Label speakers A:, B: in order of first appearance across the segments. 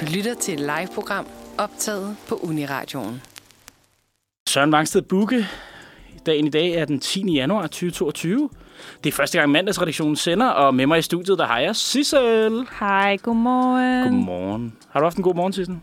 A: Du lytter til et live-program optaget på Uniradioen.
B: Søren Vangsted Bukke. Dagen i dag er den 10. januar 2022. Det er første gang mandagsredaktionen sender, og med mig i studiet, der har jeg Sissel.
C: Hej, godmorgen.
B: Godmorgen. Har du haft en god morgen, Sissel?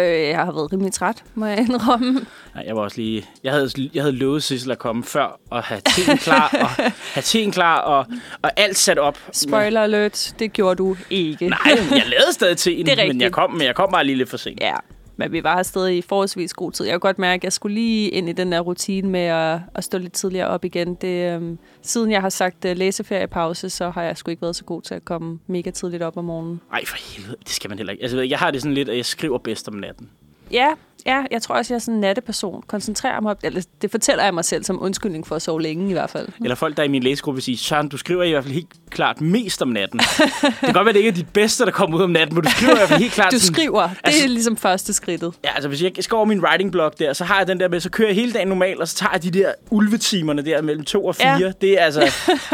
C: Øh, jeg har været rimelig træt, må jeg indrømme.
B: Nej, jeg var også lige... Jeg havde, jeg havde lovet Sissel at komme før og have teen klar, og, have teen klar og, og alt sat op.
C: Spoiler alert, det gjorde du ikke.
B: Nej, jeg lavede stadig teen,
C: Det er
B: men
C: rigtigt.
B: jeg, kom, men jeg kom bare lige lidt for sent.
C: Ja, men vi var afsted i forholdsvis god tid. Jeg kunne godt mærke, at jeg skulle lige ind i den der rutine med at, at stå lidt tidligere op igen. Det, øhm, siden jeg har sagt øh, læseferiepause, så har jeg sgu ikke været så god til at komme mega tidligt op om morgenen.
B: Nej, for helvede. Det skal man heller ikke. Altså, jeg har det sådan lidt, at jeg skriver bedst om natten.
C: Ja, ja, jeg tror også, jeg er sådan en natteperson. Koncentrerer mig op. Eller, det fortæller jeg mig selv som undskyldning for at sove længe i hvert fald.
B: Mm. Eller folk, der er i min læsegruppe, siger, Søren, du skriver i hvert fald helt klart mest om natten. det kan godt være, det ikke er dit bedste, der kommer ud om natten, men du skriver i hvert fald helt klart...
C: Du
B: sådan-
C: skriver. Det
B: altså-
C: er ligesom første skridtet.
B: Ja, altså hvis jeg skal over min writing blog der, så har jeg den der med, så kører jeg hele dagen normalt, og så tager jeg de der ulvetimerne der mellem to og fire. Ja.
C: Ja.
B: Det er altså,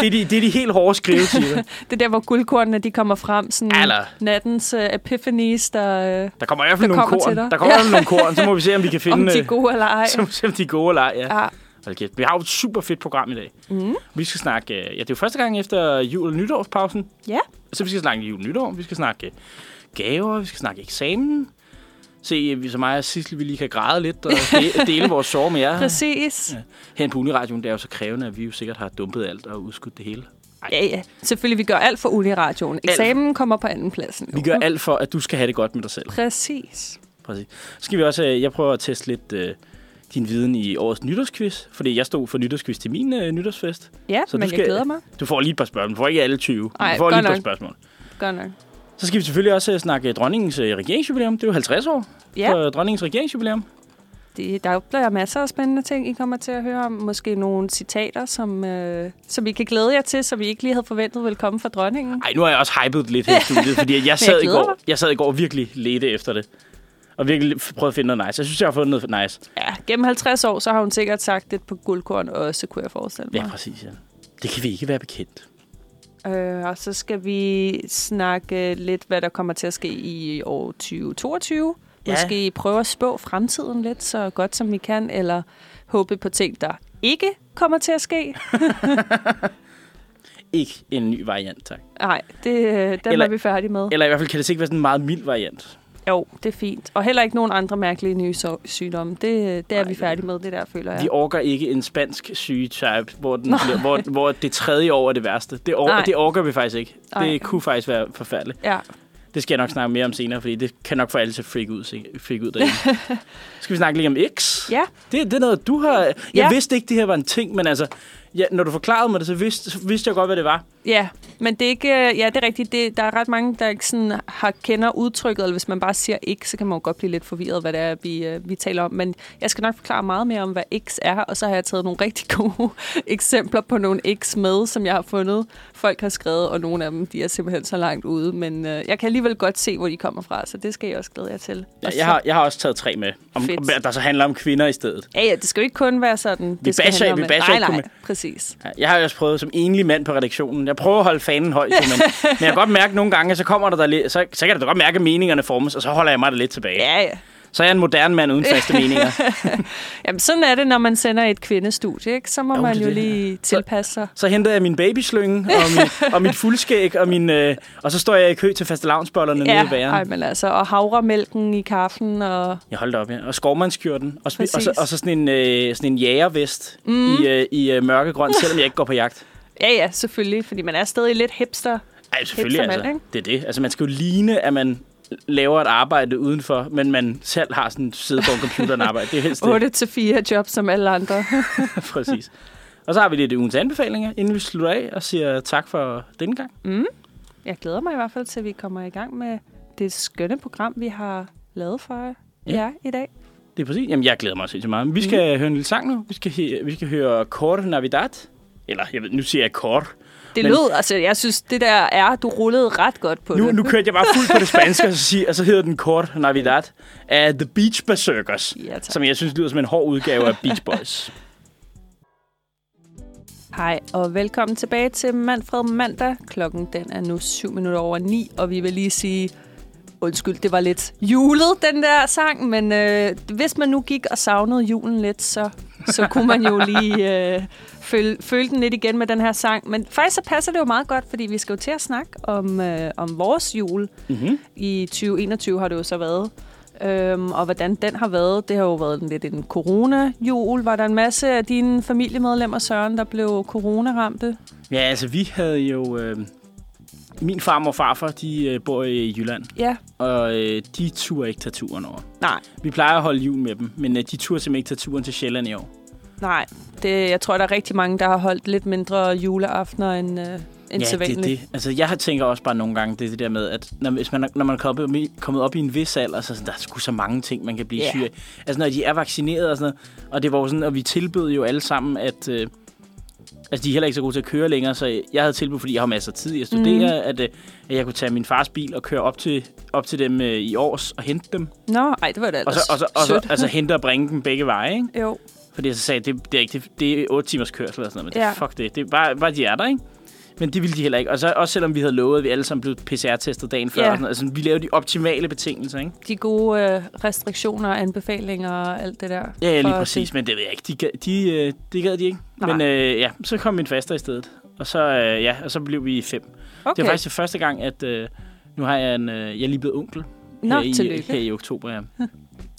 B: det er de, det er de helt hårde skrivetimer.
C: Det er der, hvor guldkornene de kommer frem. Sådan
B: Aller.
C: nattens uh, epiphanies, der, uh,
B: Der kommer i hvert fald
C: Der
B: nogle
C: kommer til
B: korn.
C: dig.
B: Der kommer
C: Ja.
B: ja. nogle korn, så må vi se, om vi kan finde...
C: om de er
B: øh,
C: gode eller ej.
B: Så må vi se, om de er gode eller ej, ja.
C: Ja.
B: Hold kæft. Vi har jo et super fedt program i dag. Mm. Vi skal snakke... øh, Ja, det er jo første gang efter jul- og nytårspausen.
C: ja.
B: Så vi skal snakke jul nytår, vi skal snakke øh, gaver, vi skal snakke eksamen. Se, øh, vi så mig og Sissel, vi lige kan græde lidt og de- dele vores sorg med jer.
C: præcis.
B: Her på Uniradioen, det er jo så krævende, at vi jo sikkert har dumpet alt og udskudt det hele. Ej.
C: Ja, ja. Selvfølgelig, vi gør alt for Uniradioen. Eksamen kommer på anden pladsen.
B: Vi gør alt for, at du skal have det godt med dig selv.
C: Præcis.
B: Præcis. Så skal vi også, øh, jeg prøver at teste lidt øh, din viden i årets nytårsquiz, fordi jeg stod for nytårsquiz til min øh, nytårsfest.
C: Ja,
B: Så
C: så
B: du
C: men
B: skal-
C: jeg glæder mig.
B: Du får lige et par spørgsmål. Du får ikke alle 20.
C: Ej,
B: du får lige
C: godt
B: et par
C: nok.
B: spørgsmål.
C: Godt nok.
B: Så skal vi selvfølgelig også øh, snakke øh, dronningens øh, regeringsjubilæum. Det er jo 50 år
C: Ja,
B: for øh, dronningens regeringsjubilæum.
C: det, der bliver masser af spændende ting, I kommer til at høre om. Måske nogle citater, som, øh, som I kan glæde jer til, som I ikke lige havde forventet ville komme fra dronningen.
B: Ej, nu har jeg også hypet det lidt her i studiet, fordi jeg sad, jeg, i
C: glæder
B: går,
C: mig.
B: jeg sad i går og virkelig ledte efter det. Og virkelig prøvede at finde noget nice. Jeg synes, jeg har fundet noget nice.
C: Ja, gennem 50 år, så har hun sikkert sagt det på guldkorn også, kunne jeg forestille mig.
B: Ja, præcis. Ja. Det kan vi ikke være bekendt.
C: Øh, og så skal vi snakke lidt, hvad der kommer til at ske i år 2022.
B: Ja.
C: Ja. Måske prøve at spå fremtiden lidt så godt som vi kan, eller håbe på ting, der ikke kommer til at ske.
B: Ikke en ny variant, tak.
C: Nej, det, øh, den
B: Eller-
C: er vi færdige med.
B: Eller i hvert fald kan det sikkert være sådan en meget mild variant.
C: Jo, det er fint. Og heller ikke nogen andre mærkelige nye so- sygdomme. Det, øh, det er vi færdige med, det der, føler
B: Ja.
C: jeg.
B: Vi orker ikke en spansk sygetype, hvor, den bliver, hvor, hvor det tredje år er det værste. Det, or,
C: Nej.
B: det orker vi faktisk ikke.
C: Nej.
B: Det kunne faktisk være forfærdeligt.
C: Ja,
B: Det skal jeg nok snakke mere om senere, fordi det kan nok få alle til at freak ud, sik- freak ud derhjemme. skal vi snakke lige om X?
C: ja.
B: Det, det er noget, du har... Jeg ja.
C: Ja.
B: vidste ikke, det her var en ting, men altså... Ja, når du forklarede mig det, så vidste, så vidste jeg godt, hvad det var.
C: Ja, men det er ikke, øh, ja, det er rigtigt. Det, der er ret mange, der ikke sådan har kender udtrykket, eller hvis man bare siger ikke, så kan man jo godt blive lidt forvirret, hvad det er, vi, øh, vi taler om. Men jeg skal nok forklare meget mere om, hvad X er, og så har jeg taget nogle rigtig gode eksempler på nogle X med, som jeg har fundet, folk har skrevet, og nogle af dem, de er simpelthen så langt ude. Men øh, jeg kan alligevel godt se, hvor de kommer fra, så det skal jeg også glæde jer til.
B: Ja,
C: Og så-
B: jeg, har, jeg har også taget tre med, om,
C: Fedt.
B: om, der så handler om kvinder i stedet.
C: Ja, ja, det skal jo ikke kun være sådan.
B: Vi
C: det skal
B: basher-
C: handle om,
B: vi
C: at-
B: basher ikke
C: Nej, nej,
B: kommet-
C: præcis.
B: Ja, Jeg har jo også prøvet som enlig mand på redaktionen. Jeg prøver at holde fanen højt, men, men jeg kan godt mærke nogle gange, at så kommer der, der lidt, så, så kan jeg da godt mærke, at meningerne formes, og så holder jeg mig der lidt tilbage.
C: Ja, ja.
B: Så er jeg en moderne mand uden faste meninger.
C: Jamen, sådan er det, når man sender et kvindestudie, ikke? Så må
B: Jo,
C: jo, man
B: det er
C: jo
B: det.
C: lige tilpasse sig.
B: Så henter jeg min babyslynge og, min, og mit fuldskæg, og, min, øh, og så står jeg i kø til faste lavnsbollerne ja, nede i
C: ej,
B: væren.
C: men altså, og havremælken i kaffen, og
B: Jeg holdt op, ja. Og skovmandskjorten. Og, smi- og, så,
C: Præcis.
B: og så sådan en, øh, sådan en jægervest mm. i, øh, i øh, mørkegrøn, selvom jeg ikke går på jagt.
C: ja, ja, selvfølgelig, fordi man er stadig lidt hipster.
B: Ej, selvfølgelig.
C: Hipstermand,
B: Altså.
C: ikke?
B: Det er det. Altså, man skal jo ligne, at man laver et arbejde udenfor, men man selv har sådan siddet på en computer og arbejde. Det er helst det.
C: 8-4 job som alle andre.
B: Præcis. Og så har vi lidt ugens anbefalinger, inden vi slutter af og siger tak for denne gang.
C: Jeg glæder mig i hvert fald til, at vi kommer i gang med det skønne program, vi har lavet for
B: Ja.
C: ja. jer i dag.
B: Det er præcis. Jamen, jeg glæder mig sindssygt meget. Vi skal mm. høre en lille sang nu. Vi skal, he- vi skal høre Cor Navidad. Eller, jeg ved, nu siger jeg Cor.
C: Det
B: Men-
C: lød, altså, jeg synes, det der er, du rullede ret godt på
B: Nu,
C: det.
B: nu kørte jeg bare fuldt på det spanske, og så, siger, og så hedder den Cor Navidad af The Beach Berserkers.
C: Ja, tak.
B: som jeg synes lyder som en hård udgave af Beach Boys.
C: Hej og velkommen tilbage til Manfred Mandag. Klokken den er nu 7 minutter over 9, og vi vil lige sige Undskyld, det var lidt julet, den der sang, men øh, hvis man nu gik og savnede julen lidt, så, så kunne man jo lige øh, føle, føle den lidt igen med den her sang. Men faktisk så passer det jo meget godt, fordi vi skal jo til at snakke om, øh, om vores jul.
B: Mm-hmm.
C: I 2021 har det jo så været. Øhm, og hvordan den har været, det har jo været en lidt en corona-jul. Var der en masse af dine familiemedlemmer, Søren, der blev coronaramte?
B: Ja, altså vi havde jo... Øh, min farmor og farfar, de øh, bor i Jylland,
C: Ja.
B: og øh, de turde ikke tage turen over.
C: Nej,
B: Vi plejer at holde jul med dem, men øh, de turde simpelthen ikke tage turen til Sjælland i år.
C: nej. Det, jeg tror, der er rigtig mange, der har holdt lidt mindre juleaftener end, øh, end
B: ja, det er
C: sædvanligt.
B: det. Altså, jeg tænker også bare nogle gange, det er det der med, at når, hvis man, er- når man er kommet op, i- kommet op i en vis alder, så er sådan, der er sgu så mange ting, man kan blive
C: Ja.
B: yeah. syg af. Altså, når de er vaccineret og sådan noget, og det var jo sådan, og vi tilbød jo alle sammen, at... Øh, altså, de er heller ikke så gode til at køre længere, så jeg havde tilbudt, fordi jeg har masser af tid, jeg studerer, mm. at, øh, at jeg kunne tage min fars bil og køre op til, op til dem øh, i års og hente dem.
C: Nå, ej, det var da
B: Og
C: ellers
B: så, og så, og
C: sødt.
B: så altså, hente og bringe dem begge veje, ikke?
C: Jo.
B: Fordi jeg så sagde, det, det er ikke det, det er 8 timers kørsel eller sådan noget, men ja.
C: Ja.
B: det, fuck det. Det er bare, bare de er der, ikke? Men det ville de heller ikke. Og så også selvom vi havde lovet, at vi alle sammen blev PCR-testet dagen før.
C: Ja.
B: Ja. Og sådan, noget. altså, vi lavede de optimale betingelser, ikke?
C: De gode øh, restriktioner, anbefalinger og alt det der.
B: Ja, lige
C: For-
B: præcis. Men det ved jeg ikke. De, gad- de, øh, det gad de ikke.
C: Nej.
B: Men øh, ja, så kom min faster i stedet. Og så, øh, ja, og så blev vi fem. Okay.
C: Okay.
B: Det var faktisk det første gang, at øh, nu har jeg en... Øh, jeg er lige blevet onkel.
C: Nå,
B: her, i, her
C: tillykke.
B: i oktober, ja.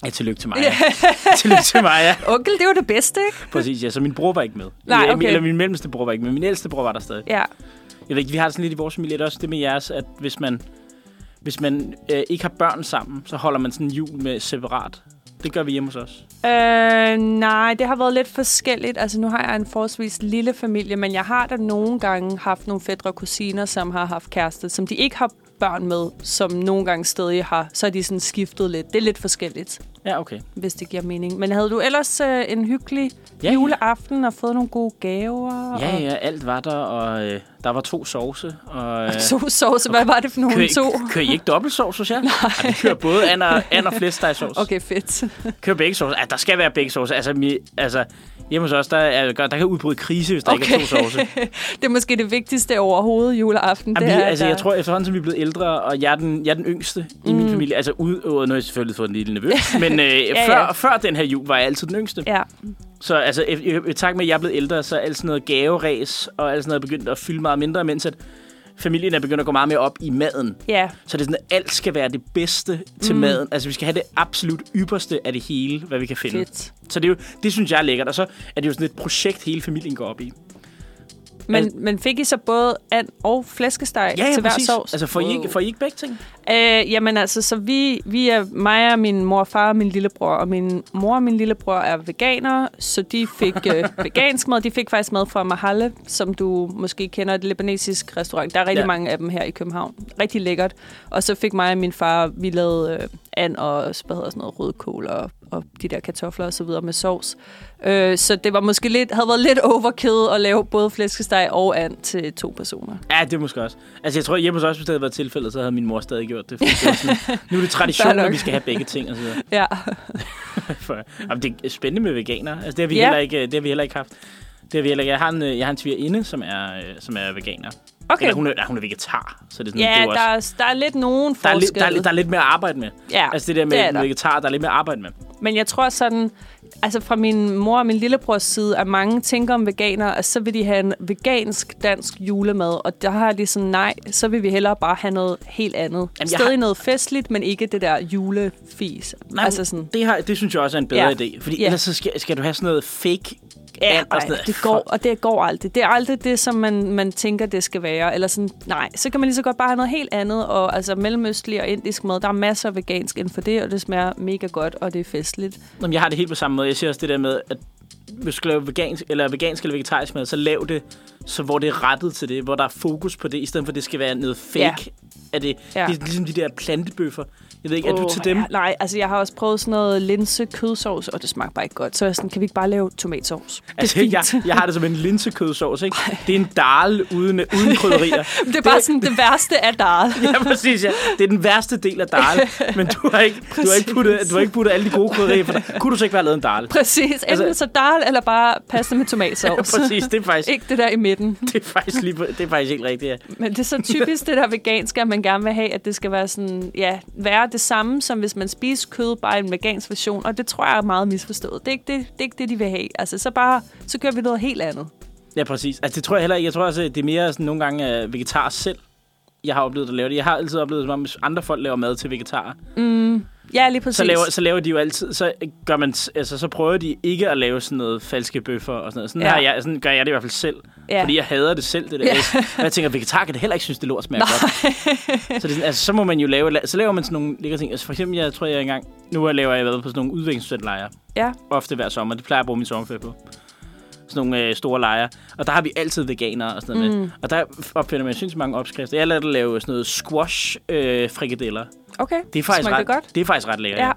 B: Ja, tillykke til mig. Ja. tillykke til mig, ja.
C: Onkel, det er jo det bedste, ikke?
B: Præcis, ja. Så min bror var ikke med.
C: Nej,
B: Ja,
C: okay.
B: Eller min mellemste bror var ikke med. Min ældste bror var der stadig.
C: Ja,
B: Jeg ved ikke, vi har det sådan lidt i vores familie, det er også det med jeres, at hvis man, hvis man øh, ikke har børn sammen, så holder man sådan en jul med separat. Det gør vi hjemme hos os.
C: Øh, nej, det har været lidt forskelligt. Altså, nu har jeg en forholdsvis lille familie, men jeg har da nogle gange haft nogle fædre og kusiner, som har haft kæreste, som de ikke har børn med, som nogle gange stadig har. Så er de sådan skiftet lidt. Det er lidt forskelligt,
B: Ja, okay.
C: hvis det giver mening. Men havde du ellers øh, en hyggelig
B: Ja, ja.
C: juleaften og fået nogle gode gaver?
B: Ja,
C: og
B: ja, alt var der, og øh, der var to sovse. Og, øh,
C: To sovs. Hvad var det for nogle
B: kører,
C: to?
B: I, kører I ikke dobbelt sovs hos jer? Nej. Vi kører både and og, and og flæskestegsovs.
C: Okay, fedt.
B: Kører begge sovse. Ja, der skal være begge sovse. Altså, mi, altså hjemme hos os, der, er, der kan udbryde krise, hvis der ikke er to sovse.
C: det er måske det vigtigste overhovedet juleaften.
B: Jamen,
C: det
B: vi,
C: er,
B: altså,
C: at
B: jeg
C: der-
B: tror efterhånden, som vi er blevet ældre, og jeg er den, jeg er den yngste mm. i min familie. Altså, ud, og nu har jeg selvfølgelig fået en lille nevø. Men øh, ja, før,
C: ja.
B: før den her jul var jeg altid den yngste. Ja.
C: Ja,
B: Så altså, e- e- i takt med, at jeg er blevet ældre, så er alt sådan noget gaveræs og alt sådan noget begyndt at fylde meget mindre, mens at familien er begyndt at gå meget mere op i maden.
C: ja.
B: Så det er sådan, at alt skal være det bedste til mm. maden. Altså, vi skal have det absolut ypperste af det hele, hvad vi kan finde.
C: fedt.
B: Så det, er jo, det synes jeg er lækkert. Og så er det jo sådan et projekt, hele familien går op i.
C: Men,
B: Altså-
C: men fik I så både and og flæskesteg til hver sovs?
B: Altså, får I, ikke, får I ikke begge ting?
C: Øh, jamen altså, så vi, vi er, mig og min mor og far og min lillebror, og min mor og min lillebror er veganere, så de fik øh, vegansk mad. De fik faktisk mad fra Mahalle, som du måske kender, et libanesisk restaurant. Der er rigtig
B: Ja.
C: ja. mange af dem her i København. Rigtig lækkert. Og så fik mig og min far, vi lavede øh, and og hvad hedder sådan noget, rødkål og, og de der kartofler og så videre med sovs. Øh, så det var måske lidt, havde været lidt overkill at lave både flæskesteg og and til to personer.
B: Ja, det er måske også. Altså, jeg tror, hjemme hos os, hvis det havde været tilfældet, så havde min mor stadig gjort det. Fordi det var sådan, nu er det tradition,
C: Fair nok.
B: at vi skal have begge ting. Og så videre.
C: Ja.
B: For, jamen, det er spændende med veganer. Altså, det har vi,
C: Ja.
B: heller, ikke, det har vi heller ikke haft. Det har vi heller ikke. Jeg har en, øh, jeg har en svigerinde, som er, øh, som er veganer.
C: Okay.
B: Eller hun er, nej, hun er vegetar, så det er sådan, det
C: Ja,
B: er jo
C: der,
B: også,
C: er, der er lidt nogen
B: der, er
C: forskelle.
B: lidt, der, er, lidt- der er lidt mere at arbejde med.
C: Ja,
B: altså, det der med
C: det er
B: den
C: der.
B: vegetar, der er lidt mere at arbejde med.
C: Men jeg tror sådan, altså fra min mor og min lillebrors side, at mange tænker om veganere, at så vil de have en vegansk dansk julemad. Og der har de sådan, nej, så vil vi hellere bare have noget helt andet.
B: jeg
C: Jamen, Stadig
B: har-
C: har... noget festligt, men ikke det der julefis. Nej,
B: Nej,
C: altså sådan,
B: det, har, det synes jeg også er en bedre
C: Ja.
B: idé. Fordi
C: Ja.
B: ellers så skal, skal du have sådan noget fake
C: ja,
B: and og
C: ej,
B: sådan noget.
C: det går, og det går aldrig. Det er aldrig det, som man, man tænker, det skal være. Eller sådan, nej, så kan man lige så godt bare have noget helt andet. Og altså mellemøstlig og indisk mad, der er masser af vegansk inden for det, og det smager mega godt, og det er festligt.
B: Jamen, jeg har det helt på samme måde. Jeg siger også det der med, at hvis du skal lave vegansk eller, vegansk eller vegetarisk mad, så lav det, så hvor det er rettet til det, hvor der er fokus på det, i stedet for at det skal være noget fake. Ja.
C: Ja.
B: Er det, ja.
C: Ja.
B: det er ligesom de der plantebøffer. Jeg ved ikke, oh, er du til
C: Åh,
B: dem?
C: Ja, nej, altså jeg har også prøvet sådan noget linse kødsovs, og det smagte bare ikke godt. Så er jeg sådan, kan vi ikke bare lave tomatsovs? Det er
B: Altså,
C: fint.
B: jeg, jeg har det som en linsekødsovs, ikke? Det er en dal uden, uden krydderier.
C: det er bare sådan det værste af der.
B: ja, præcis, ja. Det er den værste del af dal, men du har ikke, du har ikke,
C: Præcis.
B: puttet, du har ikke puttet alle de gode krydderier. For dig. Kunne du så ikke have lavet en dal?
C: Præcis. Enten
B: Altså-
C: så dal, eller bare pasta med tomatsovs.
B: Præcis, det er faktisk,
C: ikke det der i midten.
B: det er faktisk, lige, på- det er faktisk helt rigtigt, ja.
C: Men det er så typisk det der veganske, at man gerne vil have, at det skal være sådan, ja, være det samme, som hvis man spiser kød, bare en vegansk version. Og det tror jeg er meget misforstået. Det er ikke det, det, er ikke det de vil have. Altså, så bare, så kører vi noget helt andet.
B: Ja, præcis. Altså, det tror jeg heller ikke. Jeg tror også, at det er mere sådan nogle gange øh, vegetar selv, jeg har oplevet at lave det. Jeg har altid oplevet, som om hvis andre folk laver mad til vegetarer.
C: Ja, lige præcis.
B: Så laver, så laver de jo altid, så, gør man, altså, så prøver de ikke at lave sådan noget falske bøffer og sådan noget. Sådan,
C: Ja.
B: ja. har jeg, sådan gør jeg det i hvert fald selv.
C: Ja.
B: Ja. Fordi jeg hader det selv, det der.
C: Ja.
B: Ja. Og jeg tænker, vegetar kan det heller ikke synes, det lort smager godt. Så, det er sådan, altså, så må man jo lave, så laver man sådan nogle lækre ting. Altså, for eksempel, jeg tror, jeg engang, nu laver jeg været på sådan nogle udviklingsstudentlejre.
C: Ja.
B: Ofte hver sommer. Det plejer jeg at bruge min sommerferie på. Sådan nogle øh, store lejre. Og der har vi altid veganere og sådan noget mm. med. Og der opfinder man sindssygt mange opskrifter. Jeg lavede lave sådan noget squash øh, frikadeller.
C: Okay,
B: Det er faktisk
C: Smager
B: ret,
C: det godt?
B: Det er faktisk ret lækkert.
C: Ja.
B: Ja.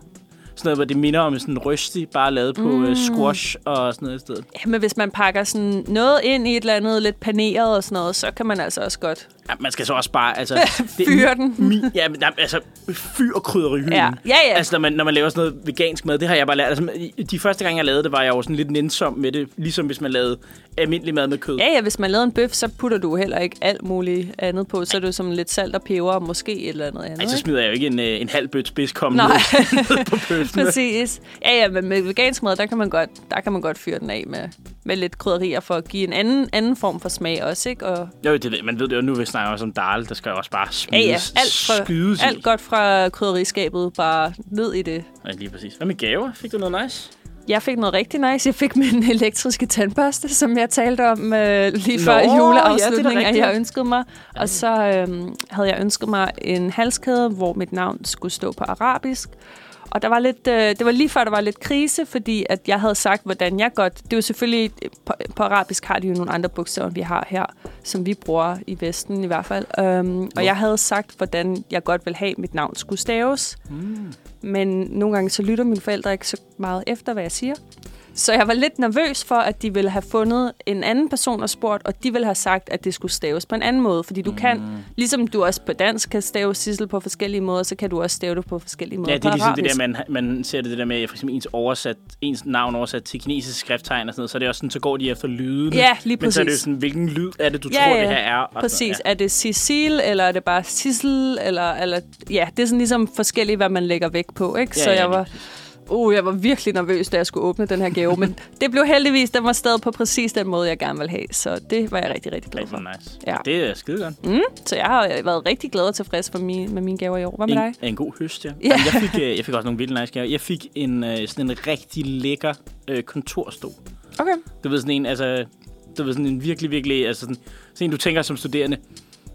B: Sådan noget, hvor det minder om sådan en røsti, bare lavet på mm. squash og sådan noget i stedet.
C: Ja, men hvis man pakker sådan noget ind i et eller andet, lidt paneret og sådan noget, så kan man altså også godt
B: Ja, man skal så også bare... Altså, det-
C: fyre den.
B: Mi, ja, men der, altså, fyr krydderihylden.
C: Ja, ja. ja.
B: Altså, når man, når man laver sådan noget vegansk mad, det har jeg bare lært. Altså, de første gange, jeg lavede det, var jeg jo sådan lidt nænsom med det. Ligesom hvis man lavede almindelig mad med kød.
C: Ja, ja, hvis man lavede en bøf, så putter du heller ikke alt muligt andet på. Så er det jo som lidt salt og peber og måske et eller andet andet.
B: Ej, så
C: ikke?
B: smider jeg jo ikke en, øh, en halv bødt spids komme
C: Nej.
B: ned på pølsen.
C: Præcis. Ja, ja, men med vegansk mad, der kan man godt, der kan man godt fyre den af med, med lidt krydderier for at give en anden, anden form for smag også, ikke? Og,
B: Jo, det ved, man ved det jo. Nu vi snakker også om Darl, der skal jo også bare
C: ja,
B: smides,
C: ja, alt,
B: skydes
C: fra, alt godt fra krydderiskabet, bare ned i det.
B: Ja, lige præcis. Hvad med gaver? Fik du noget nice?
C: Jeg fik noget rigtig nice. Jeg fik min elektriske tandbørste, som jeg talte om øh, lige før
B: Nå,
C: juleafslutningen,
B: ja,
C: ja,
B: det er da
C: jeg ønskede mig. Og så øh, havde jeg ønsket mig en halskæde, hvor mit navn skulle stå på arabisk. Og der var lidt, øh, det var lige før, der var lidt krise, fordi at jeg havde sagt, hvordan jeg godt... Det var selvfølgelig... På, på arabisk har de jo nogle andre bogstaver, end vi har her, som vi bruger i Vesten i hvert fald. Øhm, og jeg havde sagt, hvordan jeg godt ville have, at mit navn skulle staves. Men nogle gange så lytter mine forældre ikke så meget efter, hvad jeg siger. Så jeg var lidt nervøs for, at de ville have fundet en anden person og spurgt, og de ville have sagt, at det skulle staves på en anden måde. Fordi du mm. kan, ligesom du også på dansk kan stave Sissel på forskellige måder, så kan du også stave det på forskellige måder
B: Ja, det er
C: på
B: ligesom det
C: arabisk.
B: der, man, man ser det, det der med, for eksempel ens, oversat, ens navn oversat til kinesiske skrifttegn og sådan noget, så er det også sådan, så går de efter lydene.
C: Ja, lige
B: Men så er det jo
C: præcis.
B: sådan, hvilken lyd er det, du
C: Ja,
B: tror,
C: ja,
B: det her er? Og
C: Præcis.
B: Sådan,
C: Er det Cecil, eller er det bare Sissel? Eller, eller, ja, det er sådan ligesom forskelligt, hvad man lægger vægt på. Ikke?
B: Ja,
C: så
B: ja,
C: jeg
B: lige
C: var, uh, jeg var virkelig nervøs, da jeg skulle åbne den her gave. men det blev heldigvis, den var stadig på præcis den måde, jeg gerne ville have. Så det var jeg rigtig, rigtig
B: ja.
C: glad for.
B: Rigtig nice.
C: Ja.
B: Ja. Det er skide godt.
C: Så jeg har øh, været rigtig glad og tilfreds for mine, med mine gaver i år. Hvad med dig?
B: En, en god høst, ja.
C: Ja.
B: ja. Jeg, fik, øh, jeg fik også nogle vildt nice gaver. Jeg fik en, øh, sådan en rigtig lækker øh, kontorstol.
C: Okay.
B: Du ved sådan en, altså, du ved sådan en virkelig, virkelig, altså sådan, sådan en, du tænker som studerende,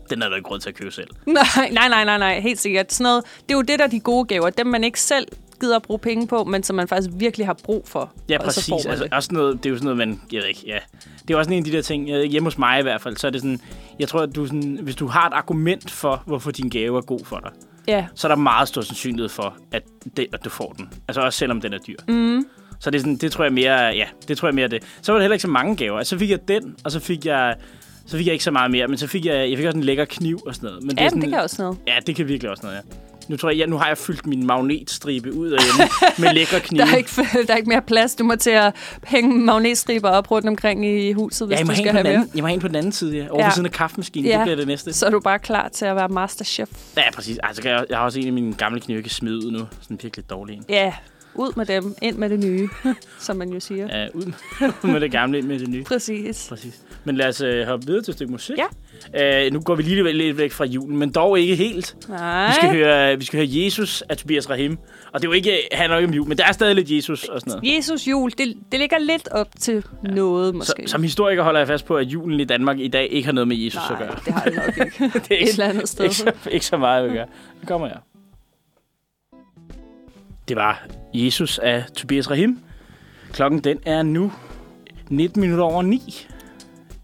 B: den er der ikke råd til at købe selv.
C: Nej, nej, nej, nej, nej, helt sikkert. Sådan noget, det er jo det, der er de gode gaver. Dem, man ikke selv gider at bruge penge på, men som man faktisk virkelig har brug for.
B: Ja,
C: Og så
B: præcis.
C: får man
B: Altså,
C: det.
B: også noget, det er jo sådan noget, man... Jeg ved ikke, ja. Det er jo også sådan en af de der ting, jeg ved ikke, hjemme hos mig i hvert fald, så er det sådan... Jeg tror, at du sådan, hvis du har et argument for, hvorfor din gave er god for dig,
C: Ja,
B: så er der meget stor sandsynlighed for, at, det, at du får den. Altså også selvom den er dyr. Mm. Så det, er sådan, det tror jeg mere, ja, det tror jeg mere det. Så var det heller ikke så mange gaver. Altså, så fik jeg den, og så fik jeg, så fik jeg ikke så meget mere, men så fik jeg, jeg fik også en lækker kniv og sådan noget. Men
C: ja
B: sådan,
C: det kan også noget.
B: Ja, det kan virkelig også noget, ja. Nu tror jeg, ja, nu har jeg fyldt min magnetstribe ud af med lækre knive.
C: Der er, ikke, der er ikke mere plads. Du må til at hænge magnetstriber op rundt omkring i huset, hvis
B: Ja, jeg må,
C: du
B: hen
C: skal
B: på
C: have
B: den
C: mere.
B: anden, jeg må hen på den anden side, ja. Over
C: Ja.
B: ja. siden af kaffemaskinen,
C: Ja.
B: det bliver det næste.
C: Så er du bare klar til at være masterchef.
B: Ja, præcis. Altså, jeg, jeg har også en af mine gamle knive, jeg kan smide ud nu. Sådan en virkelig dårlig en.
C: Ja, ud med dem, ind med det nye, som man jo siger. Ja.
B: Ja, ud med- ud med det gamle, ind med det nye.
C: Præcis.
B: Præcis. Men lad os øh, hoppe videre til et stykke musik.
C: Ja.
B: Øh, nu går vi lige lidt- lidt væk fra julen, men dog ikke helt.
C: Nej.
B: Vi skal, høre, vi skal høre Jesus af Tobias Rahim. Og det er jo ikke, han handler jo ikke om jul, men der er stadig lidt Jesus og sådan noget.
C: Jesus jul, det, det ligger lidt op til ja. noget,
B: Så,
C: måske.
B: som historiker holder jeg fast på, at julen i Danmark i dag ikke har noget med Jesus at
C: Nej,
B: gøre.
C: det har det nok ikke.
B: Det er
C: Et
B: ikke,
C: eller andet sted.
B: Ikke så, ikke så meget, jeg gør. Nu kommer jeg. Det var Jesus af Tobias Rahim. Klokken den er nu 19 minutter over 9.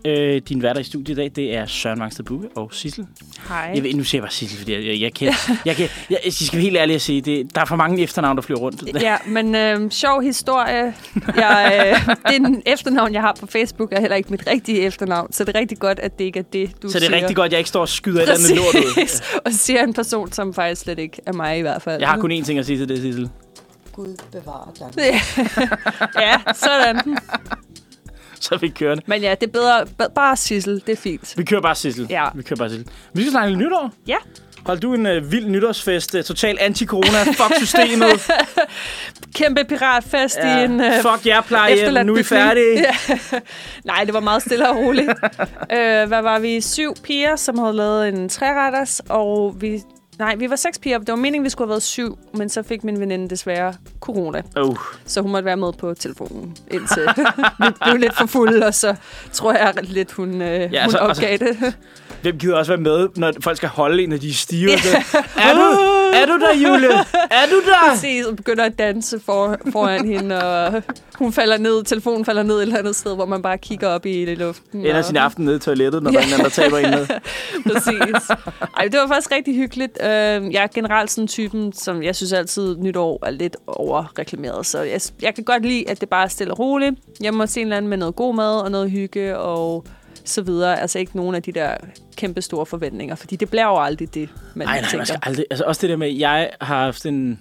B: Øh, din værter i studiet i dag, det er Søren Vangsted Bugge og Sissel.
C: Hej.
B: Jeg ved, nu siger jeg bare Sissel, fordi jeg, jeg, jeg kan... Jeg, kan jeg, jeg skal være helt ærlig at sige, det, der er for mange efternavn, der flyver rundt.
C: Ja, men øh, sjov historie. Jeg, øh, det efternavn, jeg har på Facebook, er heller ikke mit rigtige efternavn, så det er rigtig godt, at det ikke er det, du
B: Så det er
C: siger.
B: rigtig godt, at jeg ikke står og skyder et eller andet lort ud.
C: Præcis. Og siger en person, som faktisk slet ikke er mig i hvert fald.
B: Jeg har kun én ting at sige til det, Sissel.
D: Gud bevare Danmark.
C: Ja, sådan.
B: Så er vi kørende.
C: Men ja, det er bedre. b- Bare Sissel, det er fint.
B: Vi kører bare Sissel.
C: Ja.
B: Vi kører bare Sissel. Vi skal snakke lidt nytår.
C: Ja.
B: Hold du en øh, vild nytårsfest, øh, total anti-corona, fuck systemet,
C: Kæmpe piratfest ja. i en... øh,
B: ja, fuck jer plejehjem,
C: efterladt
B: nu er I
C: bygning.
B: færdige.
C: Ja. Nej, det var meget stille og roligt. øh, hvad var vi? Syv piger, som havde lavet en træretters, og vi... Nej, vi var seks piger. Det var meningen, vi skulle have været syv, men så fik min veninde desværre corona.
B: Oh,
C: Så hun måtte være med på telefonen, indtil vi blev lidt for fulde, og så tror jeg lidt, hun, øh, ja, hun
B: altså-
C: altså,
B: altså-
C: opgav det.
B: hvem gider også være med, når folk skal holde en, når de er stive? Yeah. Er, du, er du der, Julie? Er du der?
C: Præcis, og begynder at danse for, foran hende, og hun falder ned, telefonen falder ned et eller andet sted, hvor man bare kigger op i luften.
B: Ender
C: og-
B: sin aften nede i toilettet, når der er en anden, der taber en med.
C: Præcis. Ej, det var faktisk rigtig hyggeligt. Øh, Jeg er generelt sådan typen, som jeg synes altid nytår er lidt overreklameret. Så jeg, jeg kan godt lide, at det bare er stille og roligt. Jeg må se en eller anden med noget god mad og noget hygge og så videre. Altså ikke nogen af de der kæmpe store forventninger, fordi det bliver jo aldrig det, man
B: Nej, nej,
C: tænker.
B: man skal aldrig. Altså også det der med, jeg har haft en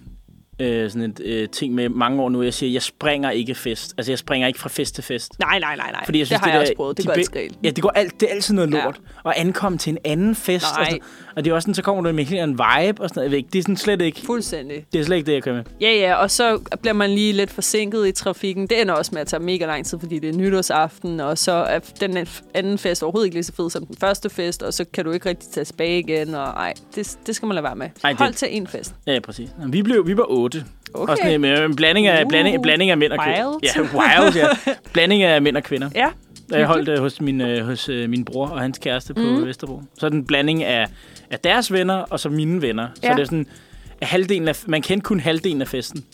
B: øh, sådan et øh, ting med mange år nu, jeg siger, jeg springer ikke fest. Altså jeg springer ikke fra fest til fest.
C: Nej, nej, nej, nej.
B: Fordi jeg synes,
C: det har jeg
B: der,
C: også prøvet. Det
B: de
C: går
B: be-
C: altid galt.
B: Ja, det, går alt, det er altid noget
C: Ja.
B: lort. Og ankomme til en anden fest.
C: Nej.
B: Og, sådan, og det er også sådan, så kommer du med en helt anden vibe. Og sådan, noget. jeg ved ikke, det er sådan slet ikke...
C: Fuldstændig.
B: Det er slet ikke det, jeg kører med.
C: Ja, ja, og så bliver man lige lidt forsinket i trafikken. Det ender også med at tage mega lang tid, fordi det er nytårsaften, og så er den anden fest overhovedet ikke lige så fed som den første fest, og så kan du ikke rigtig tage tilbage igen, og ej, det, det skal man lade være med.
B: Ej,
C: Ej,
B: det-
C: Hold til en fest.
B: Ja, præcis. Nå, Vi, blev, vi var otte.
C: Okay.
B: Og sådan en, øh, en blanding af,
C: Uh,
B: blanding, blanding af mænd og kvinder.
C: wild.
B: Ja, wild, ja. Blanding af mænd og kvinder.
C: Ja,
B: Og Jeg holdt øh, hos, min, øh, hos øh, min bror og hans kæreste på mm. Vesterbro. Så er det en blanding af, af deres venner og så mine venner. Ja. Så
C: Ja.
B: det er sådan, at halvdelen af, man kendte kun halvdelen af festen.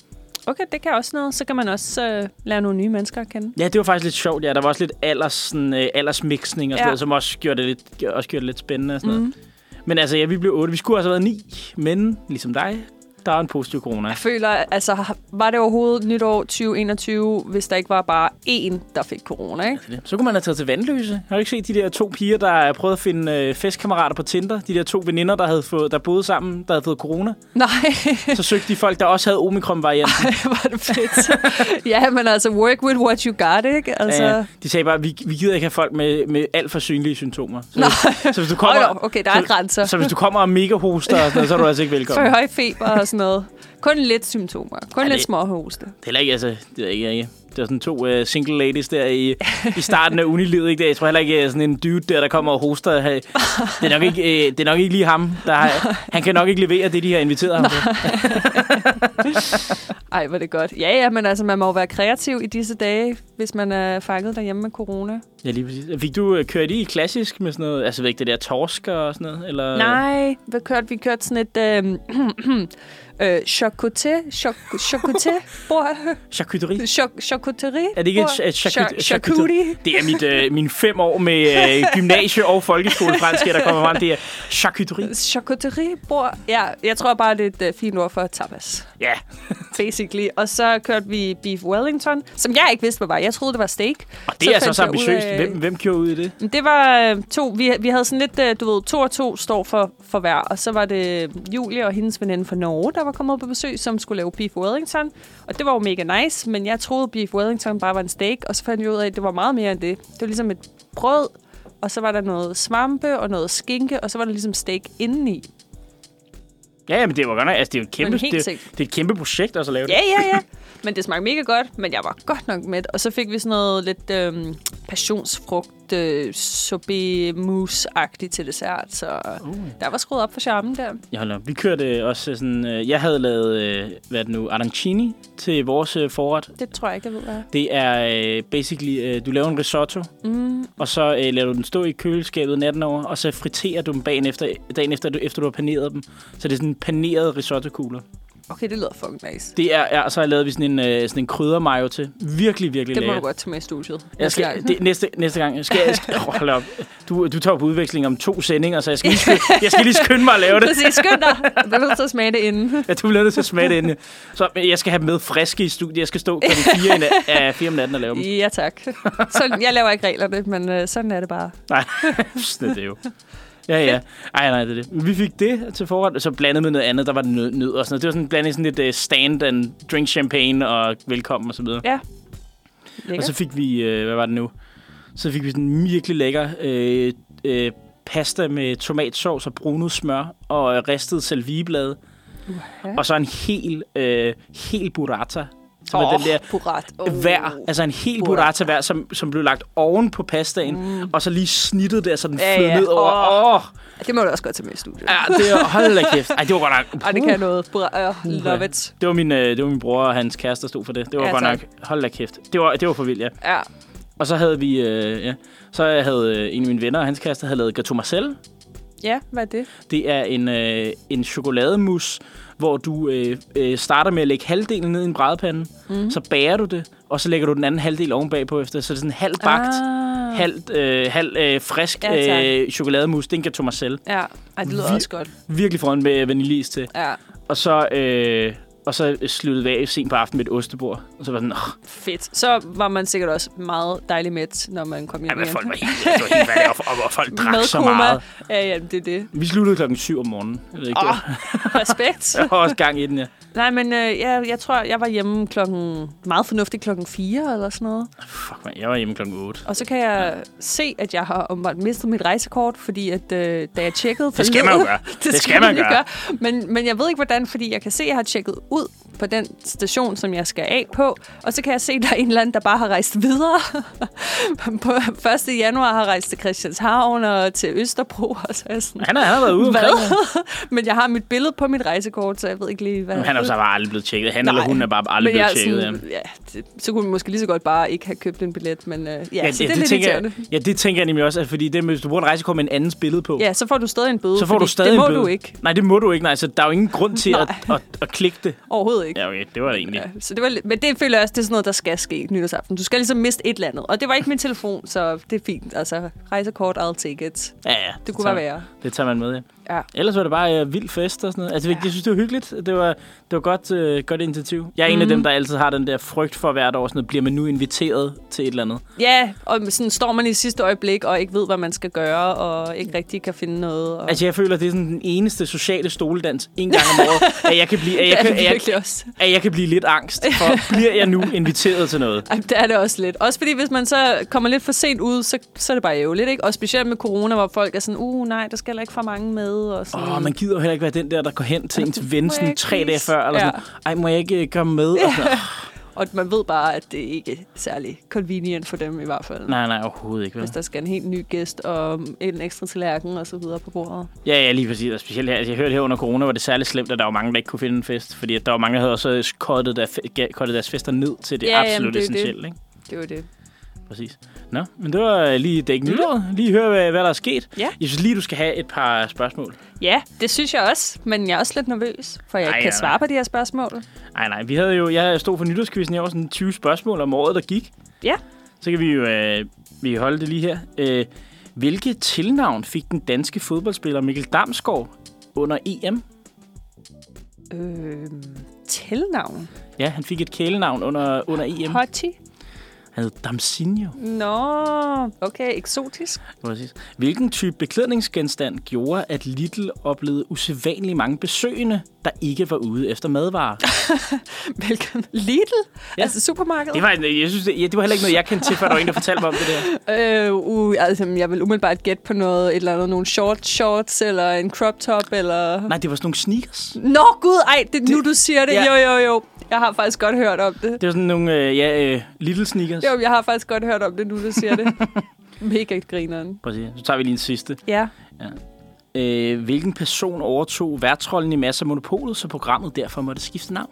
C: okay, det kan også noget. Så kan man også øh, lære nogle nye mennesker at kende.
B: Ja, det var faktisk lidt sjovt. Ja, der var også lidt alders, sådan, øh, aldersmixning og sådan ja.
C: Ja.
B: noget, som også gjorde det lidt, også gjorde det lidt spændende og sådan mm. noget. Men altså, ja, vi blev otte. Vi skulle også have været ni, men ligesom dig, der er en positiv corona.
C: Jeg føler, altså, var det overhovedet nytår 2021, hvis der ikke var bare én, der fik corona, ikke?
B: Så kunne man have taget til vandløse. Har du ikke set de der to piger, der prøvede at finde øh, festkammerater på Tinder? De der to veninder, der, havde fået, der boede sammen, der havde fået corona.
C: Nej.
B: Så søgte de folk, der også havde omikron-varianten.
C: Ej, var det fedt. ja, men altså, work with what you got, ikke? Altså,
B: Ja, de sagde bare, vi, vi gider ikke have folk med, med alt for synlige symptomer. Så,
C: Nej.
B: hvis, så hvis du
C: Åh,
B: kommer,
C: jo, okay, der er grænser.
B: så, så hvis du kommer og mega hoster og sådan noget, så er du altså ikke velkommen.
C: For høj feber og sådan noget. Kun lidt symptomer.
B: Ja,
C: Kun ja, lidt
B: det-
C: småhoste.
B: Det er heller ikke, altså, det ved jeg ikke, jeg- det var sådan to uh, single ladies der i, i starten af unilivet, ikke? Der, jeg tror heller ikke, at sådan en dude der, der kommer og hoster, hey, det, er nok ikke, uh, det er nok ikke lige ham. Der har, han kan nok ikke levere det, de har inviteret ham til.
C: Ej, hvor er det godt. Ja, ja, men altså, man må jo være kreativ i disse dage, hvis man er fanget derhjemme med corona.
B: Ja, lige præcis. Fik du uh, kørt i klassisk med sådan noget, altså jeg ved ikke, det der torsk og sådan noget? Eller?
C: Nej, vi kørte, vi kørte sådan et... Øh, øh, chocoté, choc- chocoté, bord,
B: Charcuterie?
C: choc- chocoteri.
B: Er det ikke et,
C: bord.
B: et charcut-
C: Cho- charcuterie?
B: Det er mit, øh, mine fem år med øh, gymnasie- og folkeskolefransk, der kommer frem. Det er charcuterie.
C: Charcuterie bord. Ja, jeg tror bare, det er et øh, fint ord for tapas.
B: Ja,
C: basically. Og så kørte vi Beef Wellington, som jeg ikke vidste, hvad var. Jeg troede, det var steak.
B: og det er altså
C: fandt
B: så
C: jeg ud
B: ambitiøst.
C: af-
B: Hvem, hvem kører ud i det?
C: Men Det var øh, to, vi, vi havde sådan lidt, øh, du ved, to og to står for, for hver. Og så var det øh, Julie og hendes veninde fra Norge, der var kommet på besøg, som skulle lave Beef Wellington. Og det var jo mega nice, men jeg troede, Beef Wellington bare var en steak. Og så fandt jeg ud af, at det var meget mere end det. Det var ligesom et brød, og så var der noget svampe og noget skinke, og så var der ligesom steak indeni.
B: Ja, ja, men det var godt nok, altså det er jo et kæmpe,
C: Men helt
B: det,
C: sikkert.
B: det er et kæmpe projekt også at lave det.
C: Ja, ja, ja. Men det smagte mega godt, men jeg var godt nok mæt. Og så fik vi sådan noget lidt øhm, passionsfrugt, øh, sorbet, mousse-agtigt til dessert. Så uh. der var skruet op for charmen der.
B: Jeg holder op. Vi kørte også sådan, øh, jeg havde lavet, øh, hvad er det nu, arancini til vores øh, forret.
C: Det tror jeg ikke, jeg ved, hvad er.
B: Det er øh, basically, øh, du laver en risotto, mm. og så øh, lader du den stå i køleskabet natten over, og så friterer du dem dagen efter, dagen efter, du, efter du har paneret dem. Så det er sådan panerede risottokugler.
C: Okay, det lyder fucking nice.
B: Det er, ja, og så har jeg lavet vi sådan en, øh, sådan en kryddermayo til. Virkelig, virkelig
C: Det må du
B: lækkert.
C: godt tage med i studiet.
B: Jeg skal, det, næste, næste gang skal jeg... Skal, hold op. Du, du tager på udveksling om to sendinger, så jeg skal lige skynde, jeg skal lige skynde mig at lave det.
C: Præcis, skynd dig. Du er nødt til at smage det inden.
B: Ja, du bliver nødt til at smage det inden. Så men jeg skal have dem med friske i studiet. Jeg skal stå kl. 4, i na- uh, 4 om natten og lave dem.
C: Ja, tak. Så, jeg laver ikke reglerne, men øh, sådan er det bare.
B: Nej, sådan er det jo. Ja, ja. Ej, nej, det er det. Men Vi fik det til forret, og så blandet med noget andet. Der var nød, nød og sådan noget. Det var sådan blandet sådan lidt uh, stand and drink champagne og velkommen og så videre.
C: Ja.
B: Og
C: Lækkert.
B: så fik vi, øh, hvad var det nu? Så fik vi sådan en virkelig lækker øh, øh, pasta med tomatsovs og brunet smør og øh, ristet salvieblade.
C: Uh-huh.
B: Og så en hel, øh, hel burrata. Som oh. er den der
C: Burat.
B: oh. hver, altså en hel burrata hver, som, som blev lagt oven på pastaen, mm. og så lige snittet der, så den
C: Ja,
B: flød
C: ja.
B: ned over. Åh,
C: Åh.
B: oh.
C: Det må du også godt tage med i studiet. Ja.
B: ja, det er, hold da kæft. Ej, det var godt nok.
C: Og det kan noget. Burat. Uh, love it.
B: Det var min, øh, det var min bror og hans kæreste, der stod for det. Det var ja,
C: Ja,
B: godt
C: tak.
B: nok, hold da kæft. Det var, det var for vildt, ja.
C: Ja.
B: Og så havde vi, øh, ja, så havde øh, en af mine venner og hans kæreste havde lavet Gato Marcel.
C: ja, hvad er det?
B: Det er en, øh, en chokolademus, hvor du øh, øh, starter med at lægge halvdelen ned i en brædepande,
C: Mhm.
B: mm. så bager du det, og så lægger du den anden halvdel ovenbagpå efter, så det er sådan halvt bagt,
C: Ah.
B: halvt, øh, halv øh, frisk
C: Ja, tak.
B: øh, chokolademus. Den kan Thomas selv.
C: Ja, Ej, det lyder
B: Vi-
C: også godt.
B: Virkelig foran med vaniljeis til.
C: Ja,
B: Og så, øh, og så sluttede vi af sent på aftenen med et ostebord. Og så var den, åh,
C: fedt. Så var man sikkert også meget dejlig med, når man kom hjem
B: jamen,
C: igen.
B: folk var helt, det Altså, var helt vandet, og, og, og folk drak
C: med
B: så
C: koma.
B: meget.
C: Ja, ja, det er det.
B: Vi sluttede klokken 7 om morgenen. Jeg ved ikke,
C: Åh.
B: oh.
C: Respekt.
B: Der var også gang i den, ja.
C: Nej, men øh, jeg, jeg tror, jeg var hjemme klokken meget fornuftigt klokken 4 eller sådan noget.
B: Fuck, man, jeg var hjemme klokken 8.
C: Og så kan jeg se, at jeg har åbenbart mistet mit rejsekort, fordi at, øh, da jeg tjekkede...
B: Det skal man jo
C: forleden-
B: gøre. Det skal man
C: lige
B: gøre.
C: Men, men jeg ved ikke, hvordan, fordi jeg kan se, at jeg har tjekket ud på den station, som jeg skal af på. Og så kan jeg se, at der er en eller anden, der bare har rejst videre. på 1. januar har rejst til Christianshavn og til Østerbro. Og så er jeg sådan,
B: Han har, han har været ude omkring.
C: men jeg har mit billede på mit rejsekort, så jeg ved ikke lige, hvad...
B: Han er så bare aldrig blevet tjekket. Han Nej.
C: Nej.
B: eller hun er bare aldrig
C: men jeg
B: blevet
C: er
B: tjekket. ja.
C: sådan, ja, det, så kunne man måske lige så godt bare ikke have købt en billet, men øh, ja, ja, så det, er
B: det
C: lidt
B: tænker
C: irriterende.
B: jeg, ja, det tænker jeg nemlig også, at fordi det, med, hvis du bruger en rejsekort med en andens billede på,
C: Ja, så får du stadig en bøde.
B: så får
C: fordi
B: du stadig
C: Det må
B: en bøde.
C: du ikke.
B: Nej, det må du ikke. Nej, så der er jo ingen grund til at, at, at, klikke det.
C: Overhovedet ikke.
B: Ja, okay, det var det egentlig.
C: Ja, så det var, lidt- men det føler jeg også, det er sådan noget, der skal ske nytårsaften. Du skal ligesom miste et eller andet. Og det var ikke min telefon, så det er fint. Altså, rejsekort, I'll take it.
B: Ja, ja.
C: Det kunne
B: tager-
C: være værre.
B: Det tager man med, ja.
C: Ja.
B: Ellers var det bare øh, vild fest og sådan noget. Altså, ja. jeg synes, det var hyggeligt. Det var, det var godt, øh, godt initiativ. Jeg er mm.
C: Mhm.
B: en af dem, der altid har den der frygt for hvert år. Sådan noget, bliver man nu inviteret til et eller andet?
C: ja, og sådan står man i sidste øjeblik og ikke ved, hvad man skal gøre, og ikke rigtig kan finde noget. Og...
B: Altså, jeg føler, det er sådan den eneste sociale stoledans en gang om året, at jeg kan blive, at jeg
C: det
B: kan,
C: er det
B: at jeg,
C: virkelig også.
B: at jeg kan blive lidt angst for, bliver jeg nu inviteret til noget?
C: Ej, det er det også lidt. Også fordi, hvis man så kommer lidt for sent ud, så, så er det bare ærgerligt, ikke? Og specielt med corona, hvor folk er sådan, uh, nej, der skal heller ikke for mange med, og sådan.
B: Åh, oh, man gider jo heller ikke være den der, der går hen til ens ven
C: Mm. jeg
B: sådan
C: ikke
B: tre dage
C: vise?
B: før, eller
C: Ja.
B: sådan, ej, må jeg ikke øh, komme med? Og sådan,
C: Og man ved bare, at det ikke er særlig convenient for dem i hvert fald.
B: nej, nej, overhovedet ikke. Vel?
C: Hvis der skal en helt ny gæst og en ekstra tallerken og så videre på bordet.
B: Ja, ja, lige præcis. Og specielt her, altså, jeg hørte her under corona, var det særligt slemt, at der var mange, der ikke kunne finde en fest, fordi at der var mange, der havde også øh, kottet, der, kottet deres fester ned til det
C: Ja, jamen,
B: absolut
C: det er jo det.
B: essentielle, ikke?
C: Det var det.
B: Præcis. Nå, men det var øh, lige dæk nyheder. Lige høre, hvad, hvad der er sket.
C: Mm. Ja.
B: Jeg synes lige, du skal have et par spørgsmål.
C: Ja, det synes jeg også, men jeg er også lidt nervøs, for jeg
B: Ej,
C: Ej,
B: ja,
C: kan svare på de her spørgsmål.
B: Nej, nej, vi havde jo, jeg stod for nytårskvisten i år, sådan 20 spørgsmål om året, der gik.
C: Ja.
B: Så kan vi jo øh, vi kan holde det lige her. Øh, hvilke tilnavn fik den danske fodboldspiller Mikkel Damsgaard under E EM?
C: Øh, tilnavn?
B: Ja, han fik et kælenavn under, under EM.
C: Hochi?
B: Han hed Damsinho.
C: Nå, okay, eksotisk.
B: Præcis. Hvilken type beklædningsgenstand gjorde, at Lidl oplevede usædvanligt mange besøgende, der ikke var ude efter madvarer?
C: Velkommen. Lidl? Ja. Altså supermarkedet?
B: Det var, en- jeg synes, det, ja, det var heller ikke noget, jeg kendte til, før der var en, der fortalte mig om det der.
C: Øh, uh, altså, jeg vil umiddelbart gætte på noget, et eller andet, nogle short shorts, eller en crop top, eller...
B: Nej, det var sådan nogle sneakers.
C: Nå gud, ej, det, er nu du siger det.
B: Ja.
C: Ja. Jo, jo, jo. Jeg har faktisk godt hørt om det.
B: Det var sådan nogle, øh, ja, øh, Lidl sneakers.
C: Jo, jeg har faktisk godt hørt om det nu, du siger det. Mega grineren.
B: Præcis. Så tager vi lige en sidste.
C: Ja.
B: Øh, hvilken person overtog værtrollen i Masser af Monopolet, så programmet derfor måtte skifte navn?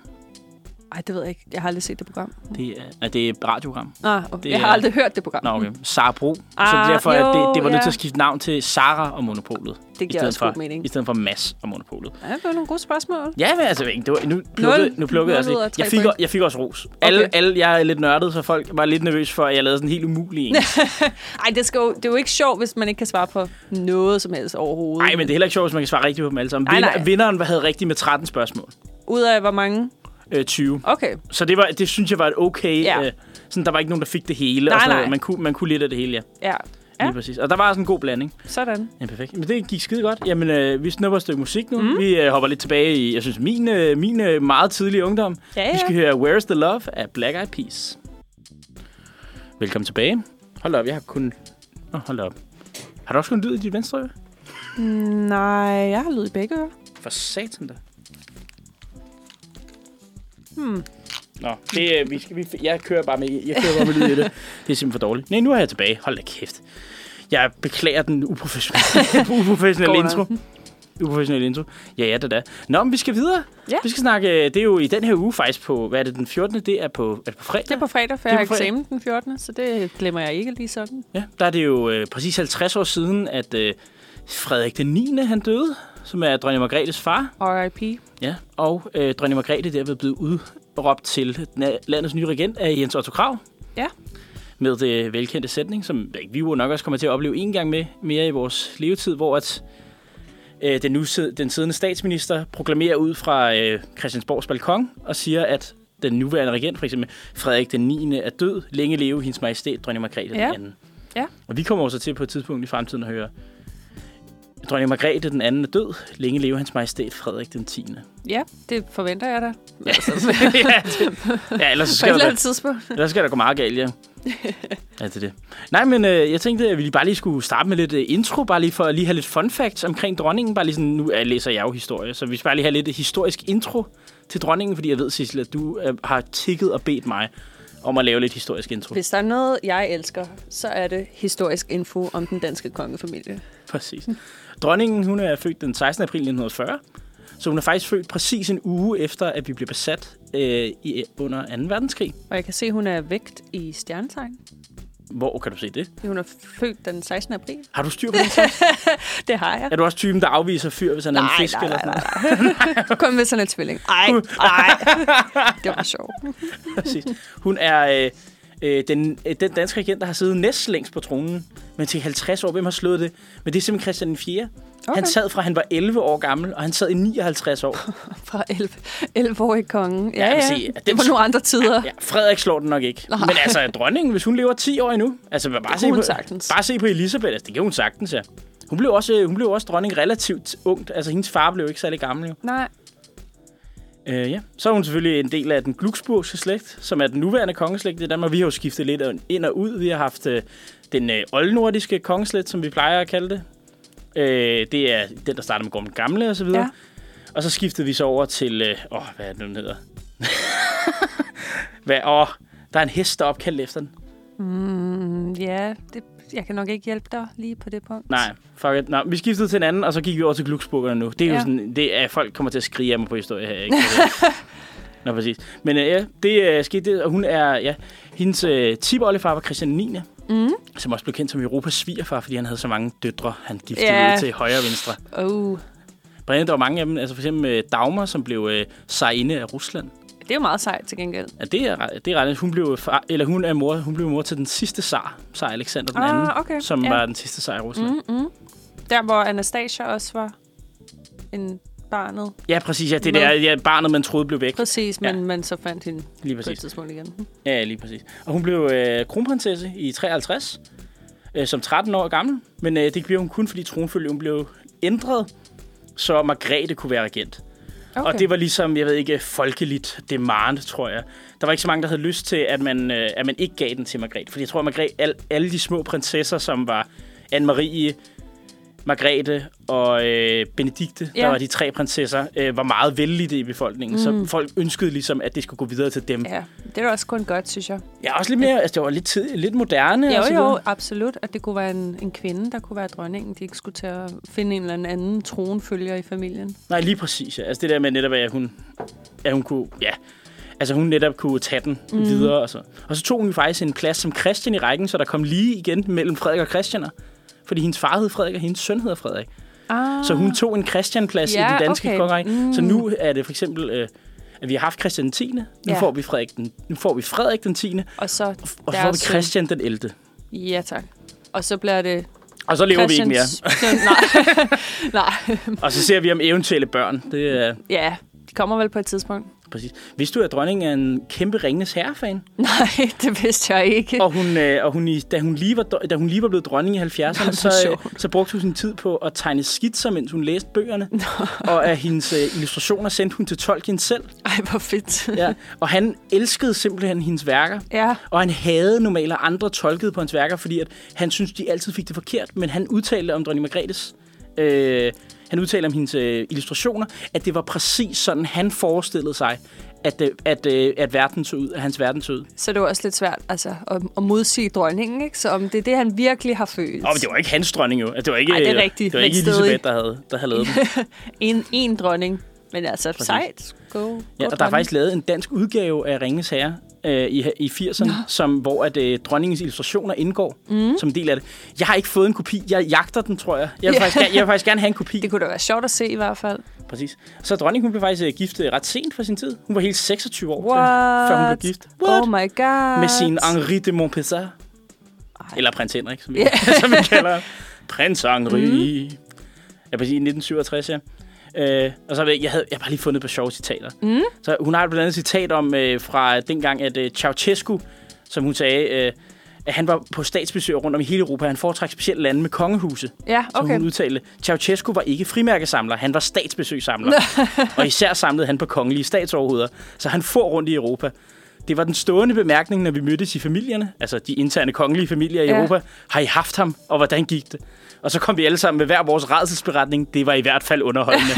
C: Ej, det ved jeg ikke. Jeg har aldrig set det program.
B: Det er, nej, det er et radioprogram.
C: Ah,
B: Det
C: det jeg har
B: er-
C: aldrig hørt det program.
B: Nå, okay. Sara Bro. så
C: Mm. Ah,
B: derfor at det, det var
C: jo,
B: nødt
C: ja.
B: til at skifte navn til Sara og Monopolet.
C: Det
B: i
C: giver
B: stedet
C: også
B: for,
C: god mening.
B: I stedet for Mass og Monopolet.
C: Ja, det var nogle gode spørgsmål.
B: Ja, men altså, det var, nu plukkede, nu plukkede jeg
C: Nul ud
B: også
C: af
B: lidt.
C: tre
B: Jeg fik,
C: point.
B: jeg fik også ros. Alle,
C: Okay.
B: alle, jeg er lidt nørdet, så folk var lidt nervøs for, at jeg lavede sådan en helt umulig en.
C: Ej, det, skal jo, det er jo ikke sjovt, hvis man ikke kan svare på noget som helst overhovedet.
B: Nej, men det er heller ikke sjovt, hvis man kan svare rigtigt på dem alle sammen.
C: Nej,
B: Vinder,
C: nej.
B: Vinderen havde rigtigt med 13 spørgsmål.
C: Ud af hvor mange?
B: Øh, 20.
C: Okay.
B: Så det, var, det synes jeg var et okay...
C: Ja.
B: Øh, sådan, der var ikke nogen, der fik det hele.
C: Nej,
B: og sådan noget.
C: nej.
B: Man, kunne, man kunne lidt af det hele, ja.
C: Ja,
B: Lige ja. præcis. Og der var sådan en god blanding.
C: sådan.
B: Ja, perfekt. Men det gik skide godt. Jamen, øh, vi snupper et stykke musik nu. Mm. Vi øh, hopper lidt tilbage i, jeg synes, min, øh, min øh, meget tidlige ungdom.
C: Ja, ja.
B: Vi skal høre Where's the Love af Black Eyed Peas. Velkommen tilbage. Hold op, jeg har kun... Nå, hold op. Har du også kun lyd i dit venstre øre?
C: Nej, jeg har lyd i begge ører.
B: For satan da. Hmm. Nå, det, øh, vi skal, vi, jeg kører bare med, jeg kører bare med lyd i det. Det er simpelthen for dårligt. Nej, nu er jeg tilbage. Hold da kæft. Jeg beklager den uprofessionelle, uprofessionelle
C: Går
B: intro. Uprofessionelle intro. Ja, ja, da da. Nå, men vi skal videre.
C: Ja.
B: Vi skal snakke, øh, det er jo i den her uge faktisk på, hvad er det, den 14. Det er på, er det på fredag?
C: Det er på fredag, for
B: Det
C: jeg
B: er
C: har
B: på fredag.
C: eksamen den 14., så det glemmer jeg ikke lige sådan.
B: Ja, der er det jo øh, præcis 50 år siden, at øh, Frederik den 9. han døde, som er dronning Margrethes far.
C: R.I.P.
B: Ja, og øh, dronning Margrethe derved blevet udråbt til na- landets nye regent af Jens Otto Krav.
C: Ja.
B: Med det velkendte sætning, som vi jo nok også kommer til at opleve en gang med mere i vores levetid, hvor at øh, den, nu, sid- den siddende statsminister proklamerer ud fra øh, Christiansborgs balkon og siger, at den nuværende regent, for eksempel Frederik den 9. er død. Længe leve hendes majestæt, dronning Margrethe
C: Ja.
B: den anden.
C: Ja.
B: Og vi kommer også til på et tidspunkt i fremtiden at høre, dronning Margrethe den anden er død. Længe leve hans majestæt, Frederik den 10.
C: Ja, det forventer jeg da.
B: Ja, det- ja ellers, så
C: På et
B: skal
C: eller
B: der,
C: andet tidspunkt.
B: ellers skal der gå meget galt, ja. Ja, det er det. Nej, men øh, jeg tænkte, at vi lige bare lige skulle starte med lidt øh, intro, bare lige for at lige have lidt fun facts omkring dronningen. Bare lige sådan, nu øh, læser jeg jo historie, så vi skal bare lige have lidt historisk intro til dronningen, fordi jeg ved, Sissel, at du øh, har tikket og bedt mig om at lave lidt historisk intro.
C: Hvis der er noget, jeg elsker, så er det historisk info om den danske kongefamilie.
B: Præcis. Dronningen, hun er født den 16. april 1940, så hun er faktisk født præcis en uge efter, at vi blev besat øh, i, under 2. verdenskrig.
C: Og jeg kan se, at hun er vægt i stjernetegn.
B: Hvor kan du se det?
C: Hun er født den 16. april.
B: Har du styr på det?
C: Det har jeg.
B: Er du også typen, der afviser fyr, hvis han er en
C: Nej,
B: fisk
C: nej,
B: eller
C: nej,
B: sådan noget?
C: Kun hvis han er tvilling. Ej, nej. Det var sjovt.
B: Præcis. Hun er øh, øh, den, øh, den danske regent, der har siddet næstlængst på tronen, men til 50 år. Hvem har slået det? Men det er simpelthen Christian 4. Okay.
C: Okay.
B: Han sad fra, han var 11 år gammel, og han sad i 59 år.
C: Fra 11, 11-årig kongen. Ja,
B: jeg vil
C: ja.
B: sige, at
C: det
B: den-
C: var nogle andre tider.
B: Ja, Frederik slår den nok ikke. Men altså, dronningen, hvis hun lever 10 år endnu, altså bare, se
C: kunne hun
B: på,
C: sagtens.
B: bare se på Elisabeth, altså, det kan hun sagtens, ja. Hun blev, også, øh, hun blev også dronning relativt ungt. Altså, hendes far blev ikke særlig gammel, jo.
C: Nej.
B: Øh, ja. Så er hun selvfølgelig en del af den glucksburgske slægt, som er den nuværende kongeslægt i Danmark. Vi har jo skiftet lidt ind og ud. Vi har haft øh, den øh, oldnordiske kongeslægt, som vi plejer at kalde det. Øh, det er den, der starter med Gorm den Gamle og så videre.
C: Ja.
B: Og så skiftede vi så over til... Øh, åh, hvad er det nu, den hedder? hvad, åh, der er en hest, der er opkaldt efter den.
C: Ja, det, jeg kan nok ikke hjælpe dig lige på det punkt.
B: Nej, fuck it. Nå, vi skiftede til en anden, og så gik vi over til Glucksburgerne nu. Det er ja. jo
C: Ja.
B: sådan, det er, folk kommer til at skrige af mig på historie her, ikke? Nå, præcis. Men øh, ja, det øh, skete, det, og hun er, ja, hendes øh, tipoldefar var Christian 9. Mm. Som også blev kendt som Europas svigerfar, fordi han havde så mange døtre, han giftede
C: Ja.
B: yeah. til højre og venstre.
C: Oh,
B: Blandt andet, der var mange af dem, altså for eksempel øh, Dagmar, som blev øh, sarinde af Rusland.
C: det er jo meget sejt til gengæld.
B: Ja, det er, ret- det er ret. Hun blev, far, eller hun er mor, hun blev mor til den sidste zar, zar Alexander den
C: Ah,
B: anden,
C: okay.
B: som
C: Ja.
B: var den sidste zar i Rusland. Mm.
C: Der, hvor Anastasia også var en barnet.
B: Ja, præcis. Ja, det
C: Med-
B: der ja, barnet, man troede blev væk.
C: Præcis,
B: Ja.
C: men man så fandt hende
B: Lige
C: på et
B: præcis.
C: tidspunkt igen.
B: Ja, lige præcis. Og hun blev øh, kronprinsesse i 53, øh, som 13 år gammel. Men øh, det blev hun kun, fordi tronfølgen blev ændret, så Margrethe kunne være regent. Okay. Og det var ligesom, jeg ved ikke, folkeligt demand, tror jeg. Der var ikke så mange, der havde lyst til, at man, øh, at man ikke gav den til Margrethe. Fordi jeg tror, at Margrethe, al, alle de små prinsesser, som var Anne-Marie, Margrethe og øh, Benedikte, ja.
C: Ja.
B: der var de tre prinsesser, øh, var meget vældige i befolkningen. Mm. Så folk ønskede ligesom, at det skulle gå videre til dem.
C: Ja, det er da også kun godt, synes jeg.
B: Ja, også lidt mere, altså det var lidt, tid, lidt moderne. og så
C: Jo,
B: videre.
C: jo, absolut. At det kunne være en, en kvinde, der kunne være dronningen. De ikke skulle til at finde en eller anden tronfølger i familien.
B: Nej, lige præcis. Ja. Altså det der med netop, at hun, at hun kunne, ja, altså hun netop kunne tage den mm. videre og så. Og så tog hun jo faktisk en plads som Christian i rækken, så der kom lige igen mellem Frederik og Christianer. Fordi hendes far hed Frederik, og hendes søn hedder Frederik.
C: Ah,
B: Så hun tog en Christian-plads i
C: Ja,
B: den danske
C: okay.
B: okay. kongerække. Mm. Så nu er det for eksempel, øh, at vi har haft Christian 10. Nu,
C: Ja.
B: får vi Frederik den, nu får vi Frederik den 10.
C: og så
B: Og så får vi
C: deres søn.
B: Christian den 11.
C: Ja, tak. Og så bliver det
B: Og så lever vi ikke
C: Christians... Søn. Nej. Nej.
B: mere. Og så ser vi om eventuelle børn. Det er...
C: Ja, de kommer vel på et tidspunkt.
B: Præcis. Vidste du, at dronningen er en kæmpe Ringnes Herre-fan?
C: Nej, det vidste jeg ikke.
B: Og, hun, øh, og hun, i- da, hun lige var, dr- da hun lige var blevet dronning i 70'erne,
C: Nå,
B: så,
C: det er
B: øh, så brugte hun sin tid på at tegne skitser, mens hun læste bøgerne. Og af hendes øh, illustrationer sendte hun til Tolkien selv.
C: Ej, hvor fedt.
B: Ja. Og han elskede simpelthen hendes værker.
C: Ja.
B: Og han havde normalt andre tolket på hans værker, fordi at han syntes, de altid fik det forkert. Men han udtalte om dronning Margrethes Øh, han udtaler om hendes øh, illustrationer, at det var præcis sådan, han forestillede sig, at, øh, at, øh, at, verden så ud, at hans verden så ud.
C: Så det var også lidt svært altså, at, at modsige dronningen, ikke? Så om det er det, han virkelig har følt.
B: Og det var ikke hans dronning jo. Altså, det var ikke,
C: Ej, det er rigtigt.
B: Det var ikke
C: Men stadig.
B: Elisabeth, der havde, der havde lavet den.
C: en, en dronning. Men altså, Præcis. sejt. Go, go
B: Ja, og der er
C: dronning.
B: faktisk lavet en dansk udgave af Ringens Herre øh, i, i 80'erne, som, hvor at, øh, dronningens illustrationer indgår mm. som en del af det. Jeg har ikke fået en kopi. Jeg jagter den, tror jeg. Jeg vil,
C: Ja.
B: faktisk, gerne, jeg vil faktisk gerne have en kopi.
C: Det kunne da være sjovt at se i hvert fald.
B: Præcis. Så dronningen hun blev faktisk øh, gift øh, ret sent for sin tid. Hun var helt 26 år, øh,
C: What?
B: før hun blev gift.
C: What? Oh my god.
B: Med sin Henri de Montpessat. Eller prins Henrik, som vi,
C: Ja.
B: som vi kalder ham. Prins Henri. Mm. Ja, præcis. I 1967, ja. Øh, og så ved jeg, jeg havde jeg har bare lige fundet et par sjove citater. Mm. Så hun har et blandt andet et citat om øh, fra dengang, at øh, Ceausescu, som hun sagde, øh, at han var på statsbesøg rundt om i hele Europa. Han foretrak specielt lande med kongehuse.
C: Ja,
B: Så
C: okay.
B: hun udtalte, Ceausescu var ikke frimærkesamler, han var statsbesøgssamler. og især samlede han på kongelige statsoverhoveder, så han for rundt i Europa. Det var den stående bemærkning, når vi mødtes i familierne, altså de interne kongelige familier i
C: Ja.
B: ja. Europa. Har I haft ham, og hvordan gik det? Og så kom vi alle sammen med hver vores redselsberetning. Det var i hvert fald underholdende.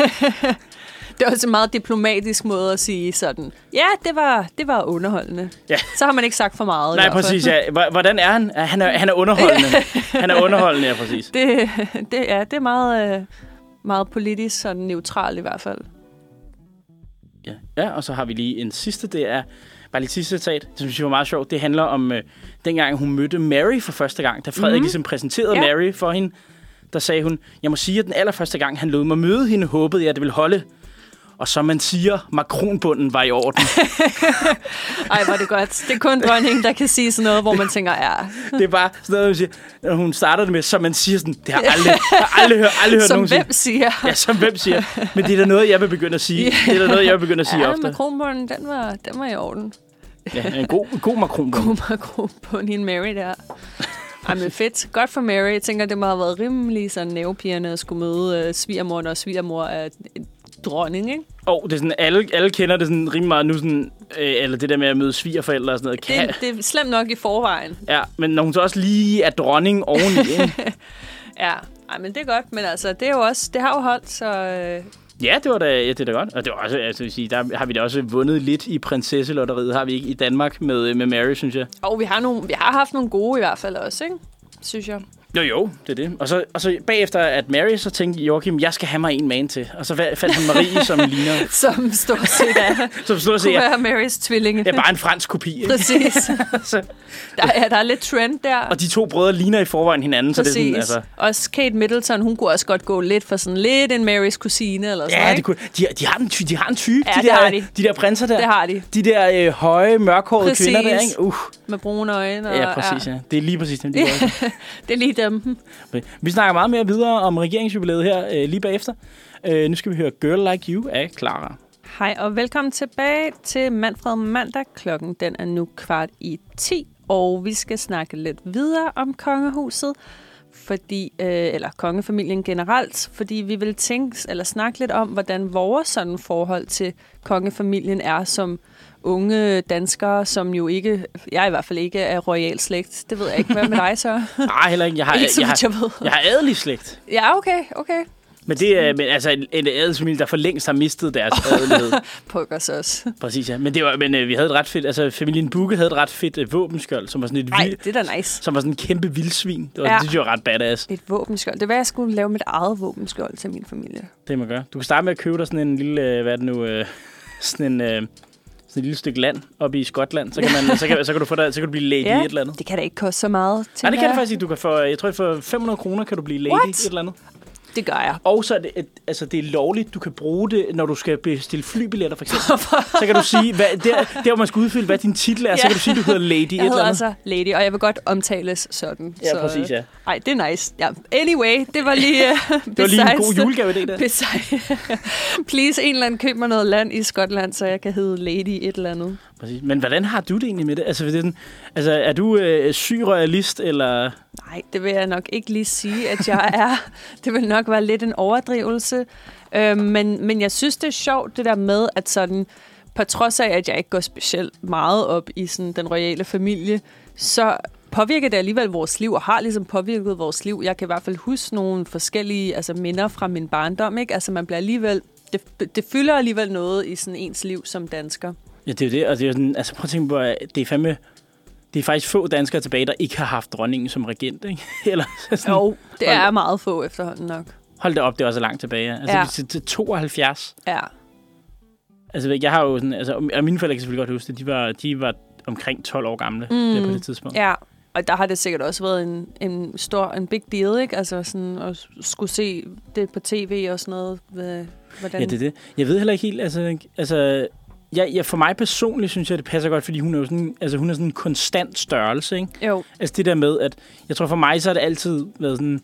C: Det er også en meget diplomatisk måde at sige sådan, ja, det var, det var underholdende.
B: Ja.
C: Så har man ikke sagt for meget. i
B: Nej,
C: hvert fald.
B: præcis. Ja. Hvor- Hvordan er han? Ja, Han er, han er underholdende. Han er underholdende, ja, præcis.
C: Det, det, ja, det er meget, øh, meget politisk sådan neutralt i hvert fald.
B: Ja. ja, og så har vi lige en sidste, det er bare lige et sidste citat, som jeg synes var meget sjovt. Det handler om øh, dengang, hun mødte Mary for første gang, da Frederik mm. ligesom præsenterede
C: Mhm. Ja.
B: ja. Mary for hende. Der sagde hun, jeg må sige, at den allerførste gang, han lod mig møde hende, håbede jeg, at det ville holde. Og som man siger, makronbunden var i orden.
C: Ej, hvor er det godt. Det er kun dronningen, der kan sige sådan noget, hvor man tænker, ja,
B: det er bare sådan noget, hun siger, når hun starter det med, som man siger sådan, det har jeg aldrig, jeg har aldrig hørt, aldrig hørt
C: som
B: nogen sige.
C: hvem siger.
B: Ja, som hvem siger. Men det er da noget, jeg vil begynde at sige. Det er da noget, jeg vil begynde at sige
C: Ja,
B: ofte.
C: makronbunden, den var, den var i orden.
B: Ja, en god, en god makronbund.
C: God makronbund i en Mary der. Ej, men fedt. Godt for Mary. Jeg tænker, det må have været rimelig sådan nervepigerne at skulle møde øh, svigermor, når svigermor er en dronning, ikke?
B: Og det er sådan, alle, alle kender det sådan rimelig meget nu, sådan, øh, eller det der med at møde svigerforældre og sådan noget.
C: Det,
B: Kan,
C: ja. det er slemt nok i forvejen.
B: ja, men når hun så også lige er dronning oveni, ikke?
C: Ja, Ej, men det er godt. Men altså, det, er jo også, det har jo holdt, så... Øh,
B: Ja, det var da, ja, det er da godt. Og det var også, altså, jeg vil sige, der har vi da også vundet lidt i prinsesselotteriet, har vi ikke i Danmark med, øh, med Mary, synes jeg.
C: og vi har, nogle, vi har haft nogle gode i hvert fald også, ikke? Synes jeg.
B: Jo, jo, det er det. Og så, og så bagefter, at Mary, så tænkte Joachim, jeg skal have mig en man til. Og så fa- fandt han Marie, som ligner,
C: Som stort set er,
B: som stod og
C: kunne
B: sagde,
C: være Marys tvilling.
B: det er bare en fransk kopi. Ikke?
C: Præcis.
B: Så-
C: Der, ja, der er lidt trend der.
B: Og de to brødre ligner i forvejen hinanden, så
C: Præcis.
B: det er sådan, altså...
C: Også Kate Middleton, hun kunne også godt gå lidt for sådan lidt en Marys kusine eller sådan
B: Ja,
C: ikke?
B: det kunne, de, de, har en ty, de har en type,
C: Ja,
B: de,
C: det
B: der,
C: har de.
B: de der prinser der.
C: Det har de.
B: De der øh, høje, mørkhårede
C: Præcis.
B: kvinder der, ikke? Uh,
C: Med brune øjne. Og,
B: ja, præcis. Ja. Det er lige præcis dem, de er.
C: Det er lige dem.
B: Vi snakker meget mere videre om regeringsjubilæet her øh, lige bagefter. Øh, nu skal vi høre Girl Like You af Clara.
C: Hej og velkommen tilbage til Manfred Mandag. Klokken den er nu kvart i 10, og vi skal snakke lidt videre om kongehuset, fordi, øh, eller kongefamilien generelt, fordi vi vil tænke, eller snakke lidt om, hvordan vores sådan forhold til kongefamilien er som unge danskere, som jo ikke, jeg i hvert fald ikke er royal slægt. Det ved jeg ikke. Hvad med dig så?
B: Nej, heller ikke. Jeg har,
C: Ikke så
B: jeg,
C: vidt
B: har,
C: jeg ved.
B: jeg har adelig slægt.
C: Ja, okay, okay.
B: Men det er men altså, en, en adelsfamilie, der for længst har mistet deres adelighed.
C: Pukkers også.
B: Præcis, ja. Men, det var, men øh, vi havde et ret fedt... Altså, familien Bukke havde et ret fedt øh, våbenskjold, som var sådan et,
C: Nej,
B: vild,
C: det er da nice.
B: som var sådan en kæmpe vildsvin. Det var,
C: Ja.
B: ja. det, synes jeg var ret badass.
C: Et våbenskjold. Det var, jeg skulle lave mit eget våbenskjold til min familie.
B: Det man gør. Du kan starte med at købe dig sådan en lille, øh, hvad er det nu, øh, sådan en... Øh, sådan et lille stykke land oppe i Skotland, så kan, man, så kan, så kan, du, få dig, så kan du blive lady ja. i et eller andet.
C: det kan da ikke koste så meget.
B: Nej, det kan
C: jeg.
B: det faktisk ikke. Du kan få, jeg tror, for 500 kroner kan du blive lady
C: What?
B: i et eller andet.
C: Det gør jeg.
B: Og så er det, et, altså, det er lovligt, du kan bruge det, når du skal bestille flybilletter, for eksempel. så kan du sige, hvad, der, der hvor man skal udfylde, hvad din titel er, ja. så
C: Ja.
B: kan du sige, du hedder lady i et
C: Jeg
B: eller
C: hedder
B: andet.
C: altså Lady, og jeg vil godt omtales sådan.
B: Ja, præcis, ja.
C: Ej, det er nice. Ja, anyway, det var lige... Uh,
B: det var lige en god julegave i det der.
C: Please, en eller anden køb mig noget land i Skotland, så jeg kan hedde Lady et eller andet.
B: Præcis. Men hvordan har du det egentlig med det? Altså, det er, sådan, altså, er du øh, syg royalist, eller...
C: Nej, det vil jeg nok ikke lige sige, at jeg er. Det vil nok være lidt en overdrivelse. Øh, men, men jeg synes, det er sjovt, det der med, at sådan, på trods af, at jeg ikke går specielt meget op i sådan, den royale familie, så påvirker det alligevel vores liv, og har ligesom påvirket vores liv. Jeg kan i hvert fald huske nogle forskellige altså, minder fra min barndom. Ikke? Altså, man bliver alligevel, det, det fylder alligevel noget i sådan ens liv som dansker.
B: Ja, det er jo det, og det er jo sådan, altså prøv at tænke på, at det er fandme, det er faktisk få danskere tilbage, der ikke har haft dronningen som regent, ikke? Eller sådan,
C: Jo, det
B: hold-
C: er meget få efterhånden nok.
B: hold da op, det var så langt tilbage. Altså,
C: Ja.
B: ja. til, til 72.
C: Ja.
B: Altså, jeg har jo sådan, altså, og mine forældre kan selvfølgelig godt huske det, de var, de var omkring 12 år gamle mm. der på det tidspunkt.
C: Ja, og der har det sikkert også været en, en stor, en big deal, ikke? Altså sådan at skulle se det på tv og sådan noget. Hvad, hvordan...
B: Ja, det er det. Jeg ved heller ikke helt, altså... altså jeg, jeg, for mig personligt synes jeg, det passer godt, fordi hun er jo sådan, altså, hun er sådan en konstant størrelse, ikke?
C: Jo,
B: Altså det der med, at jeg tror for mig, så har det altid været sådan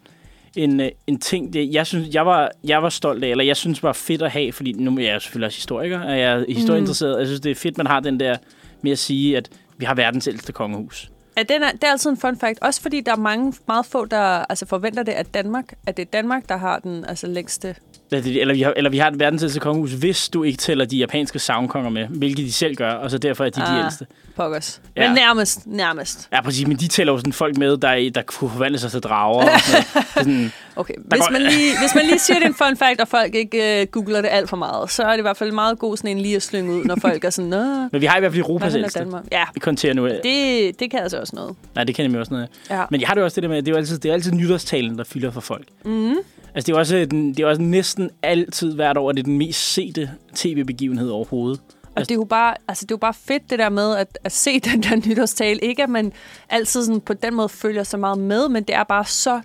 B: en, øh, en ting, det, jeg, synes, jeg, var, jeg var stolt af, eller jeg synes var fedt at have, fordi nu jeg er jeg selvfølgelig også historiker, og
C: Mm.
B: jeg er historieinteresseret, og jeg synes, det er fedt, man har den der med at sige, at vi har verdens ældste kongehus.
C: Ja, den er, det er altid en fun fact. Også fordi der er mange, meget få, der altså, forventer det, at Danmark, at det er Danmark, der har den altså, længste.
B: Eller, det- eller, vi har, eller vi har et verdens ældste kongehus, hvis du ikke tæller de japanske savnkonger med, hvilket de selv gør, og så derfor er de ah.
C: Ah.
B: de ældste.
C: Pokkers. Ja.
B: Ja.
C: Men nærmest, nærmest.
B: Ja, præcis, men de tæller jo sådan folk med, der, der kunne forvandle sig til drager. Og sådan noget. Det er sådan,
C: Okay, hvis
B: går-
C: man, lige, hvis man lige siger, det er en fun fact, og folk ikke øh, googler det alt for meget, så er det i hvert fald meget god sådan en lige at slynge ud, når folk er sådan, Nå, hvad
B: men vi har i hvert fald Europas
C: handler
B: ældste.
C: Danmark? Ja,
B: Det konterer nu.
C: det, det kan altså også noget.
B: Nej, det kender jeg også noget af.
C: Ja.
B: Men jeg har det også det der med, at det er jo altid, det er altid nytårstalen, der fylder for folk. Mm. Altså, det er, jo også, den, det er også næsten altid hvert år, at det er den mest sete tv-begivenhed overhovedet.
C: Og det er, jo bare, altså det er jo bare fedt, det der med at, at se den der nytårstale. Ikke at man altid sådan på den måde følger så meget med, men det er bare så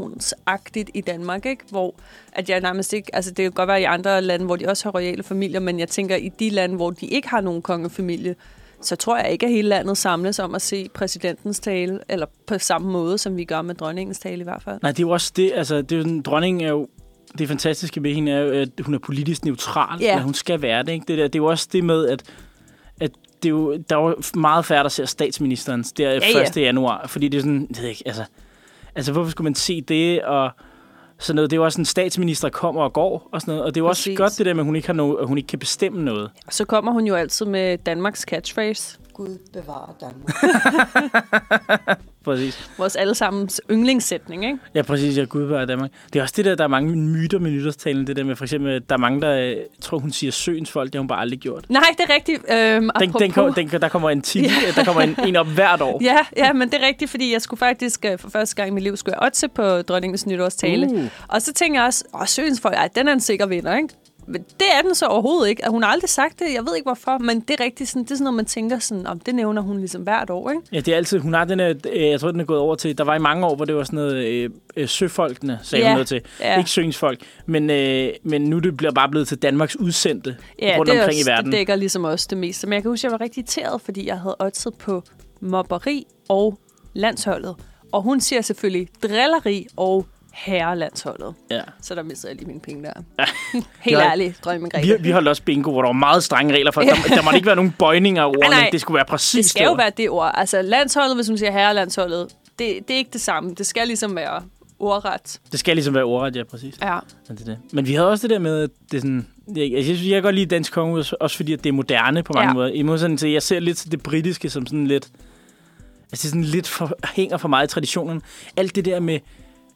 C: traditionsagtigt i Danmark, ikke? Hvor at jeg nærmest ikke... Altså det kan godt være i andre lande, hvor de også har royale familier, men jeg tænker, i de lande, hvor de ikke har nogen kongefamilie, så tror jeg ikke, at hele landet samles om at se præsidentens tale, eller på samme måde, som vi gør med dronningens tale i hvert fald.
B: Nej, det er jo også det, altså, det er jo sådan, dronningen er jo, det fantastiske ved hende er jo, at hun er politisk neutral,
C: Ja.
B: eller hun skal være det, ikke? Det, der, det er jo også det med, at, at det er jo, der er jo meget færre, der ser statsministerens der
C: ja.
B: ja, 1. januar, fordi det er sådan, det ved jeg ikke, altså, altså, hvorfor skulle man se det, og sådan noget, det er jo også en statsminister kommer og går, og sådan noget, og det er jo
C: Præcis.
B: også godt det der med, at hun ikke, har no, at hun ikke kan bestemme noget.
C: Og så kommer hun jo altid med Danmarks catchphrase.
D: Gud bevare Danmark.
B: Præcis.
C: Vores allesammens yndlingssætning, ikke?
B: Ja, præcis. Jeg gud bevarer Danmark. Det er også det der, der er mange myter med nytårstalen. Det der med for eksempel, der er mange, der øh, tror, hun siger søens folk. Det har hun bare aldrig gjort.
C: Nej, det er rigtigt. Øhm,
B: Den, den, kom, den, der kommer en, tit, der kommer en, en op hvert år.
C: Ja, ja, men det er rigtigt, fordi jeg skulle faktisk øh, for første gang i mit liv skulle jeg også på dronningens nytårstale.
B: Uh.
C: Uh. Og så tænker jeg også, åh, søgens folk, ej, den er en sikker vinder, ikke? Men det er den så overhovedet ikke, og hun har aldrig sagt det, jeg ved ikke hvorfor, men det er rigtigt, sådan, det er sådan noget, man tænker sådan, om det nævner hun ligesom hvert år, ikke?
B: Ja, det er altid, hun har den her, øh, jeg tror, den er gået over til, der var i mange år, hvor det var sådan noget, øh, øh, søfolkene sagde
C: Ja,
B: hun noget til.
C: ja.
B: Ikke søensfolk, men, øh, men nu det bliver bare blevet til Danmarks udsendte rundt
C: det, er
B: omkring
C: også,
B: i verden.
C: det dækker ligesom også det meste. Men jeg kan huske, at jeg var rigtig irriteret, fordi jeg havde oddset på mobberi og landsholdet. Og hun siger selvfølgelig drilleri og herrelandsholdet.
B: Ja.
C: Så der mistede jeg lige mine penge der. Helt
B: Ja.
C: ærligt, drømme
B: Vi, vi holdt også bingo, hvor der var meget strenge regler for, at der, der måtte ikke være nogen bøjninger af ordene.
C: nej.
B: Det skulle være præcis
C: Det skal jo
B: der.
C: være det ord. Altså landsholdet, hvis hun siger herrelandsholdet, det, det er ikke det samme. Det skal ligesom være ordret.
B: Det skal ligesom være ordret, ja, præcis.
C: Ja.
B: Ja, det er det. Men vi havde også det der med, at det er sådan... Jeg, jeg synes, jeg kan godt lide dansk kongehus, også fordi at det er moderne på mange
C: Ja.
B: ja. måder. I modsætning til, jeg ser lidt til det britiske som sådan lidt... Altså, det er sådan lidt for, hænger for meget i traditionen. Alt det der med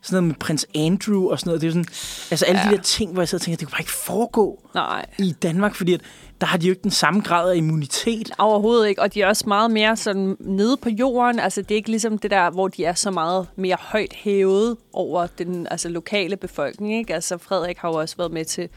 B: sådan noget med prins Andrew og sådan noget, det er jo sådan... Altså, alle ja. de der ting, hvor jeg sidder og tænker, det kunne bare ikke foregå
C: Nej.
B: i Danmark, fordi at, der har de jo ikke den samme grad af immunitet.
C: Overhovedet ikke, og de er også meget mere sådan nede på jorden. Altså, det er ikke ligesom det der, hvor de er så meget mere højt hævet over den altså, lokale befolkning. Ikke? Altså, Frederik har jo også været med til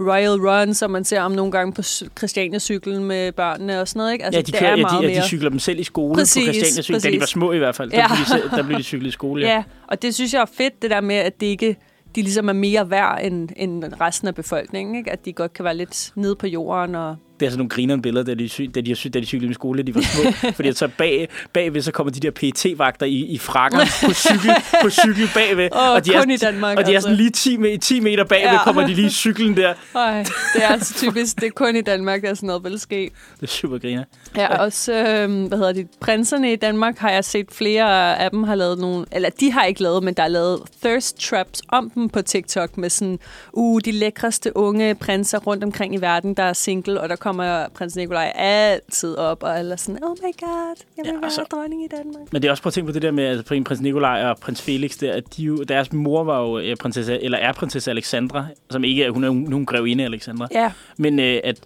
C: Royal Run, som man ser om nogle gange på cy- Christiania-cyklen med børnene og sådan noget. Ikke? Altså,
B: Ja, de, kører,
C: det er
B: ja,
C: meget
B: de, ja,
C: mere.
B: de cykler dem selv i skole
C: Præcis,
B: på Christiania Cykel, da de var
C: præcis.
B: små i hvert fald. Der,
C: Ja.
B: blev, de, selv- der blev de cyklet i skole.
C: Ja, og det synes jeg er fedt, det der med, at det ikke de ligesom er mere værd end, end resten af befolkningen. Ikke? At de godt kan være lidt nede på jorden. Og...
B: Det er sådan nogle grinerende billeder, da de, cy- da de, har cy- da de cyklede i skole, da de var små. Fordi så bag, bagved, så kommer de der pt vagter i, i frakker på cykel, på cykel bagved.
C: Åh,
B: de
C: kun
B: er,
C: i Danmark,
B: Og de er sådan
C: altså.
B: lige 10, me- 10 meter bagved,
C: Ja.
B: ja. kommer de lige i cyklen der.
C: Øj, det er altså typisk, det er kun i Danmark, der er sådan noget vil ske.
B: Det er super griner.
C: Ja, også, øh, hvad hedder det, prinserne i Danmark har jeg set flere af dem har lavet nogle, eller de har ikke lavet, men der er lavet thirst traps om dem på TikTok med sådan, uh, de lækreste unge prinser rundt omkring i verden, der er single, og der kommer prins Nikolaj altid op, og alle er sådan, oh my god, jeg vil
B: Ja,
C: ja, være
B: altså-
C: dronning i Danmark.
B: Men det er også, prøv at tænke på det der med at prins- prins Nikolaj og prins Felix der, at de jo, deres mor var jo øh, prinsesse, eller er prinsesse Alexandra, som ikke er, hun er hun er grevinde Alexandra.
C: Ja,
B: Men øh, at,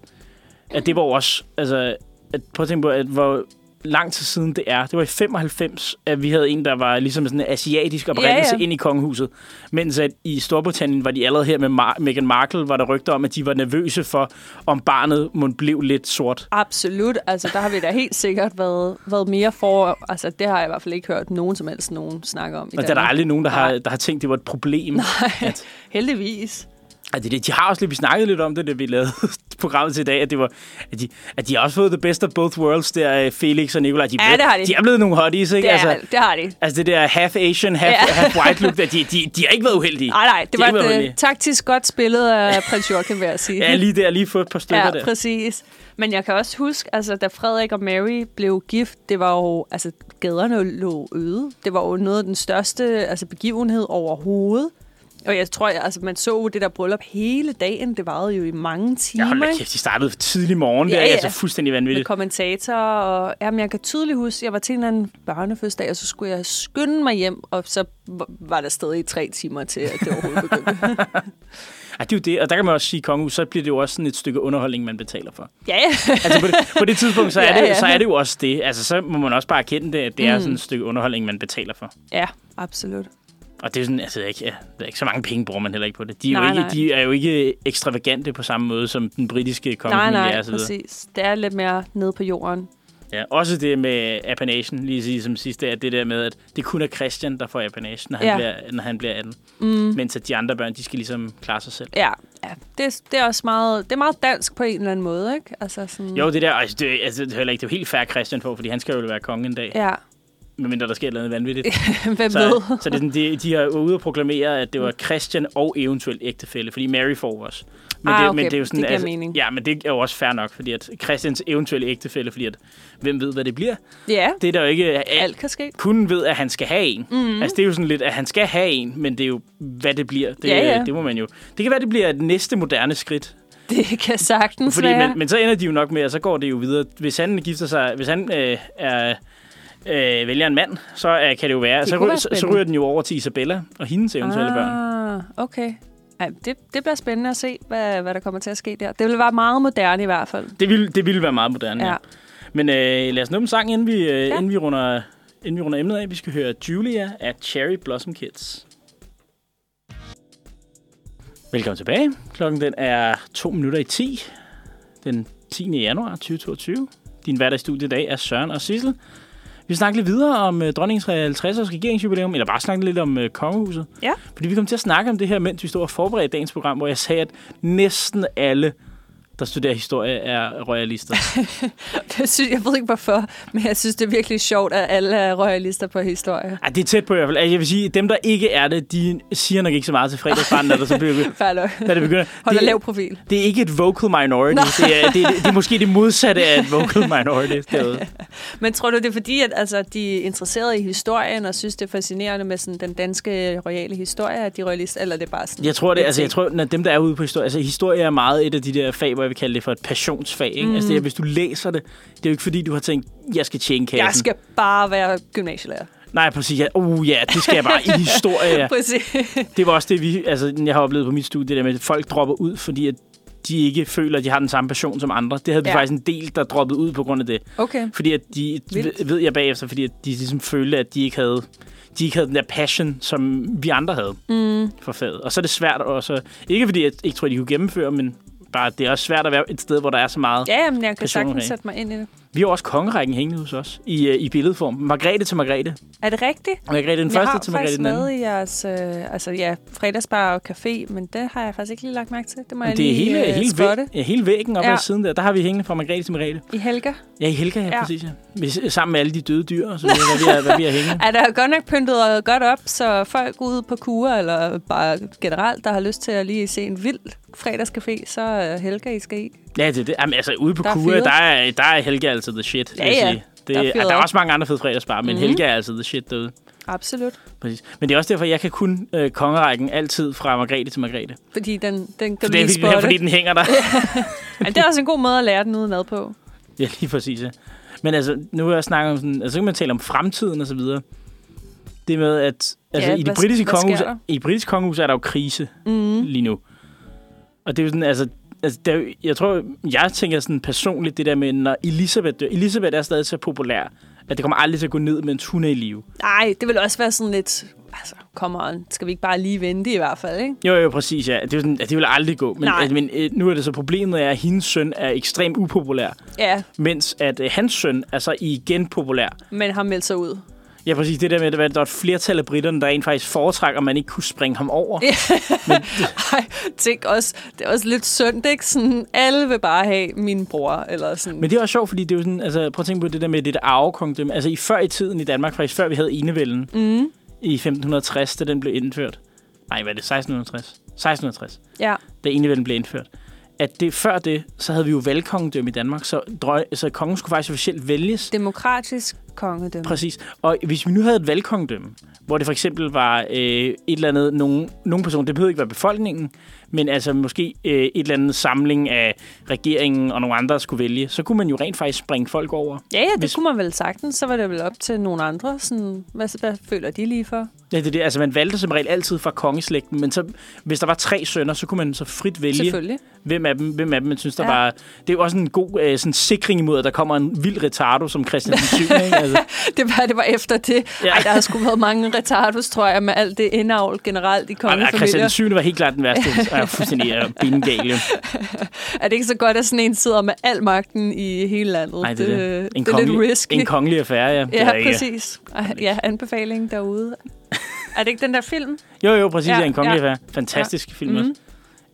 B: at det var jo også... Altså, at, prøv at tænke på, at hvor lang tid siden det er. Det var i 95, at vi havde en, der var ligesom sådan en asiatisk oprindelse ja,
C: Ja,
B: ja.
C: ja.
B: ind i kongehuset. Mens at i Storbritannien var de allerede her med Mar- Meghan Markle, var der rygter om, at de var nervøse for, om barnet måtte blive lidt sort.
C: absolut. Altså, der har vi da helt sikkert været, været mere for. Altså, det har jeg i hvert fald ikke hørt nogen som helst nogen snakke om
B: Og
C: i
B: der er der
C: Danmark.
B: aldrig nogen, der har,
C: Nej.
B: der har tænkt, at det var et problem. Nej. At,
C: Heldigvis.
B: at det, de har også lidt, vi snakkede lidt om det, da vi lavede programmet til i dag, at, det var, at, de, at de har også fået the best of both worlds, der øh, Felix og Nicolaj. De, er
C: Ja,
B: blevet-
C: det har de.
B: de er blevet nogle hotties, ikke?
C: Det, er, altså, det har de.
B: Altså det der half Asian, half, ja.
C: Ja.
B: half white look, der, de, de, de har ikke været uheldige.
C: Nej, nej, det
B: de har ikke
C: var
B: været
C: et
B: uheldige.
C: øh, taktisk godt spillet af prins Joachim, vil jeg sige.
B: Ja, lige der, lige få et par stykker
C: ja,
B: der.
C: præcis. Men jeg kan også huske, altså, da Frederik og Mary blev gift, det var jo, altså, gaderne lå øde. Det var jo noget af den største altså, begivenhed overhovedet. Og jeg tror, jeg, altså, man så jo det der bryllup hele dagen. Det varede jo i mange
B: Ja, hold
C: timer.
B: da
C: ikke?
B: kæft, de startede tidlig morgen, ja,
C: Ja,
B: det er
C: ja.
B: altså fuldstændig
C: med
B: vanvittigt.
C: kommentatorer. Og, jamen, jeg kan tydeligt huske, jeg var til en eller anden børnefødselsdag, og så skulle jeg skynde mig hjem, og så var der stadig tre timer til, at det overhovedet begyndte.
B: Ja, det er jo det, og der kan man også sige, kongehus, så bliver det jo også sådan et stykke underholdning, man betaler for.
C: ja, ja.
B: Altså på det, på det tidspunkt, så er,
C: Ja,
B: det,
C: ja.
B: så er det jo også det. Altså så må man også bare erkende det, at det mm. er sådan et stykke underholdning, man betaler for.
C: ja, absolut.
B: Og det er sådan, altså, det er ikke, ja, det er ikke så mange penge bruger man heller ikke på det. De er,
C: Nej,
B: jo, ikke,
C: nej.
B: de er jo ikke ekstravagante på samme måde, som den britiske
C: Nej,
B: kongefamilie er.
C: nej,
B: og så videre.
C: præcis. Det er lidt mere nede på jorden.
B: Ja, også det med apanagen, lige at sige som sidste, er det der med, at det kun er Christian, der får apanagen, når, ja. han,
C: Ja.
B: bliver, når han bliver 18. Mm. Mens at de andre børn, de skal ligesom klare sig selv.
C: Ja, ja. Det, det er også meget, det er meget dansk på en eller anden måde, ikke? Altså sådan,
B: Jo, det der, altså, det, altså, det er heller ikke, det er jo helt fair Christian får, fordi han skal jo være konge en dag, ja.
C: Ja,
B: medmindre der sker et eller andet vanvittigt.
C: hvem
B: Så,
C: ved?
B: så det er sådan, de, de har ude og proklamere, at det var Christian og eventuelt ægtefælle, fordi Mary får også. Men,
C: Ah,
B: det,
C: okay.
B: men det er jo sådan, altså-
C: Det giver mening.
B: Ja, men det er jo også fair nok, fordi at Christians eventuelle ægtefælle, fordi at, hvem ved, hvad det bliver?
C: Ja,
B: Det er der jo ikke...
C: alt kan ske.
B: kun ved, at han skal have en.
C: Mhm.
B: Mm. Altså, det er jo sådan lidt, at han skal have en, men det er jo, hvad det bliver. Det,
C: Ja, ja.
B: det må man jo. Det kan være, det bliver et næste moderne skridt.
C: Det kan sagtens
B: Fordi,
C: være.
B: men, men så ender de jo nok med, at så går det jo videre. Hvis han gifter sig, hvis han øh, er, øh, vælger en mand, så øh, kan det jo være,
C: Det
B: så,
C: kunne
B: ryger,
C: være
B: så, så
C: spændende.
B: ryger den jo over til Isabella og hendes eventuelle ah. børn.
C: ah, okay. Ej, det, det bliver spændende at se, hvad, hvad der kommer til at ske der. Det vil være meget moderne i hvert fald.
B: Det ville, det ville være meget moderne. Ja.
C: Ja.
B: Men øh, lad os nå en sang, inden vi, øh, ja.
C: Ja.
B: inden, vi runder, inden vi runder emnet af. Vi skal høre Julia af Cherry Blossom Kids. Velkommen tilbage. Klokken den er 2 minutter i 10. Den 10. januar 2022. Din hverdag i studiet i dag er Søren og Sissel. Vi snakker lidt videre om øh, dronningens 50-års regeringsjubilæum, eller bare snakke lidt om øh, kongehuset.
C: Ja.
B: Fordi vi kom til at snakke om det her, mens vi stod og forberedte dagens program, hvor jeg sagde, at næsten alle, der studerer historie, er royalister.
C: Jeg, synes, jeg ved ikke hvorfor, men jeg synes, det er virkelig sjovt, at alle er royalister på historie.
B: Ej, det er tæt på i hvert fald. Altså, Jeg vil sige, at dem, der ikke er det, de siger nok ikke så meget til fredagsbarnen, når, der så bliver,
C: Færdig.
B: når det begynder.
C: Holder
B: det,
C: lav profil.
B: det er ikke et vocal minority. Det er, det, det, det er måske det modsatte af et vocal minority. Derude.
C: Men tror du, det er fordi, at altså, de er interesserede i historien og synes, det er fascinerende med sådan, den danske royale historie, at de er royalister, eller er det er bare sådan...
B: Jeg tror det.
C: lidt
B: Altså, jeg
C: ting?
B: tror, når dem, der er ude på historie... Altså, historie er meget et af de der fag, hvor jeg vil kalde det for et passionsfag. Ikke? Mm. Altså, det er, hvis du læser det, det er jo ikke fordi, du har tænkt, jeg skal tjene kassen.
C: Jeg skal bare være gymnasielærer.
B: Nej, præcis. Ja, uh, ja, det skal jeg bare i historie. Ja.
C: Præcis.
B: Det var også det, vi, altså, jeg har oplevet på mit studie, det der med, at folk dropper ud, fordi at de ikke føler, at de har den samme passion som andre. Det havde vi
C: Ja.
B: faktisk en del, der droppede ud på grund af det.
C: Okay.
B: Fordi at de, ved,
C: Vildt.
B: ved jeg bagefter, fordi at de ligesom følte, at de ikke havde de ikke havde den der passion, som vi andre havde mm. for faget. Og så er det svært også, ikke fordi jeg ikke tror, de kunne gennemføre, men bare, det er også svært at være et sted, hvor der er så meget.
C: Ja, men jeg kan
B: Personer
C: sagtens
B: af.
C: sætte mig ind i det.
B: Vi har jo også kongerækken hængende hos os i, øh, i billedform. Margrethe til Margrethe.
C: Er det rigtigt?
B: Margrethe den
C: jeg
B: første
C: har
B: til Margrethe
C: faktisk
B: den anden.
C: med i jeres øh, altså, ja, fredagsbar og café, men det har jeg faktisk ikke lige lagt mærke til. Det må jeg
B: Det er
C: lige
B: hele,
C: øh,
B: hele,
C: spotte
B: væg, ja, hele væggen op ja.
C: Ja.
B: ad siden der. Der har vi hængende fra Margrethe til Margrethe.
C: i Helga.
B: Ja, i Helga, ja, ja.
C: Ja.
B: præcis, ja. Med, sammen med alle de døde dyr, og så videre, hvad, vi har, hvad vi har hængende.
C: Er der godt nok pyntet øh, godt op, så folk ude på kurer, eller bare generelt, der har lyst til at lige se en vild fredagscafé, så er Helga, I skal i.
B: Ja, det, er det. Jamen, altså ude på
C: Der er
B: Kura,
C: fyret.
B: der er, der er Helga altid the shit, vil
C: Ja,
B: jeg
C: ja.
B: sige. Det,
C: Der
B: der,
C: er
B: er
C: fyret
B: der er
C: op. Mhm.
B: også mange andre fede fredagsbar, men mm. Helga er altid the shit derude.
C: Absolut.
B: Præcis. Men det er også derfor, jeg kan kun øh, kongerækken altid fra Margrethe til Margrethe.
C: Fordi den, den kan
B: For
C: du lige
B: det er,
C: spotte.
B: fordi den hænger der.
C: Ej, det er også en god måde at lære den udenad på.
B: Ja, lige præcis. Ja. Men altså, nu er jeg snakket om sådan, altså så kan man tale om fremtiden og så videre. Det med, at altså,
C: Ja,
B: i, det
C: hvad-
B: britiske
C: hvad sker
B: kongehus,
C: der? Mhm.
B: i det britiske kongehus er der jo krise mm. lige nu. Og det er jo sådan, altså, altså der, er jo- jeg tror, jeg tænker sådan personligt det der med, når Elisabeth dør. Elisabeth er stadig så populær, at det kommer aldrig til at gå ned, mens hun er i live.
C: Nej, det vil også være sådan lidt... Altså, come on. Skal vi ikke bare lige vente i hvert fald, ikke?
B: Jo, jo, præcis, ja. Det, er jo sådan, at det vil aldrig gå. Men,
C: Nej.
B: altså, men øh, nu er det så problemet, er, at hendes søn er ekstremt upopulær,
C: Ja,
B: mens at øh, hans søn er så igen populær.
C: men har meldt sig ud.
B: Ja, præcis. Det der med, at der er et flertal af britterne, der rent faktisk foretrækker, at man ikke kunne springe ham over.
C: Ja. Ej, tænk også, det er også lidt synd, det er ikke sådan, alle vil bare have min bror, eller sådan.
B: Men det er også sjovt, fordi det er jo sådan, altså, prøv at tænke på det der med det der arvekongedømme. Altså i før i tiden i Danmark, faktisk før vi havde enevælden mm. i 1560, da den blev indført. Nej, hvad er det? 1660? 1660,
C: ja.
B: da enevælden blev indført. At det, før det, så havde vi jo valgkongedømme i Danmark, så, drø- så kongen skulle faktisk officielt vælges.
C: Demokratisk kongedømme.
B: Præcis. Og hvis vi nu havde et valgkongedømme, hvor det for eksempel var øh, et eller andet, nogen, nogen person, det behøvede ikke være befolkningen, men altså måske øh, et eller andet samling af regeringen og nogle andre skulle vælge, så kunne man jo rent faktisk springe folk over.
C: Ja, ja, det
B: Hvis-
C: Hvis... kunne man vel sagtens. Så var det vel op til nogle andre. Sådan, hvad, hvad føler de lige for?
B: Ja, det, er det, altså man valgte som regel altid fra kongeslægten, men så, hvis der var tre sønner, så kunne man så frit vælge,
C: Selvfølgelig.
B: hvem af, dem, hvem af dem man synes, der
C: Ja.
B: ja. var... Det er jo også en god øh, sådan sikring imod, at der kommer en vild retardo som Christian den 7. Ikke? Altså,
C: Det var, det var efter det. Ja.
B: Ja.
C: Ej, der har sgu været mange retardos, tror jeg, med alt det indavl generelt i
B: ej, men Christian
C: kongefamilier.
B: den 7. var helt klart den værste. Jeg er fuldstændig bindegal, jo.
C: Er det ikke så godt, at sådan en sidder med al magten i hele landet?
B: Nej, det er det.
C: det, det er lidt risky.
B: en kongelig affære, ja. Det er
C: Ja,
B: der ikke.
C: præcis. Ej, Ja, anbefaling derude. Er det ikke den der film?
B: Jo, jo, præcis.
C: Ja,
B: Ja, en kongelig
C: ja.
B: affære. Fantastisk ja. film
C: Mhm.
B: også.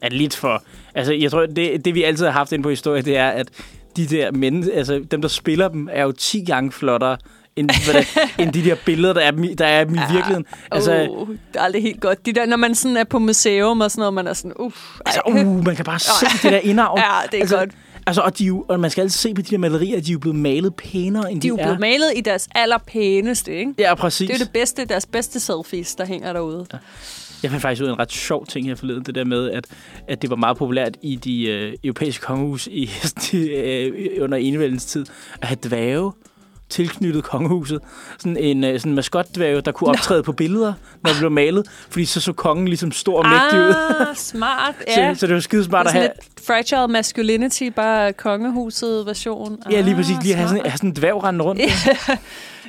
B: Er lidt for... Altså, jeg tror, det, det vi altid har haft inde på historie, det er, at de der mennesker, altså dem, der spiller dem, er jo 10 gange flottere, end, hvordan, end de der billeder, der er, dem i- der er dem i
C: Ja.
B: virkeligheden. Altså,
C: Altså, oh, det er aldrig helt godt. De der, når man sådan er på museum og sådan noget, man er sådan, uff.
B: altså
C: ej,
B: uh, man kan bare se det der indavn.
C: Ja, det er
B: altså,
C: godt.
B: Altså, og, de, er jo- og man skal altid se på de der malerier, at de er jo blevet malet pænere, end de,
C: De er jo blevet malet i deres allerpæneste, ikke?
B: Ja, præcis.
C: Det er jo det bedste, deres bedste selfies, der hænger derude. Ja.
B: Jeg fandt faktisk ud af en ret sjov ting her forleden, det der med, at, at det var meget populært i de øh, europæiske kongehus i, de, øh, under enevældens tid, at have dværge tilknyttet kongehuset. Sådan en øh, sådan en maskotdværge, der kunne optræde på billeder, når det blev malet, fordi så så kongen ligesom stor og mægtig ud.
C: Ah, smart, ja.
B: Ja. Så, så det var skide smart
C: det er
B: at have...
C: sådan lidt fragile masculinity, bare kongehuset-version.
B: Ja, lige præcis.
C: Ah,
B: Lige have
C: smart.
B: sådan, have sådan en dværg rende rundt.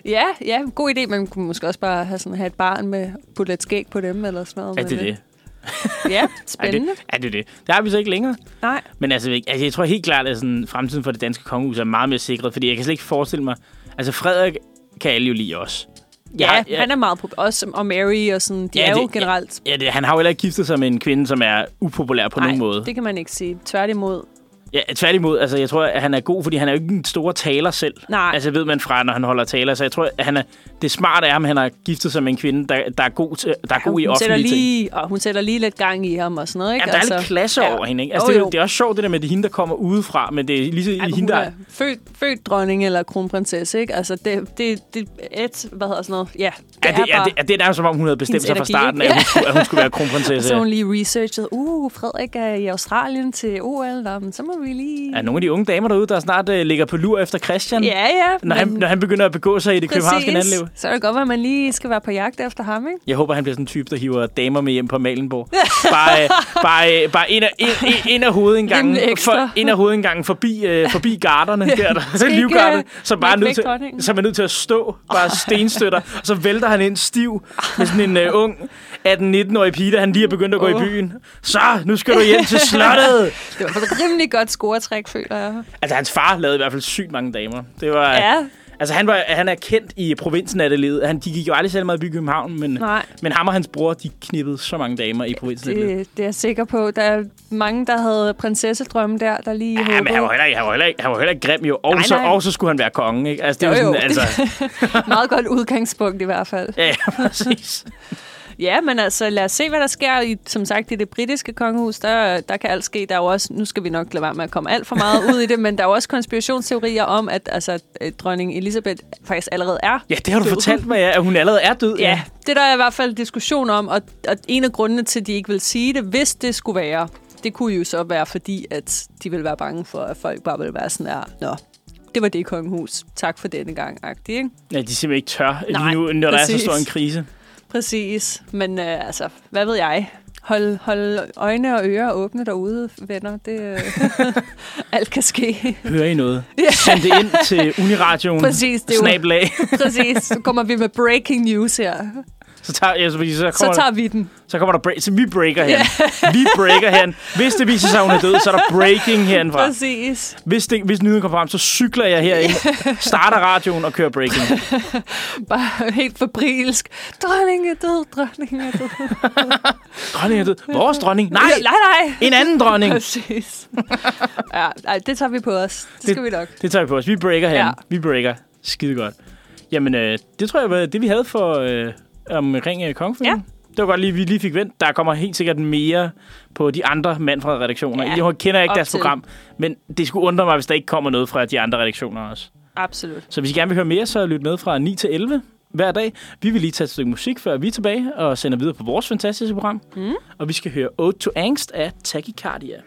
C: Ja, ja, god idé. Man kunne måske også bare have, sådan, have et barn med putte lidt skæg på dem, eller sådan noget.
B: Er
C: men,
B: det det?
C: øh, Ja,
B: Er det,
C: spændende.
B: er det det? Det har vi så ikke længere.
C: Nej.
B: Men altså, jeg- altså, jeg tror helt klart, at sådan, fremtiden for det danske kongehus er meget mere sikret, fordi jeg kan slet ikke forestille mig... Altså, Frederik kan alle jo lide også.
C: Ja,
B: ja,
C: han er meget populær. Også og Mary og sådan, de ja,
B: Ja,
C: er jo
B: det-
C: generelt...
B: ja det, han har jo heller ikke giftet sig med en kvinde, som er upopulær på nogen måde.
C: det kan man ikke sige. Tværtimod.
B: Ja, tværtimod, altså, jeg tror, at han er god, fordi han er jo ikke en stor taler selv.
C: Nej.
B: Altså, ved man fra, når han holder taler. Så jeg tror, at han er, det smarte er, at han har giftet sig med en kvinde, der, der er god, til, der er god i
C: hun sætter
B: offentlige ting.
C: lige, og hun sætter lige lidt gang i ham og sådan noget, ikke? Altså-
B: Ja, der er lidt klasse
C: ja.
B: over hende, ikke? Altså,
C: Jo,
B: det, er,
C: jo.
B: jo- det er også sjovt, det der med, at det er hende, der kommer udefra, men det er lige så
C: Ej,
B: hende,
C: hun
B: der...
C: er født, født dronning eller kronprinsesse, ikke? Altså, det, det, det et, hvad hedder sådan noget? Ja, det
B: Er det, er,
C: bare,
B: det, er det nærmest, som om hun havde bestemt
C: hendes
B: sig fra
C: energi,
B: starten af, at hun skulle,
C: ikke?
B: at hun skulle være
C: Og
B: kronprinsesse?
C: så har hun lige researchet, uh, Frederik er i Australien til OL, nå, men så må vi lige...
B: Er nogle af de unge damer derude, der snart øh, ligger på lur efter Christian?
C: Ja, ja.
B: Når, han, når han begynder at begå sig i det københavnske
C: præcis,
B: landliv.
C: så er det godt, at man lige skal være på jagt efter ham, ikke?
B: Jeg håber, han bliver sådan en type, der hiver damer med hjem på Malenborg. bare, øh, bare, øh, bare ind, af, ind, ind, ind af hovedindgangen,
C: Lidt ekstra.
B: for, ind af hovedindgangen forbi, øh, forbi garderne, der, der
C: ikke,
B: livgarderne,
C: øh,
B: som bare er
C: lægge
B: nødt til,
C: væk dronningen.
B: som er nødt til at stå, bare stenstøtter, og så vælter han ind stiv med sådan en øh, ung 18-19-årig pige, der han lige er begyndt at gå
C: Åh.
B: i byen. Så, nu skal du hjem til slottet!
C: Det var et rimelig godt scoretræk, føler jeg.
B: Altså, hans far lavede i hvert fald sygt mange damer. Det var,
C: Ja,
B: Altså, han, var, han er kendt i provinsen af det led. Han, de gik jo aldrig særlig meget i by i København, men,
C: Nej.
B: men ham og hans bror, de knippede så mange damer i provinsen af det led.
C: det, det er jeg sikker på. Der er mange, der havde prinsessedrømme der, der lige ja,
B: Ja, men han var
C: håbede.
B: heller ikke, han var heller ikke, han var heller ikke grim, jo. Og,
C: Nej,
B: så,
C: nej.
B: og så skulle han være konge, ikke? Altså, det
C: Jo,
B: var sådan,
C: jo.
B: altså...
C: Meget godt udgangspunkt i hvert fald.
B: Ja, ja, præcis.
C: Ja, men altså, lad os se, hvad der sker. I, som sagt, i det britiske kongehus, der, der kan alt ske. Der er jo også, nu skal vi nok lade være med at komme alt for meget ud i det, men der er jo også konspirationsteorier om, at altså, øh, dronning Elisabeth faktisk allerede er
B: Ja, det har du
C: død.
B: fortalt mig, ja, at hun allerede er død.
C: Ja, det der er i hvert fald diskussion om, og, og en af grundene til, at de ikke vil sige det, hvis det skulle være, det kunne jo så være, fordi at de vil være bange for, at folk bare vil være sådan her, nå, det var det, kongehus. Tak for denne gang, agtig, ikke?
B: ja, de simpelthen ikke tør
C: Nej,
B: lige nu, når der er så
C: præcis.
B: stor en krise.
C: Præcis. Men øh, altså, hvad ved jeg? Hold, hold øjne og ører åbne derude, venner. Det, øh, alt kan ske.
B: Hører I noget? Yeah. Send det ind til Uniradioen.
C: Præcis, det er jo-
B: Snablag.
C: Præcis. Så kommer vi med breaking news her.
B: Så tager, ja, så, fordi så,
C: Så
B: kommer,
C: tager vi den.
B: så kommer der break, så vi breaker her. Vi breaker her. Hvis det viser sig, at hun er død, så er der breaking herindefra.
C: Præcis.
B: Hvis, det, hvis nyheden kommer frem, så cykler jeg herind, starter radioen og kører breaking.
C: Bare helt fabrilsk. Dronning er død, dronning er død.
B: Dronning er død. Vores dronning? Nej!
C: nej, nej.
B: En anden dronning!
C: Præcis. ja, ej, det tager vi på os. Det skal vi nok.
B: Det tager vi på os. Vi breaker her. Ja.
C: Ja.
B: Vi breaker. Skide godt. Jamen, øh, det tror jeg var det, vi havde for øh, omkring øh, kongefamilien. Ja. Det var godt lige, vi lige fik vendt. Der kommer helt sikkert mere på de andre mandfred-redaktioner.
C: Ja,
B: Ja. Jeg kender ikke
C: op
B: deres
C: til.
B: program, men det skulle undre mig, hvis der ikke kommer noget fra de andre redaktioner også.
C: Absolut.
B: Så hvis I gerne vil høre mere, så lyt med fra 9 til 11 hver dag. Vi vil lige tage et stykke musik, før vi er tilbage, og sender videre på vores fantastiske program. Mm. Og vi skal høre Ode to Angst af Tachycardia.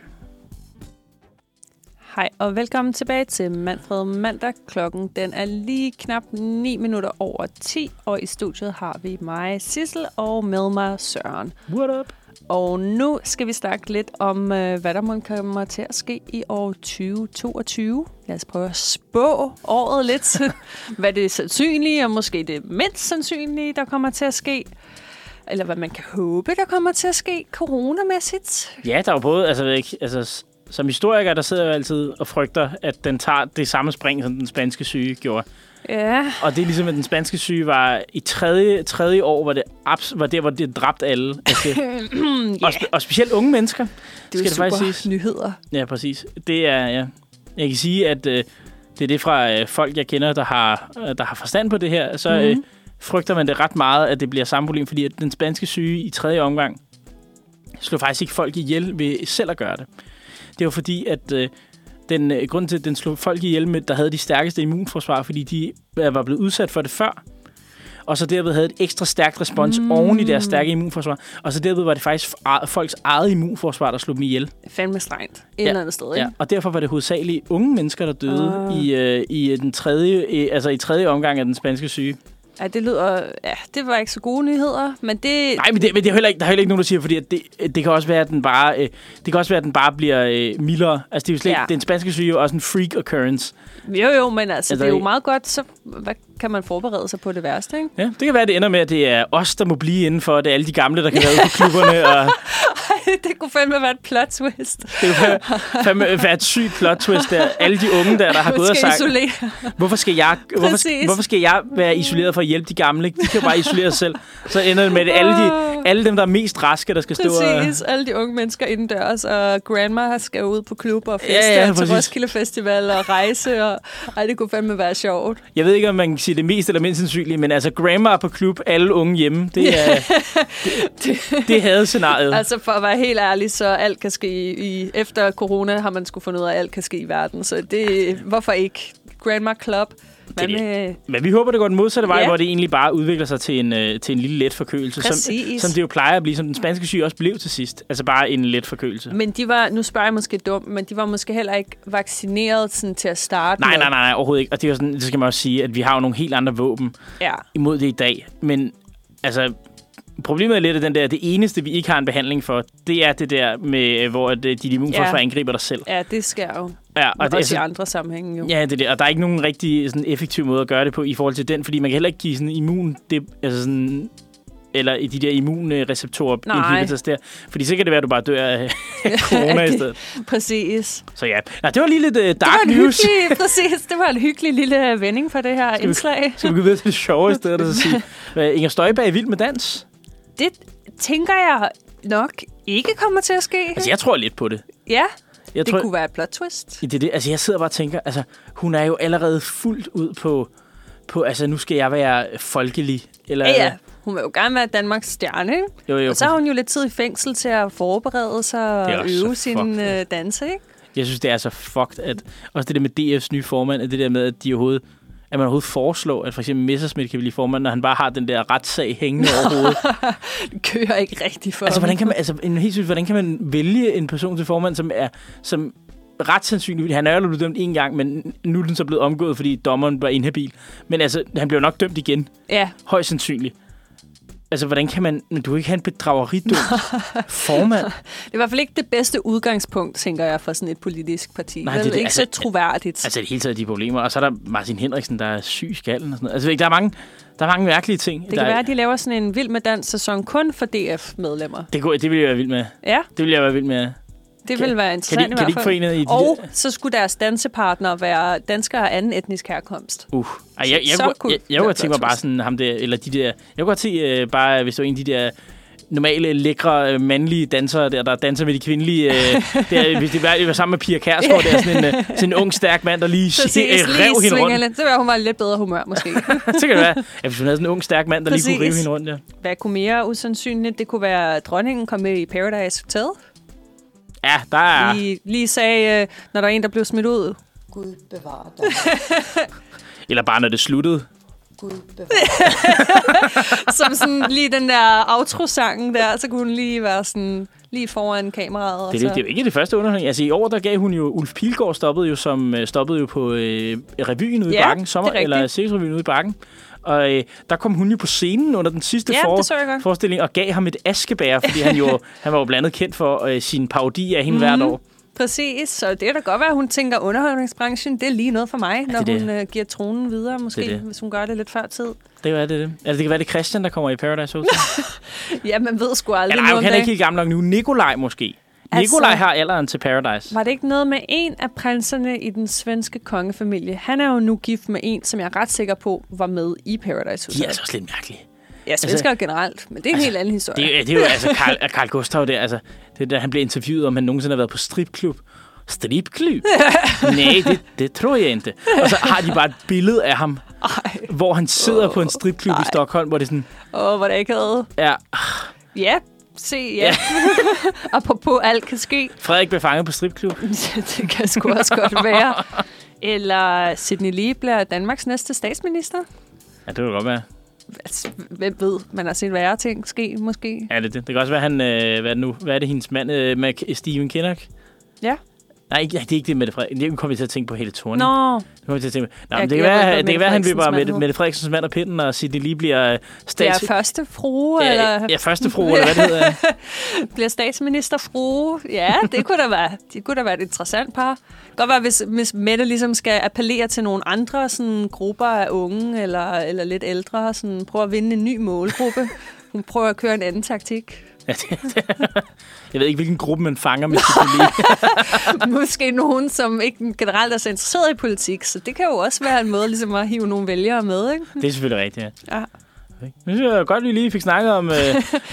C: Hej og velkommen tilbage til Manfred Mandag. Klokken den er lige knap 9 minutter over 10, og i studiet har vi mig, Sissel, og med mig Søren.
B: What up?
C: Og nu skal vi snakke lidt om, øh, hvad der må kommer til at ske i år 2022. Lad os prøve at spå året lidt. hvad det sandsynlige, og måske det mindst sandsynlige, der kommer til at ske. Eller hvad man kan håbe, der kommer til at ske coronamæssigt.
B: Ja, der er jo både, altså, jeg ved ikke, altså s- som historiker, der sidder jeg jo altid og frygter, at den tager det samme spring, som den spanske syge gjorde.
C: Ja,
B: Og det er ligesom, at den spanske syge var i tredje, tredje år, hvor det abs, var der, hvor det dræbte alle. Altså, og, spe, og, specielt unge mennesker.
C: det er jo
B: det faktisk
C: super
B: siges.
C: nyheder.
B: Ja, præcis. Det er, ja. Jeg kan sige, at øh, det er det fra øh, folk, jeg kender, der har, øh, der har forstand på det her. Så øh, frygter man det ret meget, at det bliver samme problem, fordi at den spanske syge i tredje omgang slog faktisk ikke folk ihjel ved selv at gøre det. Det var fordi, at øh, den øh, grund til, at den slog folk ihjel med, der havde de stærkeste immunforsvar, fordi de øh, var blevet udsat for det før. Og så derved havde et ekstra stærkt respons mm. oven i deres stærke immunforsvar. Og så derved var det faktisk eget- folks eget immunforsvar, der slog dem ihjel.
C: Fandme strengt. Et ja. eller andet sted, ikke?
B: Ja, og derfor var det hovedsageligt unge mennesker, der døde uh. i, øh, i øh, den tredje, i, altså i tredje omgang af den spanske syge.
C: Ja, det lyder... Ja, det var ikke så gode nyheder, men det...
B: Nej, men, det, men det er heller ikke, der er heller ikke nogen, der siger, fordi at det, det kan også være, at den bare, øh, det kan også være, at den bare bliver øh, mildere. Altså, det er jo slet
C: Ja.
B: ja. den spanske syge er jo også en freak occurrence.
C: Jo, jo, men altså,
B: Altså,
C: det er jo
B: i-
C: meget godt, så hvad kan man forberede sig på det værste, ikke?
B: Ja, det kan være, at det ender med, at det er os, der må blive indenfor. Det er alle de gamle, der kan være ude på klubberne. Og
C: det kunne fandme være et plot twist.
B: det kan være- fandme være et sygt plot twist der. Alle de unge der, der har gået og sagt,
C: isolere.
B: hvorfor skal, jeg, hvorfor,
C: Præcis.
B: skal- hvorfor skal jeg være isoleret for at hjælpe de gamle? De kan jo bare isolere sig selv. Så ender det med, at det er alle, de, alle dem, der er mest raske, der skal stå og...
C: Ah. Præcis. Alle de unge mennesker indendørs, og grandma skal ud på klub og fester
B: ja,
C: til
B: præcis.
C: Roskilde Festival og rejse. Og... Ej, det kunne fandme være sjovt.
B: Jeg ved ikke, om man kan sige det mest eller mindst sandsynlige, men altså grammar på klub, alle unge hjemme, det er... det, det havde scenariet. Altså,
C: Altså, for at være helt ærlig, så alt kan ske i... Efter corona har man skulle finde ud af, at alt kan ske i verden. Så det... Hvorfor ikke? Grandma Club. Hvad
B: Det-
C: med...
B: men vi håber, det går den modsatte vej,
C: Ja.
B: ja. hvor det egentlig bare udvikler sig til en, øh, til en lille let forkølelse. Som,
C: Præcis.
B: som det jo plejer at blive, som den spanske syge også blev til sidst. Altså bare en let forkølelse.
C: Men de var, nu spørger jeg måske dumt, men de var måske heller ikke vaccineret sådan, til at starte
B: Nej,
C: med.
B: nej, nej, nej, overhovedet ikke. Og det, er jo sådan, det skal man også sige, at vi har jo nogle helt andre våben
C: Ja.
B: imod det i dag. Men altså, problemet er lidt, at den der, det eneste, vi ikke har en behandling for, det er det der med, øh, hvor at, øh, dit immunforsvar
C: Ja.
B: ja. angriber dig selv.
C: ja, det sker jo.
B: Ja,
C: Og
B: det, er
C: også i
B: sådan-
C: andre sammenhænge jo.
B: Ja, det er det. Og der er ikke nogen rigtig sådan, effektiv måde at gøre det på i forhold til den, fordi man kan heller ikke give sådan immun... Det, altså sådan, eller i de der immunreceptorer
C: Nej.
B: inhibitors der. Fordi så kan det være, at du bare dør af corona i stedet.
C: Præcis.
B: Så ja. Nå, det var lige lidt uh, dark
C: Det var, en
B: news.
C: hyggelig, præcis. det var en hyggelig lille vending for det her
B: vi-
C: indslag.
B: Så vi kan videre til det sjove i stedet, og så sige, hvad, Inger Støjberg er vild med dans.
C: Det tænker jeg nok ikke kommer til at ske.
B: Altså, jeg tror lidt på det.
C: Ja,
B: Jeg
C: det
B: tror,
C: kunne være et plot twist.
B: Det, er det, altså, jeg sidder bare og tænker, altså, hun er jo allerede fuldt ud på, på altså, nu skal jeg være folkelig. Eller,
C: Ja, ja. Hun vil jo gerne være Danmarks stjerne, ikke?
B: Jo, jo.
C: Og så har hun jo lidt tid i fængsel til at forberede sig
B: Det er
C: og
B: også så
C: øve sine
B: fucked.
C: øh, danse, ikke?
B: Jeg synes, det er så fucked, at også det der med DF's nye formand, at det der med, at de overhovedet at man overhovedet foreslår, at for eksempel Messersmith kan blive formand, når han bare har den der retssag hængende over hovedet.
C: Det kører ikke rigtigt for
B: Altså,
C: ham.
B: hvordan kan man, altså, en, helt sygt, hvordan kan man vælge en person til formand, som er som ret sandsynligt, han er jo blevet dømt en gang, men nu er den så blevet omgået, fordi dommeren var inhabil. Men altså, han blev nok dømt igen,
C: Ja,
B: højst sandsynligt. Altså, hvordan kan man... Men du kan ikke have en bedrageridømt formand.
C: det er i hvert fald ikke det bedste udgangspunkt, tænker jeg, for sådan et politisk
B: Nej,
C: parti. Nej, det,
B: det er
C: det
B: det.
C: er ikke så
B: Altså,
C: troværdigt.
B: Altså, i det hele taget de problemer. Og så er der Martin Henriksen, der er syg i skallen og sådan noget. Altså, ved ikke, der er mange, der er mange mærkelige ting.
C: det
B: der
C: kan
B: er,
C: være, at de laver sådan en vild med dans sæson kun for DF-medlemmer.
B: det, kunne, det ville jeg være vild med.
C: Ja,
B: Det ville jeg være vild med.
C: det vil være
B: Kan de,
C: interessant
B: kan de
C: i
B: ikke
C: hvert fald.
B: forene i de
C: Og
B: der-
C: så skulle deres dansepartnere være danskere af anden etnisk herkomst.
B: Uh, Ej, jeg, jeg,
C: Så
B: jeg,
C: kunne
B: jeg, jeg
C: det
B: kunne
C: være
B: godt tænke mig
C: plot
B: bare
C: twist.
B: sådan ham der, eller de der, jeg kunne godt se øh, bare, hvis det var en af de der normale, lækre, øh, mandlige dansere der, der danser med de kvindelige, øh, der, hvis det var, det var sammen med Pia Kærsgaard, der er sådan en, øh, sådan en ung, stærk mand, der lige
C: Præcis,
B: øh, rev
C: lige
B: hende
C: svinger
B: rundt.
C: lidt. Så var hun var i lidt bedre humør, måske.
B: så kan det være, at hvis hun havde sådan en ung, stærk mand, der lige kunne rive
C: Præcis.
B: hende rundt, ja.
C: Hvad kunne mere usandsynligt? Det kunne være, at dronningen kom med i Paradise Hotel.
B: Ja, der er...
C: Lige, lige sagde, øh, når der er en, der blev smidt ud.
D: Gud bevare Danmark.
B: Eller bare når det sluttede.
D: Gud bevare.
C: Som sådan lige den der outro-sangen der, så kunne hun lige være sådan lige foran kameraet. og
B: Det er, det,
C: så-
B: det er jo ikke det første underholdning. Altså i år, der gav hun jo... Ulf Pilgaard stoppede jo, som, øh, stoppede jo på øh, revyen ude
C: Ja,
B: i Bakken.
C: det er
B: Sommer,
C: rigtigt.
B: eller cirkusrevyen ude i Bakken. Og øh, der kom hun jo på scenen under den sidste
C: Ja,
B: for,
C: det så jeg godt.
B: forestilling og gav ham et askebær, fordi han, jo, han var jo blandt andet kendt for øh, sin parodi af hende mm-hmm.
C: Mhm.
B: hvert år.
C: Præcis, så det kan da godt være, at hun tænker, at underholdningsbranchen, det er lige noget for mig, når
B: det er
C: hun øh, giver tronen videre, måske,
B: Det er det.
C: hvis hun gør det lidt før tid.
B: Det var det, det. Altså, det kan være, det er Christian, der kommer i Paradise Hotel.
C: Ja, man ved sgu aldrig
B: Eller
C: noget
B: ej,
C: om
B: han er
C: det.
B: ikke helt gammel nok nu. Nikolaj måske.
C: Altså-
B: Nikolaj har alderen til Paradise.
C: Var det ikke noget med en af prinserne i den svenske kongefamilie? Han er jo nu gift med en, som jeg er ret sikker på, var med i Paradise Hotel.
B: De er altså også lidt mærkelige.
C: ja, svensker altså, generelt, men det er en helt anden historie.
B: Det, er- det er jo altså Carl, Carl Gustav der, altså, det der, han blev interviewet om, han nogensinde har været på stripklub. Stripklub? Nej, det, det tror jeg ikke. Og så har de bare et billede af ham,
C: Ej,
B: hvor han sidder på en stripklub i Stockholm, hvor det er sådan,
C: åh, hvor er det ikke
B: ja,
C: Ja, se, ja. Apropos, alt kan ske.
B: Frederik blev fanget på stripklub.
C: det kan sgu også godt være. Eller Sidney Lee bliver Danmarks næste statsminister.
B: Ja, det kan godt være.
C: Altså, hvem ved, man har set værre ting ske, måske.
B: Ja, det, det. det kan også være, han, øh, hvad er det nu, hvad er det, hendes mand, øh, med Steven Kinnock?
C: Ja.
B: Nej, ikke, nej, det er ikke det, Mette Frederik. Det kommer vi til at tænke på hele turen.
C: Nå,
B: Det kommer vi til at tænke på. Nå,
C: Jeg
B: men det kan
C: glemmer, hvad
B: være, det
C: Mette
B: kan være han
C: Frederiksens
B: bliver
C: mand
B: Mette,
C: hed.
B: Mette Frederiksens mand og pinden, og Sidney Lee bliver øh,
C: det
B: stats...
C: er første frue,
B: Ja,
C: eller
B: ja, første fru, eller hvad det hedder.
C: bliver statsminister frue. Ja, det kunne da være, det kunne da være et interessant par. Godt være, hvis, hvis Mette ligesom skal appellere til nogle andre sådan, grupper af unge eller, eller lidt ældre, sådan, prøve at vinde en ny målgruppe. Hun prøver at køre en anden taktik.
B: Ja, det, det. Jeg ved ikke, hvilken gruppe man fanger med Sicily.
C: Måske nogen, som ikke generelt er så interesseret i politik, så det kan jo også være en måde ligesom at hive nogle vælgere med. Ikke?
B: Det er selvfølgelig rigtigt, ja.
C: Ja.
B: Nu synes jeg godt, vi lige fik snakket om... Øh,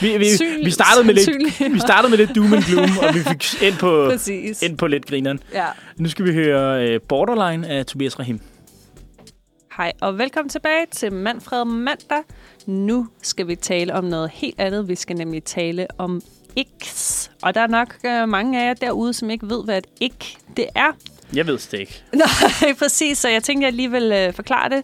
B: vi, vi,
C: Syn-
B: vi, startede med lidt,
C: sandsynligheder.
B: vi startede med lidt doom and gloom, og vi fik ind på,
C: Præcis.
B: ind på lidt grineren.
C: Ja.
B: Nu skal vi høre øh, Borderline af Tobias Rahim.
C: Hej og velkommen tilbage til Manfred Mandag. Nu skal vi tale om noget helt andet. Vi skal nemlig tale om X. Og der er nok øh, mange af jer derude, som ikke ved, hvad et ik det er.
B: Jeg ved det ikke.
C: Nej, præcis. Så jeg tænkte, jeg lige vil øh, forklare det.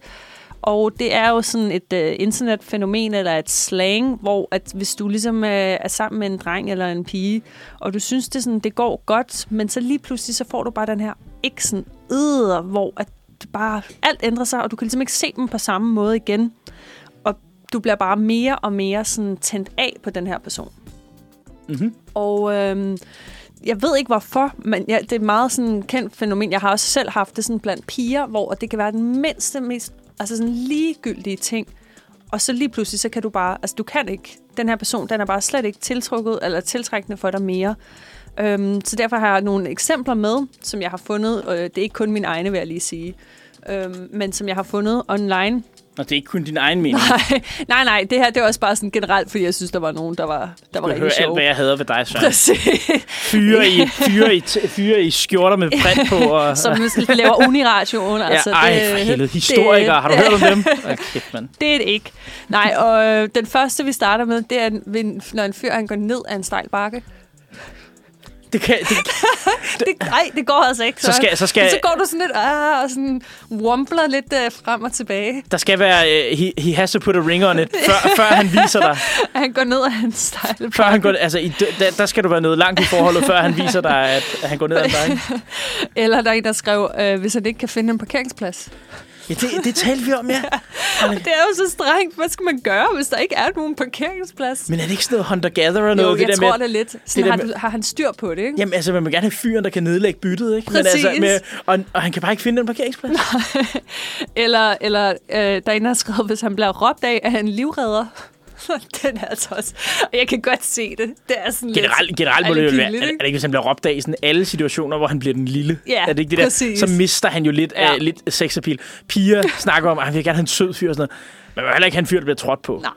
C: Og det er jo sådan et øh, internetfænomen eller et slang, hvor at hvis du ligesom øh, er sammen med en dreng eller en pige, og du synes, det, sådan, det går godt, men så lige pludselig så får du bare den her iksen æder, hvor at det bare alt ændrer sig, og du kan ligesom ikke se dem på samme måde igen. Og du bliver bare mere og mere sådan tændt af på den her person.
B: Mm-hmm.
C: Og øhm, jeg ved ikke hvorfor, men jeg, det er et meget sådan kendt fænomen. Jeg har også selv haft det sådan blandt piger, hvor det kan være den mindste, mest altså sådan ligegyldige ting. Og så lige pludselig, så kan du bare, altså du kan ikke. Den her person, den er bare slet ikke tiltrukket eller tiltrækkende for dig mere. Øhm, så derfor har jeg nogle eksempler med, som jeg har fundet. Øh, det er ikke kun mine egne, vil jeg lige sige. Øhm, men som jeg har fundet online
B: Nå, det er ikke kun din egen mening.
C: Nej, nej, nej, det her det er også bare sådan generelt, fordi jeg synes, der var nogen, der var, der var
B: Jeg
C: rigtig
B: hører alt,
C: sjove.
B: hvad jeg hader ved dig, Søren.
C: Præcis.
B: Fyre i, fyre i, t- fyre i skjorter med print på. Og,
C: Som laver uniradioen. Altså,
B: ja, ej, for helvede. Historikere, har du hørt om dem? Hold kæft, mand.
C: Det er det ikke. Nej, og øh, den første, vi starter med, det er, ved en- når en fyr han går ned af en stejl bakke.
B: Det kan, det,
C: Det, nej, det går altså ikke.
B: Så skal- så skal-
C: Men så går du sådan lidt, ah, og sådan wompler lidt øh, frem og tilbage.
B: der skal være, uh, he, he has to put a ring on it, før, før han viser dig.
C: At han går ned af en stejl bakke.
B: Før han går, altså, i, d- der, der skal du være noget langt i forholdet, før han viser dig, at, at han går ned ad dig.
C: Eller der er en, der skrev, øh, hvis han ikke kan finde en parkeringsplads.
B: Ja, det, det talte vi om, ja.
C: Det er jo så strengt. Hvad skal man gøre, hvis der ikke er nogen parkeringsplads?
B: Men er det ikke sådan noget hunter-gatherer noget?
C: jo,
B: det
C: jeg
B: der
C: tror
B: med,
C: det lidt. Sådan
B: der
C: har,
B: med-
C: du, har han styr på det, ikke?
B: Jamen altså, man vil gerne have fyren, der kan nedlægge byttet, ikke?
C: Præcis.
B: Men altså, med, og, og han kan bare ikke finde den parkeringsplads.
C: Eller, eller øh, der er en, der har skrevet, hvis han bliver råbt af, er han livredder. Den er altså også... Og jeg kan godt se det. Det er sådan lidt...
B: Generelt, generelt må
C: er
B: det
C: lidt
B: jo være, er,
C: pinligt,
B: er
C: ikke?
B: det ikke, hvis han bliver råbt af i sådan alle situationer, hvor han bliver den lille?
C: Ja,
B: er det ikke det der?
C: præcis.
B: Så mister han jo lidt, ja.
C: Ja.
B: øh, lidt sexappeal. Piger snakker om, at han vil gerne have en sød fyr og sådan noget. Men man vil heller ikke have en fyr, der bliver trådt på.
C: Nej.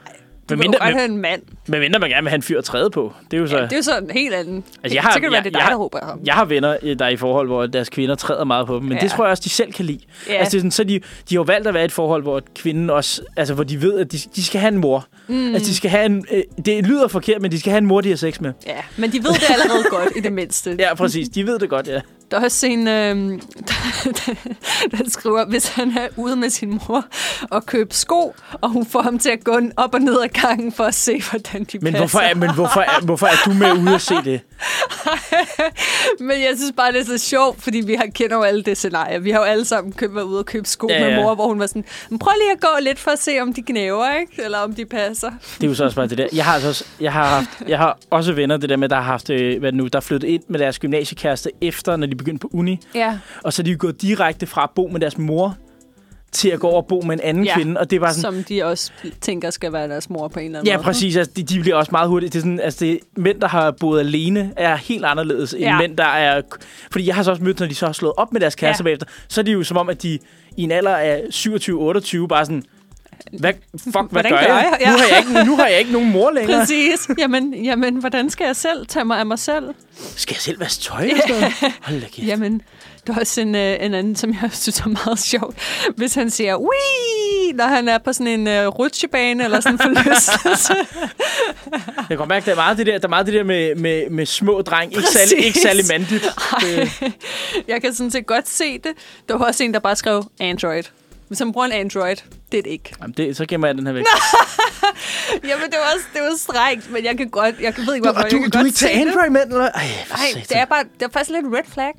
C: Du
B: Men
C: må
B: mindre-
C: jo godt
B: men-
C: have en mand.
B: Men mindre man gerne vil have en fyr at træde på. Det er jo så...
C: Ja, det er jo sådan en helt anden...
B: Altså, jeg har-
C: så kan det være,
B: jeg-
C: det er dig,
B: jeg-
C: der råber ham.
B: Jeg har venner, øh, der er i forhold, hvor deres kvinder træder meget på dem, men ja. det
C: Ja.
B: tror jeg også, de selv kan lide. Ja.
C: Ja.
B: Altså, det er sådan, så de, de har jo valgt at være i et forhold, hvor kvinden også, altså hvor de ved, at de, de skal have en mor. Mm. Altså, de skal have en, øh, det lyder forkert, men de skal have en mor, de har sex med.
C: Ja, men de ved det allerede godt, i det mindste.
B: Ja, præcis. De ved det godt, ja.
C: Der er også en, øh, der skriver, hvis han er ude med sin mor og købe sko, og hun får ham til at gå op og ned ad gangen for at se, hvordan de
B: Men
C: passer.
B: hvorfor er, men hvorfor er, hvorfor er du med ude at se det?
C: Men jeg synes bare, det er så sjovt, fordi vi har kender jo alle det scenarie. Vi har jo alle sammen købt været ude og købe sko
B: Ja,
C: ja, ja.
B: ja.
C: med mor, hvor hun var sådan, "Men prøv lige at gå lidt for at se, om de knæver, ikke? eller om de passer.
B: Det er jo så også bare det der. Jeg har, altså også, jeg har, haft, jeg har også venner, det der med, der har haft, øh, hvad er det nu, der er flyttet ind med deres gymnasiekæreste efter, når de begyndte på uni.
C: Ja,
B: Og så er de gået direkte fra at bo med deres mor til at gå over og bo med en anden ja.
C: Ja.
B: kvinde. Og det er bare sådan,
C: som de også tænker skal være deres mor på en eller anden
B: Ja,
C: måde.
B: præcis. Altså, de, de bliver også meget hurtigt. Det er sådan, altså, det, mænd, der har boet alene, er helt anderledes end ja.
C: Ja.
B: mænd, der er... Fordi jeg har så også mødt, når de så har slået op med deres kærester ja.
C: Ja.
B: bagefter, så er det jo som om, at de i en alder af 27-28 bare sådan... Hvad, fuck, hvad
C: Hvordan
B: gør
C: gør
B: jeg?
C: jeg? Ja.
B: Nu, har jeg ikke, nu har jeg ikke nogen mor længere.
C: Præcis. Jamen, jamen, hvordan skal jeg selv tage mig af mig selv?
B: Skal jeg selv vaske tøj? eller sådan noget? Hold da kæft.
C: Jamen, der er også en, øh, en anden, som jeg synes er meget sjov. Hvis han siger, Wii! når han er på sådan en øh, rutsjebane eller sådan en forlystelse.
B: Jeg kan godt mærke, der er meget det der, der, er meget det der med, med, med små dreng. Ikke
C: Præcis.
B: særlig, ikke særlig mandigt. Det,
C: jeg kan sådan set godt se det. Der var også en, der bare skrev Android. Hvis han bruger en Android, det er det ikke.
B: jamen det, så gemmer jeg den her væk.
C: Jamen, det var, også, det var strengt, men jeg kan godt, jeg ved ikke,
B: Du,
C: hvorfor.
B: og du,
C: jeg kan
B: du er
C: godt
B: ikke til
C: se det.
B: Android, mand? eller hvad? Ej, for
C: Nej, det
B: satan.
C: er, bare, det er faktisk lidt red flag.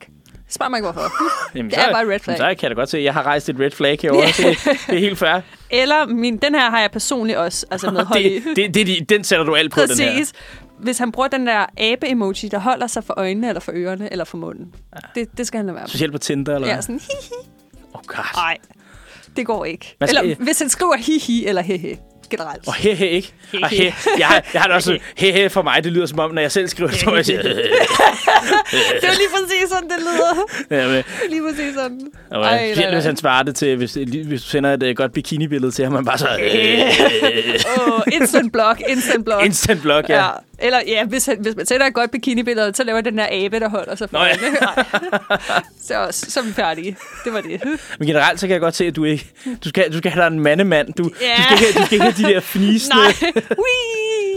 C: Spørg mig ikke, hvorfor.
B: Jamen,
C: Det
B: så,
C: er bare et red flag.
B: Så kan jeg da godt se, at jeg har rejst et red flag herovre. så det, det er helt fair.
C: Eller min, den her har jeg personligt også altså med hold i.
B: Det, det, det, er de- den sætter du alt på, den her.
C: Præcis. Hvis han bruger den der abe-emoji, der holder sig for øjnene, eller for ørerne, eller for munden. Det, det skal han lade være med.
B: Specielt på Tinder, eller
C: Ja,
B: hvad?
C: sådan hi-hi.
B: Oh god.
C: Nej, det går ikke.
B: Man skal-
C: Eller hvis han skriver hi-hi eller he-he generelt.
B: Og hehe, ikke?
C: Hehe.
B: Og he, jeg, har, jeg har det også hehe for mig, det lyder som om, når jeg selv skriver, så jeg siger, øh,
C: Det er lige præcis sådan, det lyder.
B: øh, øh,
C: Lige præcis sådan.
B: og Specielt hvis han svarer det til, hvis, hvis du sender et øh, godt bikini-billede til ham, man bare så, øh,
C: Oh, instant block, instant block.
B: instant blog, ja.
C: Ja. Eller ja, hvis, han, hvis man sætter et godt bikini-billede, så laver den der abe, der holder sig for
B: Nå ja.
C: øjnene. Nej. Så, så er vi færdige. Det var det.
B: Men generelt, så kan jeg godt se, at du ikke, du skal, du skal have dig en mandemand. Du,
C: Ja.
B: du, skal ikke, have- du skal ikke have de der fnisende.
C: Nej,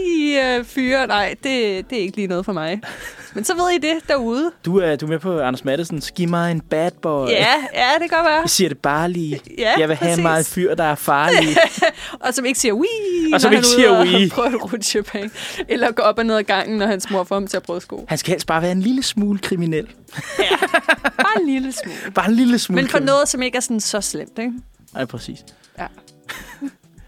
C: Wii, øh, fyre, nej, det, det er ikke lige noget for mig. Men så ved I det derude.
B: Du, er, du er med på Anders Mattesens, giv mig en bad boy.
C: Ja, ja, det kan godt være.
B: Jeg siger det bare lige.
C: Ja,
B: jeg vil have
C: præcis.
B: mig en fyr, der er farlig.
C: Og som ikke siger Wii,
B: Og som
C: når
B: ikke
C: han er
B: siger
C: ude og
B: Wii.
C: prøver et rutsjebane. Eller går op og ned ad gangen, når hans mor får ham til at prøve sko.
B: Han skal helst bare være en lille smule kriminel.
C: Bare en lille smule.
B: Bare en lille smule
C: Men for
B: kriminel.
C: noget, som ikke er sådan så slemt, ikke?
B: Nej, præcis.
C: Ja.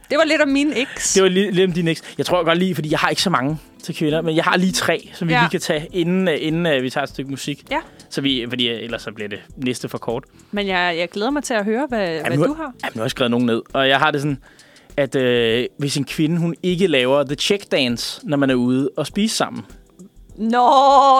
C: Det var lidt om min eks.
B: Det var lige, lige om din eks. Jeg tror godt lige, fordi jeg har ikke så mange til kvinder, men jeg har lige tre, som vi ja.
C: Ja.
B: lige kan tage, inden, øh, inden øh, vi tager et stykke musik.
C: Ja.
B: Så vi, fordi øh, ellers så bliver det næste for kort.
C: Men jeg, jeg glæder mig til at høre, hvad, hvad
B: nu,
C: du har.
B: Jamen, nu har jeg skrevet nogen ned, og jeg har det sådan, at øh, hvis en kvinde hun ikke laver the check dance, når man er ude og spise sammen,
C: Nå,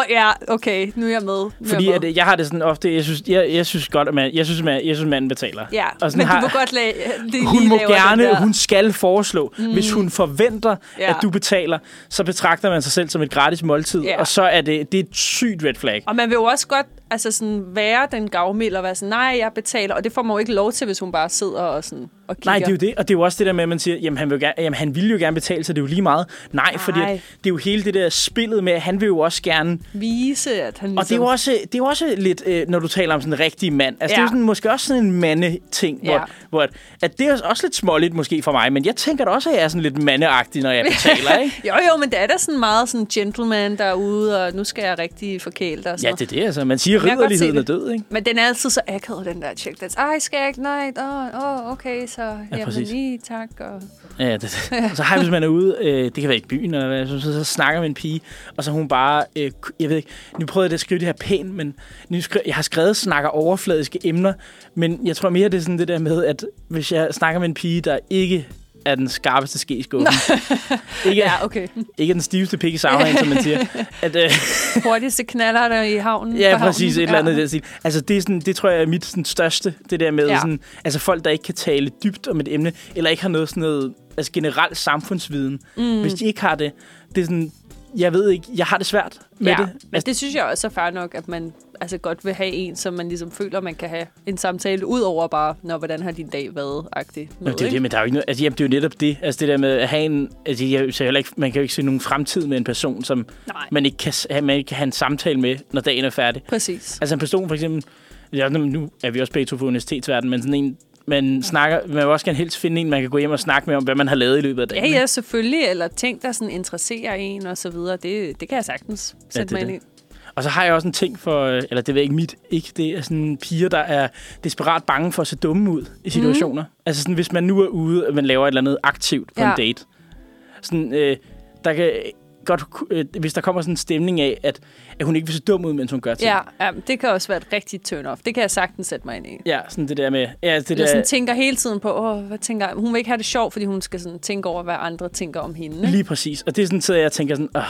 C: ja, okay, nu er jeg med. Nu er
B: Fordi
C: jeg
B: at,
C: med.
B: øh, jeg har det sådan ofte, jeg synes, jeg, jeg synes godt, at man, jeg synes, man, jeg synes, man betaler.
C: Ja,
B: Og sådan
C: men
B: har-
C: du må godt lade det lige
B: hun må
C: laver den
B: gerne,
C: der.
B: hun skal foreslå. Mm. Hvis hun forventer,
C: Ja.
B: ja. at du betaler, så betragter man sig selv som et gratis måltid,
C: Ja.
B: ja. og så er det, det er et sygt red flag.
C: Og man vil jo også godt altså sådan, være den gavmild og være sådan, nej, jeg betaler. Og det får man jo ikke lov til, hvis hun bare sidder og, sådan, og kigger.
B: Nej, det er jo det, og det er jo også det der med, at man siger, jamen han, vil jo gerne, jamen, han ville jo gerne betale, så det er jo lige meget. Nej, Nej. fordi at,
C: Nej.
B: det er jo hele det der spillet med, at han vil jo også gerne
C: Vise, at han ligesom...
B: Og det er jo også, det er jo også lidt, øh, når du taler om sådan en rigtig mand. Altså, ja. det er
C: Ja.
B: jo sådan, måske også sådan en mandeting, hvor,
C: Ja.
B: hvor at, at det er også lidt småligt måske for mig, men jeg tænker da også, at jeg er sådan lidt mandeagtig, når jeg betaler, ikke?
C: Jo, jo, men det er da sådan meget sådan gentleman derude, og nu skal jeg rigtig forkæle dig og sådan
B: Ja,
C: noget.
B: det er det altså. Man siger, at
C: Jeg kan godt se
B: ridderligheden er
C: det.
B: død, ikke?
C: Men den er altid så akavet, den der checklist. Ej, skal jeg ikke? Nej, åh, oh, okay, så ja, jamen
B: præcis.
C: lige tak. Og...
B: Ja, det, det. Og så hej, hvis man er ude, øh, det kan være i byen, eller hvad, så, så, så snakker med en pige, og så hun bare, øh, k- jeg ved ikke, nu prøvede jeg at skrive det her pænt, men nu skri- jeg har skrevet snakker overfladiske emner, men jeg tror mere, det er sådan det der med, at hvis jeg snakker med en pige, der ikke er den skarpeste skeskåben, ikke,
C: Ja, okay.
B: ikke er den stiveste pik i saunaen, som man siger, at, øh,
C: Hurtigste knaller der i havnen.
B: Ja,
C: på havnen.
B: præcis. Et eller andet i den stil. Altså, det, er sådan, det tror jeg er mit sådan, største, det der med
C: Ja.
B: ja. sådan, altså, folk, der ikke kan tale dybt om et emne, eller ikke har noget sådan noget altså, generelt samfundsviden. Mm. Hvis de ikke har det, det er sådan, jeg ved ikke, jeg har det svært med
C: ja,
B: det. Altså,
C: Men det synes jeg også er fair nok, at man altså godt vil have en, som man ligesom føler, man kan have en samtale, ud over bare, når hvordan har din dag været, agtig.
B: Nå, det er jo det, men der er jo ikke noget, altså, jamen, det er jo netop det. Altså det der med at have en... Altså, jeg, så heller ikke, man kan jo ikke se nogen fremtid med en person, som
C: Nej.
B: man ikke, kan, s- have- man ikke kan have en samtale med, når dagen er færdig.
C: Præcis.
B: Altså en person for eksempel, ja, nu- nu er vi også begge to fra universitetsverdenen, men sådan en, man snakker, man vil også gerne helst finde en, man kan gå hjem og snakke med om, hvad man har lavet i løbet af dagen.
C: Ja, ja, selvfølgelig. Eller ting, der sådan interesserer en og så videre. Det, det kan jeg sagtens sætte
B: det er
C: mig ind i.
B: Og så har jeg også en ting for, øh, eller det ved jeg ikke mit, ikke? det er sådan piger, der er desperat bange for at se dumme ud
C: Mhm.
B: i situationer. Mm. Altså sådan, hvis man nu er ude, og man laver et eller andet aktivt på
C: Ja.
B: ja. en date. Sådan, øh, der kan godt, ku- øh, hvis der kommer sådan en stemning af, at, at hun ikke vil se dum ud, mens hun gør ting.
C: Ja, ja, men det kan også være et rigtigt turn-off. Det kan jeg sagtens sætte mig ind i.
B: Ja, sådan det der med... Ja, altså det
C: Eller
B: der,
C: sådan tænker hele tiden på, åh, hvad tænker hun vil ikke have det sjovt, fordi hun skal sådan tænke over, hvad andre tænker om hende. ikke?
B: Lige præcis. Og det er sådan, så jeg tænker sådan, Åh,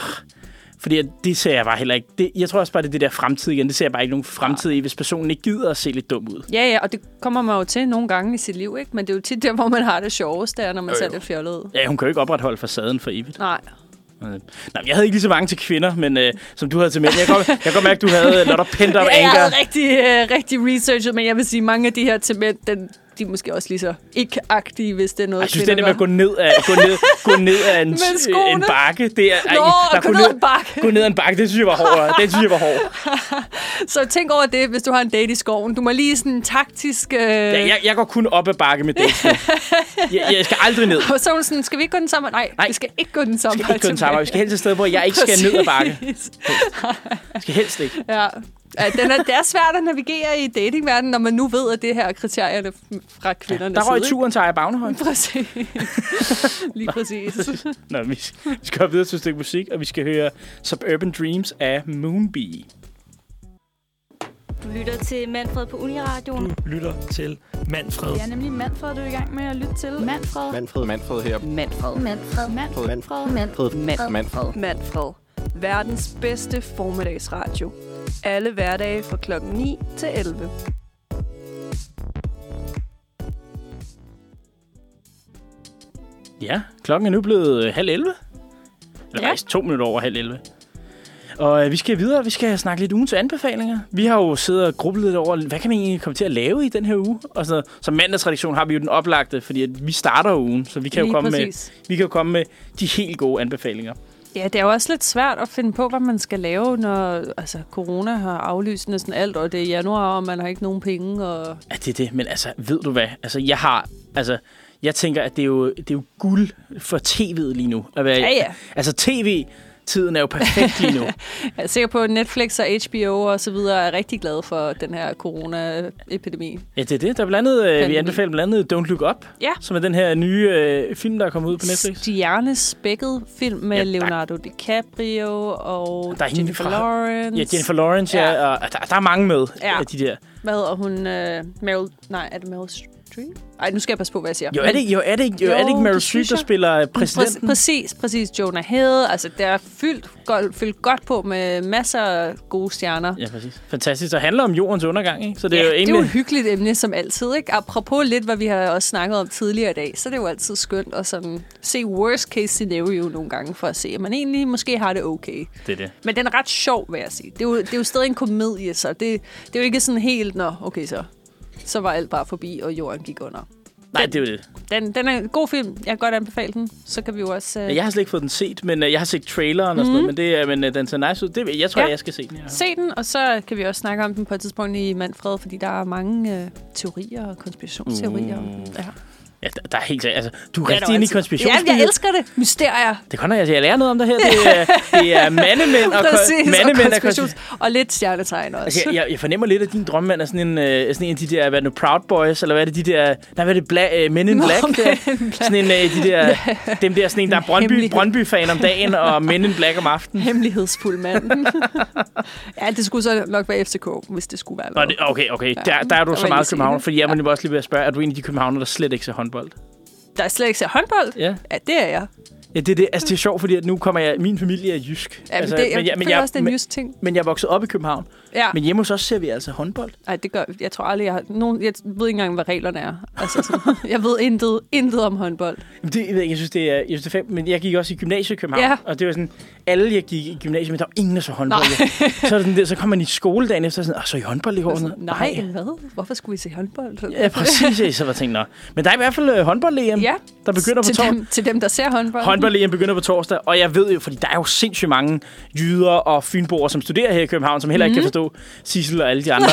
B: fordi at det ser jeg bare heller ikke. Det, jeg tror også bare, det er det der fremtid igen. Det ser jeg bare ikke nogen fremtid i, hvis personen ikke gider at se lidt dum ud.
C: Ja, ja, og det kommer man jo til nogle gange i sit liv, ikke? Men det er jo tit der, hvor man har det sjoveste, er, når man
B: Jo,
C: ser
B: jo.
C: det fjollet ud.
B: Ja, hun kan jo ikke opretholde facaden for evigt.
C: Nej.
B: Øh. Nå, men jeg havde ikke lige så mange til kvinder, men øh, som du havde til mænd. Jeg kan, godt- jeg kan godt mærke, at du havde øh, lot of pent
C: Ja,
B: up
C: jeg
B: anger.
C: havde rigtig, øh, rigtig researchet, men jeg vil sige, mange af de her til mænd, den, de er måske også lige så ikke-agtige, hvis det er noget,
B: Ej, Jeg synes, det
C: kvinder
B: der med at
C: gør.
B: gå ned af, gå ned, gå ned af en,
C: Med
B: øh, en
C: skoene.
B: bakke, det er...
C: Nå,
B: der
C: at gå ned ad en bakke.
B: Gå ned ad en bakke, det synes jeg var hård. Det synes jeg var hård.
C: Så tænk over det, hvis du har en date i skoven. Du må lige sådan taktisk... Øh...
B: Ja, jeg, jeg går kun op ad bakke med det. Jeg, jeg skal aldrig ned.
C: Og så er hun sådan, skal vi ikke gå den samme? Nej, Nej,
B: Nej.
C: vi skal ikke gå den samme.
B: Vi skal ikke gå den samme vej. Vi skal helst et sted, hvor jeg ikke skal ned ad bakke.
C: Præcis.
B: Vi skal helst ikke.
C: Ja. ja den er, det er svært at navigere i datingverdenen, når man nu ved, at det her er kriterierne fra kvinderne.
B: Der røg turen til Ejer Bagnehøj.
C: Præcis. Lige præcis.
B: Nå, vi, vi skal have videre til et stykke musik, og vi skal høre Suburban Dreams af Moonbee.
E: Du lytter til Manfred på Uniradioen.
F: Du lytter til Manfred.
G: Det er nemlig Manfred, du er i gang med at lytte til. Manfred.
H: Manfred, Manfred her.
G: Manfred. Manfred. Manfred.
H: Manfred,
G: Manfred.
H: Manfred, Manfred.
I: Manfred. Verdens bedste formiddagsradio. Alle hverdage fra klokken 9 til 11.
B: Ja, klokken er nu blevet øh, halv 11. Eller
C: Ja.
B: ja. faktisk to minutter over halv 11. Og øh, vi skal videre, vi skal snakke lidt ugens anbefalinger. Vi har jo siddet og grublet lidt over, hvad kan man egentlig komme til at lave i den her uge? Og sådan noget. Som mandagsredaktion har vi jo den oplagte, fordi at vi starter ugen, så vi kan, jo
C: Lige
B: komme med,
C: præcis.
B: vi kan jo komme med de helt gode anbefalinger.
C: Ja, det er jo også lidt svært at finde på, hvad man skal lave, når altså, corona har aflyst næsten alt, og det er januar, og man har ikke nogen penge. Og...
B: Ja, det er det. Men altså, ved du hvad? Altså, jeg har... Altså, jeg tænker, at det er jo, det er jo guld for tv'et lige nu. At være,
C: Ja, ja.
B: Altså, tv-tiden er jo perfekt lige nu.
C: Jeg er sikker på, at Netflix og HBO og så videre er rigtig glade for den her corona-epidemi.
B: ja, det er det. Der er blandt andet, øh, vi
C: Fandme.
B: anbefaler blandt andet Don't Look Up,
C: Ja.
B: som er den her nye øh, film, der er kommet ud på Netflix.
C: Stjernespækket film med ja,
B: Ja, der-
C: Leonardo DiCaprio og
B: Der er hende
C: Jennifer
B: fra-
C: Lawrence.
B: Ja, Jennifer Lawrence, ja.
C: Ja.
B: ja og der, der er mange med
C: Ja.
B: ja. af de der.
C: Hvad hedder hun? Uh, Meryl... øh, Nej, er det Meryl Streep? Streep? Ej, nu skal jeg passe på, hvad jeg siger.
B: Jo, er det, jo, er det, ikke- jo, jo er det ikke
C: Jo,
B: Meryl
C: det
B: Streep,
C: synes
B: der
C: jeg.
B: spiller øh,
C: Præcis,
B: præsidenten?
C: præcis, præcis. Jonah Hill. Altså, der er fyldt, godt, fyldt godt på med masser af gode stjerner.
B: Ja, præcis. Fantastisk. Så handler om jordens undergang, ikke? Så det er jo
C: det er jo et
B: egentlig...
C: hyggeligt emne, som altid. Ikke? Apropos lidt, hvad vi har også snakket om tidligere i dag, så det er jo altid skønt at sådan, se worst case scenario nogle gange, for at se, at man egentlig måske har det okay.
B: Det er det.
C: Men den er ret sjov, vil jeg sige. Det er jo, det er jo stadig en komedie, så det, det er jo ikke sådan helt, nå, okay så. Så var alt bare forbi, og jorden gik under.
B: Nej, det er jo det.
C: Den, den er en god film. Jeg kan godt anbefale den. Så kan vi jo også... Øh,
B: Jeg har slet ikke fået den set, men øh, jeg har set traileren og sådan noget, men, det, er- men øh, den ser nice ud. Det, jeg tror,
C: Mhm. Ja.
B: jeg skal se den. Ja.
C: se den, og så kan vi også snakke om den på et tidspunkt i Manfred, fordi der er mange øh, teorier og konspirationsteorier.
B: Uh.
C: Mm. Ja.
B: Ja, der, der er helt sikkert- Altså, du er
C: Det er der
B: rigtig
C: jo
B: inde i
C: altid.
B: konspirationsteorier.
C: Ja, jeg elsker det. Mysterier.
B: Det er godt nok, at jeg lærer noget om det her. Det er, det er mandemænd og,
C: Præcis,
B: mandemænd
C: og,
B: og konspirations...
C: konspirations- og lidt stjernetegn også.
B: Altså, jeg, jeg, jeg fornemmer lidt, at din drømmemand er sådan en, øh, sådan en af de der, hvad er det nu, Proud Boys, eller hvad er det, de der, nej, hvad er det, Bla, øh, Men in
C: Nå,
B: Black?
C: Men
B: der? Sådan en af de der, dem der, sådan en, der er Brøndby,
C: hemmelig-
B: Brøndby-fan om dagen, og Men in Black om aftenen.
C: Hemmelighedsfuld mand. ja, det skulle så nok være FCK, hvis det skulle være
B: Nå,
C: noget.
B: det, okay, okay, der, der er du
C: Der
B: så
C: var
B: meget
C: lige
B: københavner,
C: sige det.
B: fordi jeg ja. vil også lige ved at spørge, er du en af de københavner, der slet ikke ser håndbold?
C: Der er slet ikke ser håndbold.
B: Ja.
C: Ja, det er jeg.
B: Ja, det er det. Altså, det er sjovt, fordi at nu kommer jeg... Min familie er jysk.
C: Ja, men
B: altså,
C: altså, det, jeg, men,
B: jeg, men,
C: føler
B: jeg,
C: også, det er en
B: men,
C: just ting.
B: men jeg er vokset op i København.
C: Ja.
B: Men hjemme hos os ser vi altså håndbold.
C: Ej, det gør, jeg tror aldrig, jeg har nogen, jeg ved ikke engang, hvad reglerne er. Altså, sådan, jeg ved intet, intet om håndbold.
B: Jamen, Det, jeg, ved ikke, jeg synes, det er, jeg synes, det er fedt, men jeg gik også i gymnasiet i København,
C: Ja.
B: og det var sådan, alle jeg gik i gymnasiet, men der var ingen, der så håndbold. så, er det sådan, der, så kom man i skoledagen efter, sådan, "Åh, så i håndbold i går?
C: Altså,
B: Sådan,
C: nej, hvad? Hvorfor skulle vi se håndbold?
B: Ja, præcis. Jeg så var jeg tænkt, Nå. Men der er i hvert fald øh, håndbold-EM,
C: Ja,
B: der begynder på
C: til,
B: torsdag.
C: dem, til dem, der ser håndbold.
B: Håndbold-EM begynder på torsdag, og jeg ved jo, fordi der er jo sindssygt mange jyder og fynboer, som studerer her i København, som heller ikke mm. kan
C: Mhm.
B: forstå Sissel og alle de andre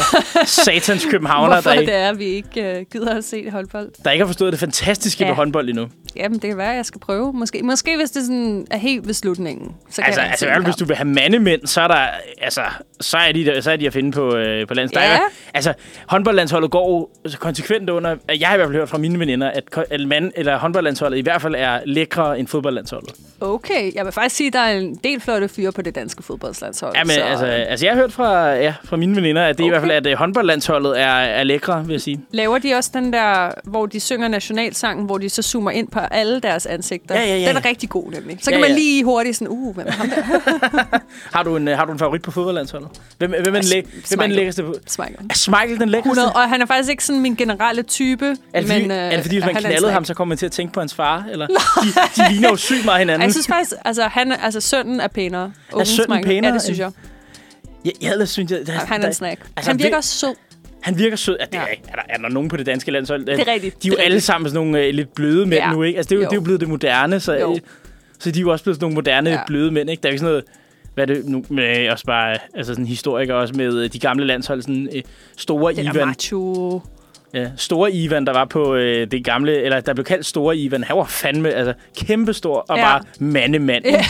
B: satans københavner,
C: Hvorfor
B: der,
C: det
B: ikke-
C: er, vi ikke øh, gider at se håndbold.
B: der ikke har forstået det fantastiske ja. ved
C: Ja.
B: håndbold endnu.
C: Jamen, det kan være, at jeg skal prøve. Måske, måske hvis det sådan er helt ved slutningen. Så kan
B: Altså,
C: jeg
B: altså
C: se
B: i hvert fald,
C: den
B: hvis du vil have mandemænd, så er der, altså, så er de, der, så er de at finde på, øh, på landet. Der
C: Ja.
B: er, altså, håndboldlandsholdet går jo så konsekvent under, at jeg har i hvert fald hørt fra mine veninder, at, ko- at mand, eller håndboldlandsholdet i hvert fald er lækre end fodboldlandsholdet.
C: kamp. Okay, jeg vil faktisk sige, at der er en del flotte fyre på det danske fodboldslandshold.
B: Ja, men
C: så,
B: altså,
C: øh,
B: altså, jeg har hørt fra, ja, fra mine veninder, at det okay. i hvert
C: Okay.
B: fald at øh, håndboldlandsholdet er, er lækre, vil jeg sige.
C: Laver de også den der, hvor de synger nationalsangen, hvor de så zoomer ind på alle deres ansigter?
B: Ja, ja, ja.
C: Den er rigtig god, nemlig. Så
B: Ja,
C: kan man
B: ja.
C: lige hurtigt sådan, uh, hvem er ham der?
B: Har du en, øh, har du en favorit på fodboldlandsholdet? Hvem, hvem, er, den læ- hvem er den
C: Altså, Smeichel.
B: lækreste? på-
C: Smeichel.
B: Er Smeichel den lækreste?
C: 100, og han er faktisk ikke sådan min generelle type.
B: Er det, fordi,
C: men, øh,
B: men, er det fordi, hvis man
C: han er en
B: knaldede
C: snack.
B: ham, så kom man til at tænke på hans far? Eller? De, de ligner jo sygt meget hinanden.
C: Ej, Jeg synes faktisk, altså, han, er- altså sønnen er pænere. Ungen
B: sønnen
C: Smeichel.
B: pænere
C: Ja, det synes jeg.
B: Ja, jeg ellers synes jeg... Der,
C: Han er
B: der,
C: en snack.
B: altså,
C: han
B: vi-
C: virker også sød.
B: Han virker sød. Er, det,
C: Ja.
B: er, der, er der nogen på det danske landshold? Altså,
C: Det er rigtigt.
B: De er jo
C: Det er
B: alle
C: rigtigt.
B: sammen sådan nogle øh, lidt bløde mænd
C: Ja.
B: nu, ikke? Altså, det er jo,
C: Jo.
B: det er jo blevet det moderne, så,
C: Jo.
B: øh, så de er jo også blevet sådan nogle moderne, ja.
C: Ja.
B: bløde mænd, ikke? Der er jo ikke sådan noget... Hvad er det nu? Med, også bare øh, altså sådan historikere også med øh, de gamle landshold. Sådan øh, store
C: Den er
B: Ivan.
C: macho.
B: Ja, store Ivan, der var på øh, det gamle... Eller der blev kaldt Store Ivan. Han var fandme altså, kæmpestor og
C: Ja.
B: bare mandemand. ikke?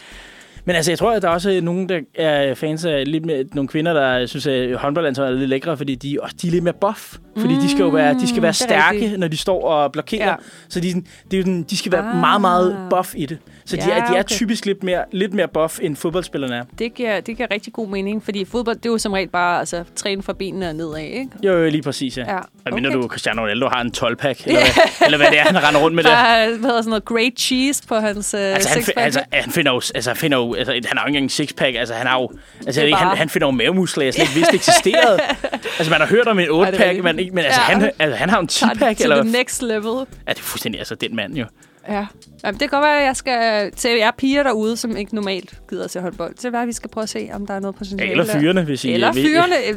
B: Men altså, jeg tror, at der er også øh, nogen, der er fans af lidt med, nogle kvinder, der øh, synes, at håndboldlandsholdet er lidt lækre, fordi de, også, de er lidt mere buff. Fordi mm, de skal jo være, de skal være
C: det er
B: stærke,
C: rigtigt.
B: når de står og blokerer. Ja.
C: Ja.
B: Så de, er sådan- det er jo sådan, de skal være ah.
C: Ah.
B: meget, meget buff i det. Så de,
C: Ja,
B: er, de er
C: okay.
B: typisk lidt mere, lidt mere buff, end fodboldspillerne er.
C: Det giver, det giver rigtig god mening, fordi fodbold, det er jo som regel bare altså, træne fra benene og nedad, ikke?
B: Jo, jo, lige præcis, ja.
C: Ja,
B: ja. Okay. Minder
C: okay.
B: du, Cristiano Ronaldo har en 12-pack, eller, hvad, eller hvad det er, han render rundt med det.
C: Bare, hvad hedder sådan noget, great cheese på hans øh,
B: Altså, han, fi-
C: sixpack.
B: altså, han finder jo, altså, han finder jo, altså, han har jo ikke engang en sixpack, altså, han har jo, altså,
C: er
B: ikke, han,
C: bare-
B: han finder jo mavemuskler, jeg slet ikke vidste eksisterede. altså, man har hørt om en
C: rigtigt.
B: 8-pack, man ikke, men altså,
C: Ja.
B: han, altså, han har jo en
C: Tager den
B: 10-pack,
C: til
B: eller,
C: the next level.
B: ja, det er fuldstændig, altså, den mand jo.
C: Ja. Jamen, det kan godt være, at jeg skal til jer piger derude, som ikke normalt gider til håndbold. Så være, at vi skal prøve at se, om der er noget
B: Ja,
C: potentiale.
B: eller
C: der.
B: fyrene, hvis I...
C: Eller
B: vil-
C: fyrene. Øh,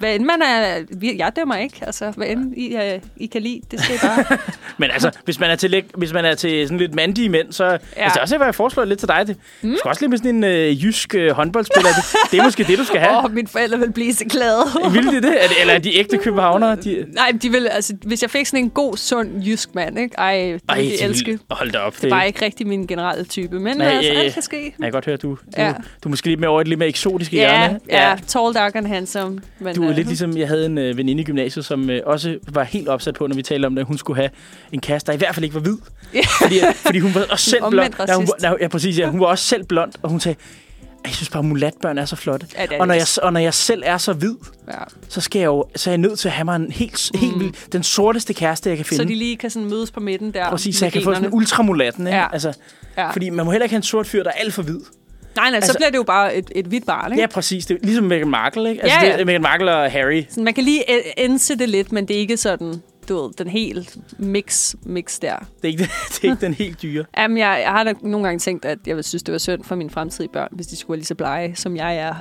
C: Hvad end man er... vi- Jeg dømmer ikke. Altså, hvad end I, øh, I kan lide, det skal I bare...
B: Men altså, hvis man er til, læk- hvis man er til sådan lidt mandige mænd, så... Ja. Altså, det er også, hvad jeg foreslår lidt til dig. Det. Mm. Du skal også lige med sådan en øh, jysk øh, håndboldspiller. det, det er måske det, du skal have.
C: Åh, oh, mine forældre vil blive så glade.
B: Vil de det? Er det- Eller er de ægte københavnere? De,
C: Nej, men de vil, altså, hvis jeg fik sådan en god, sund jysk mand, ikke? Ej, det ville
B: Ej,
C: de elske.
B: Hold da op. Det,
C: Det er bare ikke rigtig min generelle type, men
B: Nej,
C: Nej, altså,
B: ja, ja.
C: alt kan ske.
B: Jeg kan godt høre, at du, du, ja.
C: Ja.
B: du er måske lidt mere over i det lidt mere eksotiske
C: Ja,
B: hjørne.
C: ja, tall, dark and handsome. Men,
B: Du er
C: øh,
B: lidt ligesom, jeg havde en øh, veninde i gymnasiet, som øh, også var helt opsat på, når vi talte om det, at hun skulle have en kæreste, der i hvert fald ikke var hvid. Fordi, fordi hun var også selv blond.
C: Omvendt
B: Ja, hun, var-
C: racist.
B: ja, hun- ja, præcis. Ja, hun var også selv blond, og hun sagde, Jeg synes bare, mulatbørn er så flotte.
C: Ja, det er
B: og, når
C: det.
B: jeg, og når jeg selv er så hvid,
C: Ja.
B: så, skal jeg jo, så er jeg nødt til at have mig en helt, mm. helt vild, den sorteste kæreste, jeg kan finde.
C: Så de lige kan sådan mødes på midten der.
B: Præcis, så
C: med
B: jeg kan få sådan
C: generne.
B: en ultramulatten. Ikke?
C: Ja.
B: Altså,
C: ja.
B: Fordi man må heller ikke have en sort fyr, der er alt for hvid.
C: Nej, nej, altså,
B: altså-
C: så bliver det jo bare et, et hvidt barn, ikke?
B: Ja, præcis. Det er ligesom Meghan Markle, ikke? Altså,
C: Ja, ja.
B: Det er Meghan Markle og Harry.
C: Sådan, man kan lige æ- ense det lidt, men det er ikke sådan, du ved, den helt mix, mix der.
B: Det er ikke, det er ikke den helt dyre.
C: Jamen, jeg, jeg har da nogle gange tænkt, at jeg ville synes, det var synd for mine fremtidige børn, hvis de skulle være lige så blege, som jeg er.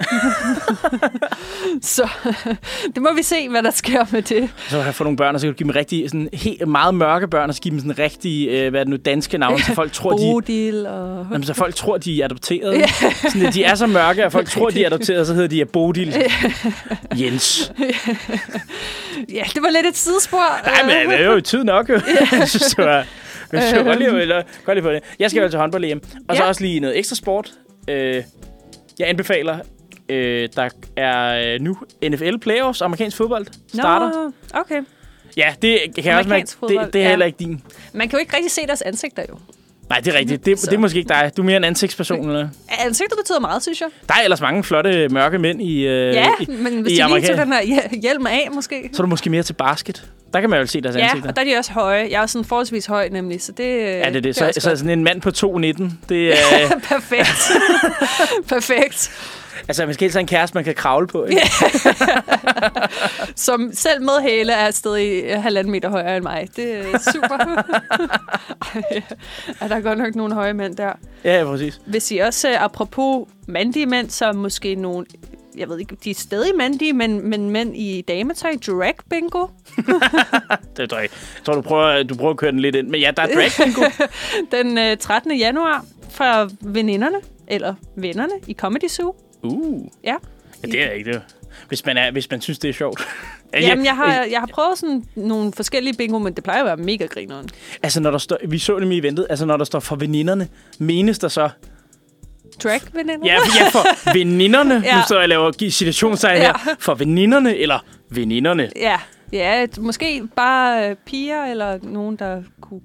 C: så det må vi se, hvad der sker med det.
B: Så kan jeg Altså, få nogle børn, og så kan du give dem rigtig, sådan, helt, meget mørke børn, og så give dem sådan rigtige, øh, hvad er det nu, danske navne, så folk tror, de,
C: Bodil og...
B: jamen, så folk tror, de er adopteret. Sådan, at de er så mørke, at folk tror, de er adopteret, og så hedder de Bodil. Jens.
C: Ja, det var lidt et sidespor. Øh.
B: Nej, men det er jo tid nok, jo. jeg synes, det var... Jeg synes, det var godt lige, eller, godt lige på det. Jeg skal jo til håndbold hjem. Og så
C: Øh. Ja.
B: også lige noget ekstra sport. Øh, jeg anbefaler, øh, der er øh, nu NFL Playoffs, amerikansk fodbold starter.
C: Nå, okay.
B: Ja, det kan jeg også mærke.
C: Amerikansk fodbold,
B: Det, det er
C: ja.
B: heller ikke din.
C: Man kan jo ikke rigtig se deres ansigter, jo.
B: Nej, det er rigtigt. Det,
C: Så.
B: det er måske ikke dig. Du er mere en ansigtsperson. Eller?
C: Ansigter betyder meget, synes jeg.
B: Der er ellers mange flotte mørke mænd i... Øh,
C: Ja,
B: i
C: men hvis
B: i
C: de lige
B: Amerika-
C: tager den her hje- hjelm af, måske.
B: så er du måske mere til basket. Der kan man jo se deres
C: Ja,
B: ansigter.
C: og der er de også høje. Jeg er jo sådan forholdsvis høj, nemlig, så det...
B: er det det? Så,
C: er
B: så
C: også godt.
B: sådan en mand på 2,19. Det er,
C: Perfekt. Perfekt.
B: altså, man skal helst have en kæreste, man kan kravle på. Ikke?
C: Som selv med hæle er stadig øh, halvanden meter højere end mig. Det er super. Ej, er der godt nok nogle høje mænd der.
B: Ja, ja, præcis.
C: Hvis I også, øh, apropos mandige mænd, så er måske nogle... Jeg ved ikke, de er stadig mandige, men, men mænd i dametøj. Drag bingo.
B: Det tror jeg. ikke. jeg tror, du prøver, du prøver at køre den lidt ind. Men ja, der er drag bingo.
C: Den øh, 13. januar fra veninderne, eller vennerne i Comedy Zoo.
B: Uh.
C: Ja.
B: ja det er ikke det. Hvis man, er, hvis man synes, det er sjovt.
C: Jamen, jeg har, jeg har prøvet sådan nogle forskellige bingo, men det plejer at være mega grineren.
B: Altså, når der står, vi så nemlig i ventet, altså når der står for veninderne, menes der så,
C: Drag veninder?
B: Ja, for- ja for veninderne. ja.
C: Ja.
B: Nu står jeg og laver situationstegn ja.
C: Ja.
B: her. For veninderne, eller veninderne.
C: Ja. Ja, et- måske bare øh, piger, eller nogen, der kunne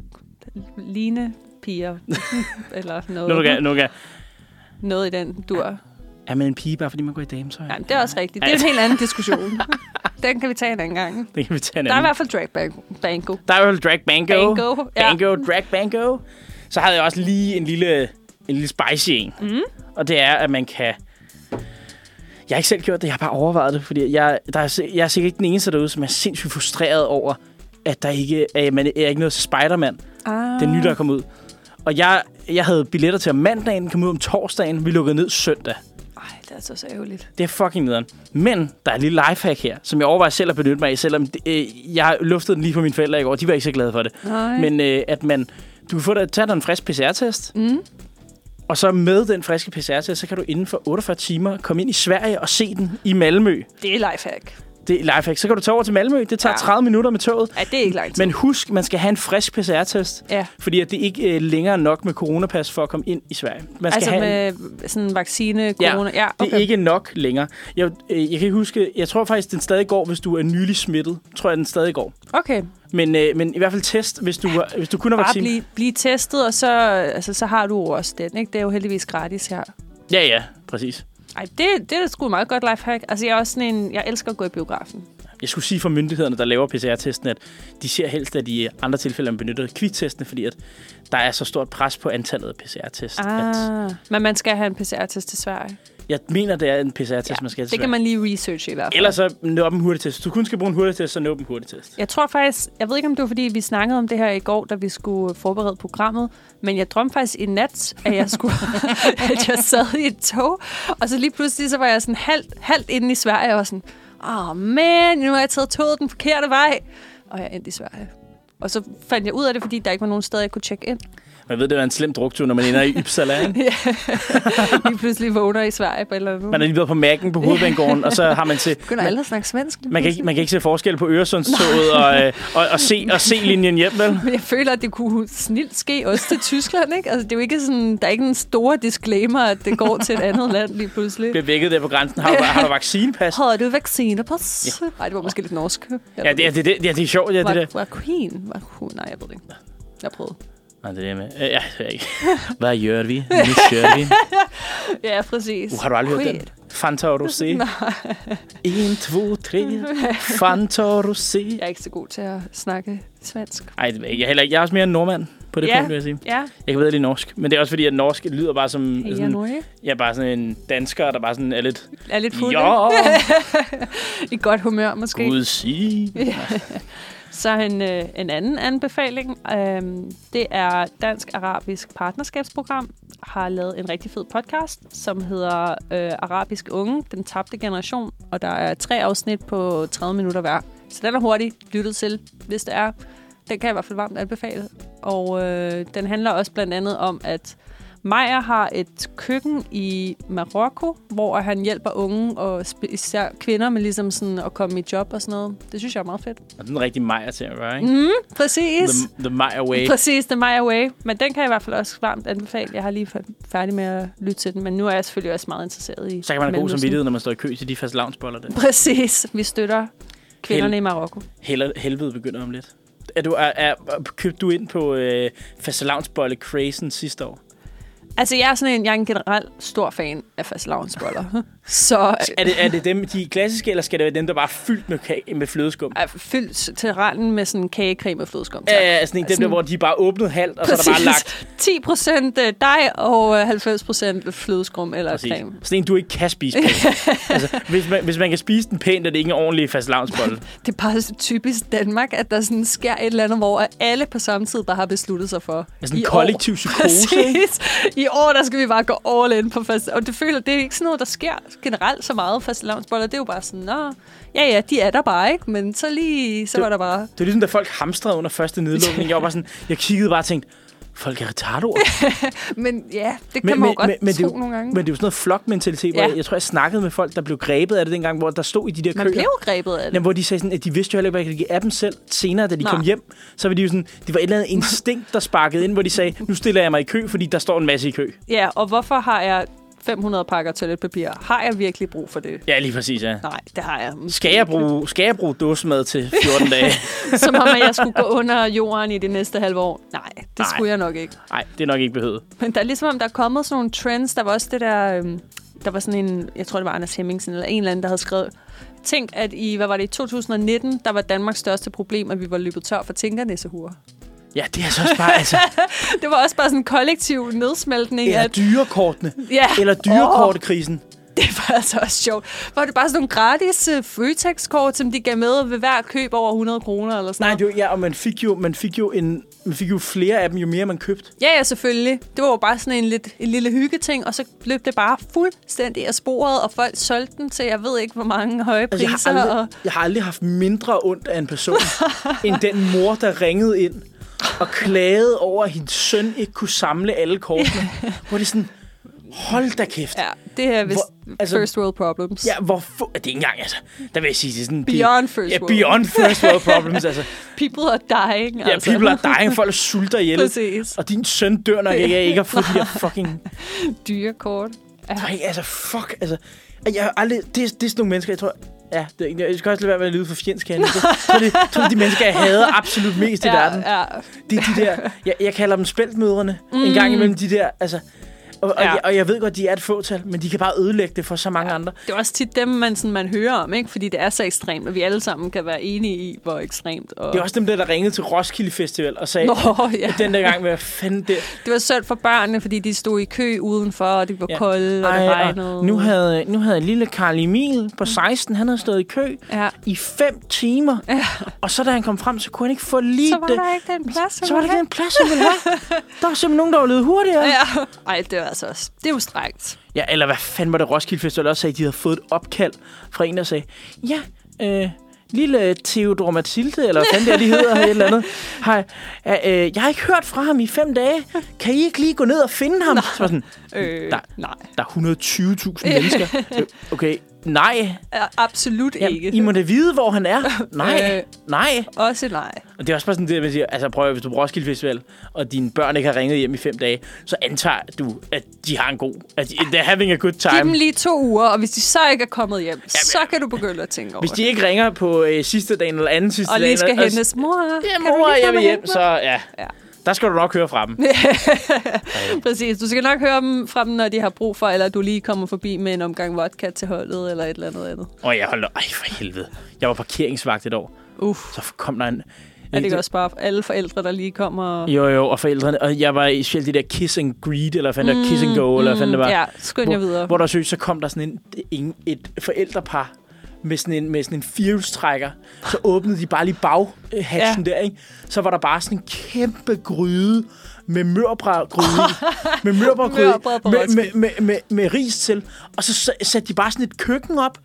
C: ligne piger. eller noget,
B: Nu kan, nu kan.
C: noget i den dur.
B: Er man en pige, bare fordi man går i dametøj?
C: Ja, det er også rigtigt. Det er en
B: Ja.
C: helt anden diskussion. den kan vi tage en anden gang.
B: Det kan vi tage en
C: Der er i
B: anden.
C: hvert fald drag bang- bango.
B: Der er jo drag bango.
C: Bango, ja.
B: Bango, drag bango. Så havde jeg også lige en lille, en lille spicy en. Mm. Og det er, at man kan... Jeg har ikke selv gjort det, jeg har bare overvejet det, fordi jeg, der er, si- jeg er sikkert ikke den eneste derude, som er sindssygt frustreret over, at der ikke, at man er ikke noget til Spider-Man.
C: Ah.
B: den nye, der er kommet ud. Og jeg, jeg havde billetter til om mandagen, den kom ud om torsdagen, vi lukkede ned søndag.
C: Ej, det er altså så ærgerligt.
B: Det er fucking nederen. Men der er et lille lifehack her, som jeg overvejer selv at benytte mig af, selvom det, øh, jeg luftede den lige for mine forældre i går, de var ikke så glade for det.
C: Nej.
B: Men øh, at man, du kan få dig, tage dig en frisk PCR-test, mm. og så med den friske PCR-test, så kan du inden for 48 timer komme ind i Sverige og se den i Malmø.
C: Det er lifehack.
B: Det er lifehack. Så kan du tage over til Malmø, det tager
C: Ja.
B: ja. 30 minutter med toget.
C: Ja, det er ikke lang tid.
B: Men husk, man skal have en frisk PCR-test.
C: ja.
B: Fordi at det ikke øh, længere er nok med coronapas for at komme ind i Sverige. Man skal
C: Altså
B: have en,
C: med sådan en vaccine,
B: Ja,
C: corona. Ja, okay.
B: Det er ikke nok længere. Jeg, øh, jeg kan ikke huske, jeg tror faktisk, den stadig går, hvis du er nylig smittet. Tror jeg, den stadig går.
C: Okay,
B: Men, øh, men i hvert fald test, hvis du, har- hvis du kun har
C: bare
B: vaccine.
C: blive, blive testet, og så, altså, så har du jo også den. Ikke? Det er jo heldigvis gratis her.
B: Ja, ja, præcis.
C: Ej, det, det er sgu et meget godt lifehack. Altså, jeg er også sådan en... Jeg elsker at gå i biografen.
B: Jeg skulle sige for myndighederne, der laver PCR-testen, at de ser helst, at de andre tilfælde man benytter kviktestene, fordi at der er så stort pres på antallet af PCR-test. At
C: Ah, men man skal have en PCR-test til Sverige.
B: jeg mener, det er en PCR-test, man skal have til
C: Det kan
B: Sverige.
C: man lige researche i hvert fald.
B: Ellers så nøb en hurtigtest. Hvis du kun skal bruge en hurtigtest, så nøb en hurtigtest.
C: Jeg tror faktisk, jeg ved ikke, om det var, fordi vi snakkede om det her i går, da vi skulle forberede programmet, men jeg drømte faktisk i nat, at jeg, skulle, at jeg sad i et tog, og så lige pludselig så var jeg sådan halvt, halvt inde i Sverige, og jeg var sådan, åh oh, man, nu har jeg taget toget den forkerte vej, og jeg endte i Sverige. Og så fandt jeg ud af det, fordi der ikke var nogen steder, jeg kunne tjekke ind.
B: Man ved, det er en slem druktur, når man ender i Ypsala, ikke?
C: Lige pludselig vågner i Sverige på et eller andet.
B: Man er lige været på Mac'en på hovedbanegården, og så har man til...
C: begynder alle at snakke svensk. lige
B: Man kan, ikke, man kan ikke se forskel på Øresundstoget og, øh, og, og, se, og se linjen hjem, vel?
C: Men jeg føler, at det kunne snilt ske også til Tyskland, ikke? Altså, det er jo ikke sådan, der er ikke en stor disclaimer, at det går til et andet land lige pludselig.
B: Bliver vækket der på grænsen. Har du, har du vaccinepas?
C: Har du vaccinepas? Ja. Nej, det var måske lidt norsk. Jeg
B: Ja,
C: ved
B: det, ja, det, det, ja, det er sjovt, ja, det der.
C: Var, var queen? Var queen? Nej, jeg ved det ikke. Jeg prøvede.
B: Nej, det er det med. Øh, Ja, det ved jeg ikke. Hvad gør vi? Nu gør vi.
C: Ja, præcis.
B: Uh, har du aldrig hørt den? Fanta og Rosé.
C: Nej,
B: 1, 2, 3. Fanta og Rosé.
C: jeg er ikke så god til at snakke svensk.
B: Ej, det ved jeg, ikke. jeg, er heller, ikke- jeg er også mere en nordmand på det
C: Ja.
B: punkt, vil jeg sige.
C: Ja,
B: Jeg kan bedre lide norsk, men det er også fordi, at norsk lyder bare som
C: hey, jeg er
B: sådan,
C: Norge.
B: ja, bare sådan en dansker, der bare sådan er lidt...
C: Er lidt fuld.
B: Jo,
C: I godt humør måske.
B: Gud sige.
C: Så en, øh, en anden anbefaling, øhm, det er Dansk-Arabisk Partnerskabsprogram, har lavet en rigtig fed podcast, som hedder øh, Arabisk Unge, den tabte generation, og der er tre afsnit på 30 minutter hver. Så den er hurtigt lyttet til, hvis det er. Den kan jeg i hvert fald varmt anbefale. Og øh, den handler også blandt andet om, at Maja har et køkken i Marokko, hvor han hjælper unge og spe- især kvinder med ligesom sådan at komme i job og sådan noget. Det synes jeg er meget fedt.
B: Og den er rigtig Maja til at gøre, ikke?
C: Mm, præcis.
B: The, the Maja way.
C: Præcis, The Maya Way. Men den kan jeg i hvert fald også varmt anbefale. Jeg har lige fa- færdig med at lytte til den, men nu er jeg selvfølgelig også meget interesseret i
B: Så kan man have god
C: Mellemøsten.
B: samvittighed, når man står i kø til de fast lavnsboller der.
C: Præcis. Vi støtter kvinderne
B: Hel-
C: i Marokko.
B: Hel- helvede begynder om lidt. Er du, er, er, købte du ind på øh, fastelavnsbolle crazen sidste år?
C: Altså, jeg er sådan en, jeg er en generelt stor fan af fastelavnsboller. så øh,
B: Er det, er det dem, de er klassiske, eller skal det være dem, der bare er fyldt med, kage, med flødeskum?
C: øh, fyld til randen med sådan kagecreme og flødeskum. tak.
B: Ja, sådan en, dem der,
C: Sådan-
B: hvor de bare åbnet halvt, og så er der bare
C: Præcis.
B: lagt
C: 10 procent dej og øh, 90 procent flødeskum eller
B: Præcis.
C: creme.
B: Sådan en, du ikke kan spise pænt. altså, hvis, man, hvis man kan spise den pænt, er det ikke en ordentlig fast lavnsbolle.
C: Det er bare så typisk Danmark, at der sådan sker et eller andet, hvor alle på samme tid bare har besluttet sig for.
B: Altså en
C: i år-
B: kollektiv psykose. ikke?
C: Præcis. I år, der skal vi bare gå all in på fast. Og det føler, det er ikke sådan noget, der sker generelt så meget fast lavnsboller. Det er jo bare sådan, nå, ja, ja, de er der bare, ikke? Men så lige, så
B: Det-
C: var der bare...
B: Det er ligesom, da folk hamstrede under første nedlukning. Jeg var bare sådan, jeg kiggede bare og tænkte, folk er retardoer.
C: Men ja, det kan
B: Men-
C: man
B: men-
C: jo godt
B: men- men det er
C: tro
B: jo-
C: nogle gange.
B: Men det er jo sådan noget flokmentalitet, hvor
C: Ja.
B: jeg, jeg tror, jeg snakkede med folk, der blev grebet af det dengang, hvor der stod i de der
C: man
B: køer.
C: blev jo grebet af det.
B: Jamen, hvor de sagde sådan, at de vidste jo heller ikke, hvad de gik af dem selv. Senere, da de
C: Nej.
B: Nej. kom hjem, så var de jo sådan, det var et eller andet instinkt, der sparkede ind, hvor de sagde, nu stiller jeg mig i kø, fordi der står en masse i kø.
C: Ja, og hvorfor har jeg 500 pakker toiletpapir? Har jeg virkelig brug for det?
B: Ja, lige præcis, ja.
C: Nej, det har jeg.
B: Skal jeg bruge, skal jeg bruge dåsemad til 14 dage?
C: Som om, at jeg skulle gå under jorden i det næste halve år. Nej, det Nej.
B: Nej.
C: skulle jeg nok ikke.
B: Nej, det er nok ikke behøvet.
C: Men der er ligesom om, der er kommet sådan nogle trends. Der var også det der... Øhm, der var sådan en... Jeg tror, det var Anders Hemmingsen eller en eller anden, der havde skrevet... Tænk, at i, hvad var det, i 2019, der var Danmarks største problem, at vi var løbet tør for tinkernæsehure.
B: Ja, det er så også bare, altså,
C: Det var også bare sådan en kollektiv nedsmeltning.
B: eller
C: af,
B: dyrekortene,
C: ja,
B: eller
C: Åh,
B: dyrekortekrisen.
C: det var altså også sjovt. Var det bare sådan nogle gratis uh, Føtex-kort, som de gav med ved hver køb over 100 kroner eller sådan
B: Nej,
C: noget?
B: det var, ja, og man fik jo, man fik jo, en, man fik jo flere af dem, jo mere man købte.
C: Ja, ja, selvfølgelig. Det var jo bare sådan en, lidt, en lille hyggeting, og så løb det bare fuldstændig af sporet, og folk solgte den til, jeg ved ikke, hvor mange høje
B: Altså,
C: priser.
B: jeg, har
C: og...
B: aldrig, jeg har aldrig haft mindre ondt af en person, end den mor, der ringede ind og klagede over, at hendes søn ikke kunne samle alle kortene. hvor det er sådan, hold da kæft.
C: Ja, det er vist
B: Hvor- altså-
C: altså, first world problems.
B: Ja, hvorfor? Det er ikke engang, altså. Der vil jeg sige, det er sådan...
C: Beyond
B: det,
C: first
B: ja,
C: world.
B: beyond first world problems, altså.
C: People are dying,
B: Ja,
C: altså.
B: people are dying, folk sulter ihjel.
C: Præcis.
B: Og din søn dør nok ikke af ikke at få de der fucking...
C: Dyrekort.
B: Nej, altså fuck, altså... Jeg har aldrig... Det, er- det er sådan nogle mennesker, jeg tror... Ja, det, jeg skal også lade være med at lyde for fjendsk herinde. Jeg tror, det, jeg tror, det er de mennesker, jeg hader absolut mest i verden.
C: ja.
B: Det er de der... Jeg, jeg kalder dem spæltmødrene. Mm. En gang imellem de der... Altså, og, og,
C: Ja.
B: ja. jeg, og jeg ved godt, de er et fåtal, men de kan bare ødelægge det for så mange andre.
C: Det er også tit dem, man, sådan, man hører om, ikke? fordi det er så ekstremt, og vi alle sammen kan være enige i, hvor ekstremt. Og...
B: Det er også dem der, der ringede til Roskilde Festival og sagde,
C: Nå, ja.
B: den der gang, hvad fanden det...
C: Det var synd for børnene, fordi de stod i kø udenfor, og det var ja.
B: Ja.
C: koldt, og det
B: Ej,
C: regnede.
B: og nu havde, nu havde lille Karl Emil på 16, han havde stået i kø
C: Mm. Ja.
B: i 5 timer. Ja. Og så da han kom frem, så kunne han ikke få lige
C: Så var
B: det.
C: der ikke den plads, som
B: så var der ikke den plads, han ville have. Der var simpelthen nogen, der var løbet hurtigere. Ja.
C: Ja. Ej, det var altså også... Det er jo strengt.
B: ja, eller hvad fanden var det Roskilde Festival også sagde, de havde fået et opkald fra en, der sagde, ja, øh, lille Theodor Mathilde, eller hvad fanden der de hedder, eller et eller andet, har, øh, øh, jeg har ikke hørt fra ham i fem dage. Kan I ikke lige gå ned og finde ham? Så var sådan,
C: Øh,
B: Der-
C: Nej,
B: der er 120.000 mennesker. Øh, Okay, nej,
C: Ja, absolut
B: Jamen,
C: ikke.
B: I må da vide, hvor han er. Nej,
C: Øh.
B: nej.
C: Også nej.
B: Og det er også bare sådan det, man siger, altså prøv at høre, hvis du er på Roskilde Festival, og dine børn ikke har ringet hjem i fem dage, så antager du, at de har en god, at de- they're having a good
C: Giv dem
B: time.
C: lige to uger, og hvis de så ikke er kommet hjem, så kan du begynde at tænke over
B: Hvis de ikke ringer på øh, sidste dagen eller anden sidste
C: og
B: dagen,
C: lige skal
B: og-
C: hentes mor.
B: Ja,
C: kan
B: mor,
C: du lige
B: jeg
C: komme
B: vil
C: og
B: hjem,
C: hente mig?
B: så ja.
C: Ja.
B: Der skal du nok høre fra dem.
C: Præcis. Du skal nok høre dem fra dem, når de har brug for, eller du lige kommer forbi med en omgang vodka til holdet, eller et eller andet andet.
B: Og jeg holdt Ej, for helvede. Jeg var parkeringsvagt et år.
C: Uff.
B: Så kom der en...
C: Er det ikke også bare alle forældre, der lige kommer og...
B: Jo, jo, og forældrene. Og jeg var i specielt det der kiss and greet, eller fandt mm, der kiss and go, eller fandt det var.
C: mm, Ja, skynd jer videre.
B: Hvor der søgte, så kom der sådan en, en, et forældrepar med sådan en, med sådan en firehjulstrækker. Så åbnede de bare lige baghatchen ja. der, ikke? Så var der bare sådan en kæmpe gryde med mørbrædgryde. med mørbrædgryde.
C: Mørbrad på
B: med, med,
C: Roskilde.
B: med, med, med, ris til. Og så sa- satte de bare sådan et køkken op.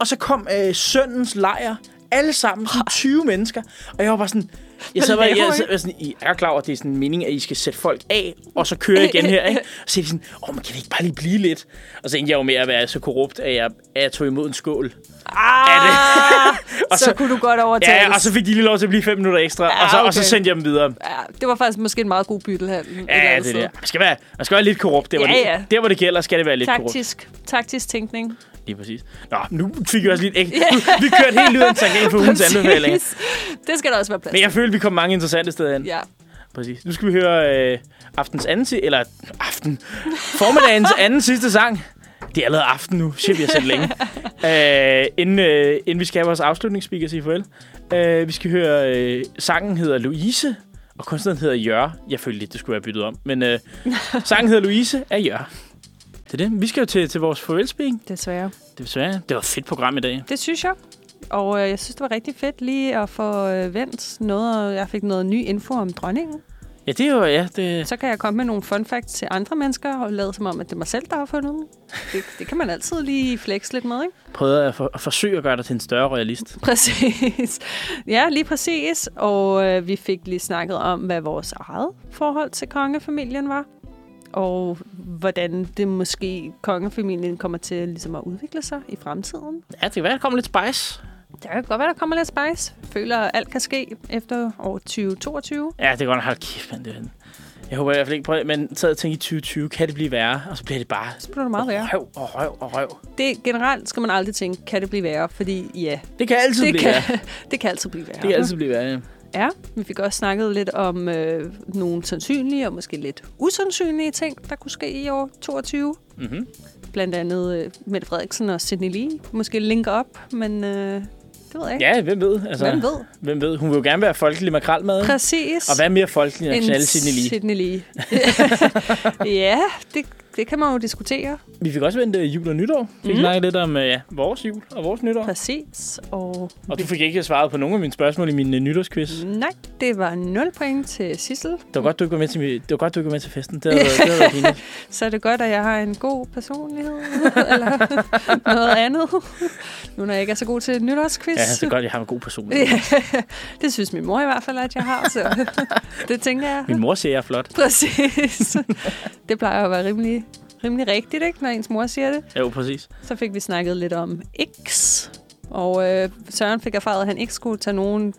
B: Og så kom øh, søndens lejer. Alle sammen, sådan 20 mennesker. Og jeg var bare sådan... Jeg sad bare, jeg,
C: laver I?
B: jeg, jeg, sådan, I er klar over, at det er sådan en mening, at I skal sætte folk af, og så køre igen her, ikke? Og så er de sådan, åh, oh, men kan vi ikke bare lige blive lidt? Og så endte jeg jo med at være så korrupt, at jeg, at jeg tog imod en skål.
C: Ah,
B: Og så-
C: så, så kunne du godt overtales.
B: Ja, og så fik de lige lov til at blive fem minutter ekstra, ja, og, så, okay. og så
C: okay.
B: sendte jeg dem videre.
C: Ja, det var faktisk måske en meget god byttelhandel. et eller
B: Ja,
C: andet
B: det
C: sted.
B: der. Man skal være, man skal være lidt korrupt. Der, hvor
C: Ja,
B: det,
C: ja.
B: der, hvor det gælder, skal det være lidt korrupt.
C: Taktisk, taktisk tænkning.
B: Lige præcis. Nå, nu fik jeg også lidt... Ikke? Vi kørte helt ud af en tangent på ugens
C: Præcis.
B: anbefalinger.
C: Det skal der også være plads
B: Men
C: til.
B: jeg følte, vi kom mange interessante steder hen.
C: Ja.
B: Præcis. Nu skal vi høre øh, aftens anden si- eller aften, formiddagens anden sidste sang. Det er allerede aften nu. Shit, vi har sendt længe. Æh, inden, øh, inden vi skal have vores afslutningsspeaker, sige farvel. Øh, vi skal høre, øh, sangen hedder Louise, og kunstneren hedder Jør. Jeg følte lidt, det skulle være byttet om, men øh, sangen hedder Louise af Jør. Det er det. Vi skal jo til, til vores farvelspeaking.
C: Desværre.
B: Desværre. Det var et fedt program i dag.
C: Det synes jeg. Og øh, jeg synes, det var rigtig fedt lige at få øh, vendt noget, og jeg fik noget ny info om dronningen.
B: Ja, det er jo... Ja, det,
C: Så kan jeg komme med nogle fun facts til andre mennesker, og lade som om, at det er mig selv, der har fundet dem. Det, det kan man altid lige flex lidt med, ikke?
B: prøvede at, for, at forsøge at gøre dig til en større royalist.
C: Præcis. Ja, lige præcis. Og øh, vi fik lige snakket om, hvad vores eget forhold til kongefamilien var. Og hvordan det måske kongefamilien kommer til ligesom at udvikle sig i fremtiden.
B: Ja, det kan være, der kommer lidt spice.
C: Der kan godt være, der kommer lidt spice. Føler, at alt kan ske efter år 2022.
B: Ja, det er godt nok. Hold kæft, mand. Det er- Jeg håber i hvert fald ikke på det, men sad og tænkte i 2020, kan det blive værre? Og så bliver det bare
C: Så bliver det meget værre.
B: røv og røv og røv.
C: Det, generelt skal man aldrig tænke, kan det blive værre? Fordi ja,
B: Det kan altid
C: det
B: blive
C: kan,
B: værre.
C: det kan altid blive værre.
B: Det kan altid blive værre, ja.
C: Ja, vi fik også snakket lidt om øh, nogle sandsynlige og måske lidt usandsynlige ting, der kunne ske i år 22.
B: Mm-hmm.
C: Blandt andet øh, Mette Frederiksen og Sidney Lee. Måske linker op, men øh, det ved jeg ikke.
B: Ja, hvem ved? Altså,
C: Hvem ved?
B: hvem ved? Hun vil jo gerne være folkelig makralmad. ikke?
C: Præcis.
B: Og hvad er mere folkelig end Chanel Sidney Lee?
C: Sidney Lee. ja, det, det kan man jo diskutere.
B: Vi fik også vente jul og nytår. Vi fik
C: Mhm.
B: snakket lidt om øh, ja, vores jul og vores nytår.
C: Præcis. Og
B: Og du fik ikke svaret på nogen af mine spørgsmål i min øh, nytårsquiz. Det
C: nej, det var 0 point til Sissel.
B: var godt, du ikke var med til, mi- det var godt, du ikke var med til festen. Det havde, været- det havde været pinligt.
C: Så er det godt, at jeg har en god personlighed, eller noget andet. Nu når jeg ikke er så god til nytårsquiz.
B: Ja, det er godt, jeg har en god person.
C: det synes min mor i hvert fald, at jeg har, så det tænker jeg.
B: Min mor siger, jeg er flot.
C: Præcis. Det plejer at være rimelig, rimelig rigtigt, ikke, når ens mor siger det.
B: Jo, præcis.
C: Så fik vi snakket lidt om X, og øh, Søren fik erfaret, at han ikke skulle tage nogen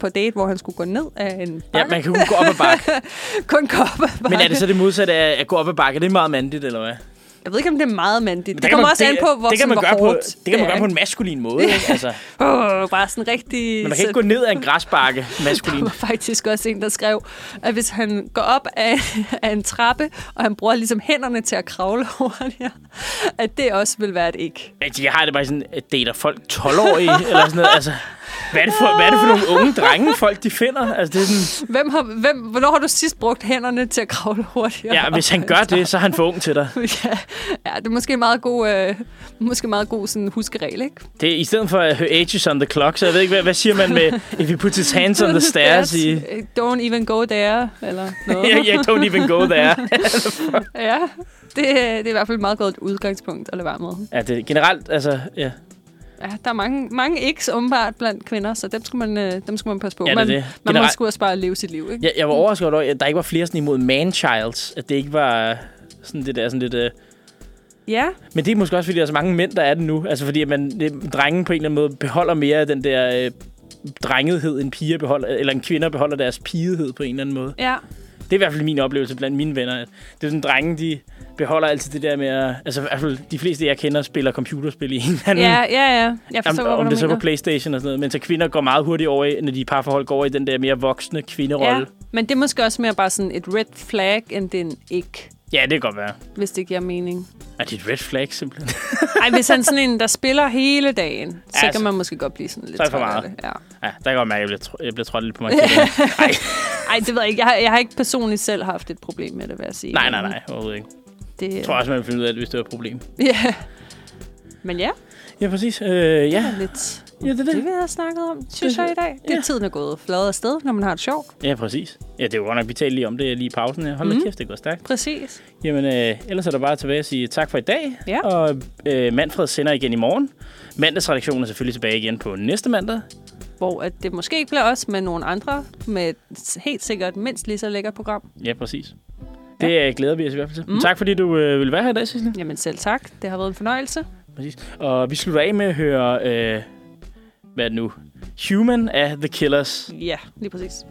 C: på date, hvor han skulle gå ned af en
B: Ja, man kan kun gå op ad bakke.
C: kun kop.
B: Men er det så det modsatte af at gå op ad bakke? Er det meget mandligt, eller hvad?
C: Jeg ved ikke, om det er meget mandigt.
B: Men
C: Det,
B: der
C: det
B: kan
C: kommer
B: man-
C: også an på, hvor,
B: det kan
C: sådan,
B: man
C: hvor
B: gøre på,
C: hårdt
B: det kan man
C: er,
B: gøre på
C: ikke?
B: en maskulin måde. ikke? altså,
C: Åh, bare sådan rigtig...
B: men man kan ikke gå ned ad en græsbakke maskulin.
C: Der var faktisk også en, der skrev, at hvis han går op af, af en trappe, og han bruger ligesom hænderne til at kravle over det her, at det også vil være et ikke.
B: Altså, Jeg har det bare sådan, at dater folk 12-årige, eller sådan noget. Altså, hvad er, det for, hvad er det for nogle unge drenge, folk de finder? Altså, det er sådan,
C: Hvem har, hvem, hvornår har du sidst brugt hænderne til at kravle hurtigere?
B: ja, hvis han gør det, så er han for ung til dig.
C: Ja, ja det er måske en meget god, øh, måske en meget god sådan, huskeregel, ikke?
B: Det er, I stedet for at høre ages on the clock, så jeg ved ikke, hvad, hvad siger man med, if he puts his hands on the stairs i...
C: Don't even go there, eller noget.
B: Jeg, jeg don't even go there.
C: ja, det, det er i hvert fald et meget godt udgangspunkt at lade være med.
B: Ja, det, generelt, altså, ja.
C: Ja, der er mange, mange ikke åbenbart blandt kvinder, så dem skal man, øh, dem skal man passe på.
B: Ja, det er
C: man,
B: det.
C: man må
B: Generelt-
C: sgu også bare leve sit liv, ikke?
B: Jeg, jeg var overrasket over, at der ikke var flere sådan imod man-childs. At det ikke var øh, sådan det der, sådan lidt... Øh.
C: Ja,
B: Men det er måske også, fordi der er så mange mænd, der er det nu. Altså fordi, at man, øh, drengen på en eller anden måde beholder mere af den der øh, drengethed, en piger beholder, eller en kvinder beholder deres pigehed på en eller anden måde.
C: ja.
B: Det er i hvert fald min oplevelse blandt mine venner. at Det er sådan, drenge, de beholder altid det der med at... Altså, i hvert fald de fleste, jeg kender, spiller computerspil i en eller anden...
C: Ja, ja, ja. Jeg
B: Om,
C: forstår,
B: om
C: hvad
B: det
C: du
B: så er
C: mener.
B: på Playstation og sådan noget. Men så kvinder går meget hurtigt over, i, når de i parforhold går over i den der mere voksne kvinderolle.
C: Ja, men det er måske også mere bare sådan et red flag, end det er en ikke,
B: Ja. ja, det kan godt være.
C: hvis det giver mening.
B: Er det er et red flag, simpelthen?
C: Ej, hvis han er sådan en, der spiller hele dagen, så
B: Ja,
C: altså,
B: så-
C: kan man måske godt blive sådan lidt
B: så er det for
C: træt af
B: meget.
C: det. Ja.
B: Ja, der kan jeg godt mærke, at jeg bliver, tr- jeg bliver trådt lidt på mig. nej,
C: Ej, det ved jeg ikke. Jeg har, jeg har ikke personligt selv haft et problem med det, vil jeg sige.
B: nej, nej. Overhovedet ikke.
C: Det, øh,
B: Jeg tror også, man vil finde ud af det, hvis det var et problem.
C: Ja. Men ja,
B: Ja, præcis. Øh, ja.
C: det er lidt...
B: ja, det er
C: Det
B: det.
C: vi har snakket om, synes jeg i dag. Det
B: Ja.
C: er tiden er gået flad af sted, når man har det sjovt.
B: Ja, præcis. Ja, det er jo godt nok, vi talte lige om det lige i pausen. her. Hold da
C: Mhm.
B: kæft, det går stærkt.
C: Præcis.
B: Jamen, øh, ellers er der bare tilbage at sige tak for i dag.
C: Ja.
B: Og øh, Manfred sender igen i morgen. Mandagsredaktionen er selvfølgelig tilbage igen på næste mandag.
C: Hvor at det måske ikke bliver os, men nogle andre med et helt sikkert mindst lige så lækkert program.
B: Ja, præcis. Det øh, glæder vi os i hvert fald til. Mm. Tak fordi du øh, vil være her i dag, Cecilie.
C: Jamen selv tak. Det har været en fornøjelse.
B: Præcis. Og vi slutter af med at høre, øh, hvad er det nu? Human af The Killers.
C: Ja, lige præcis.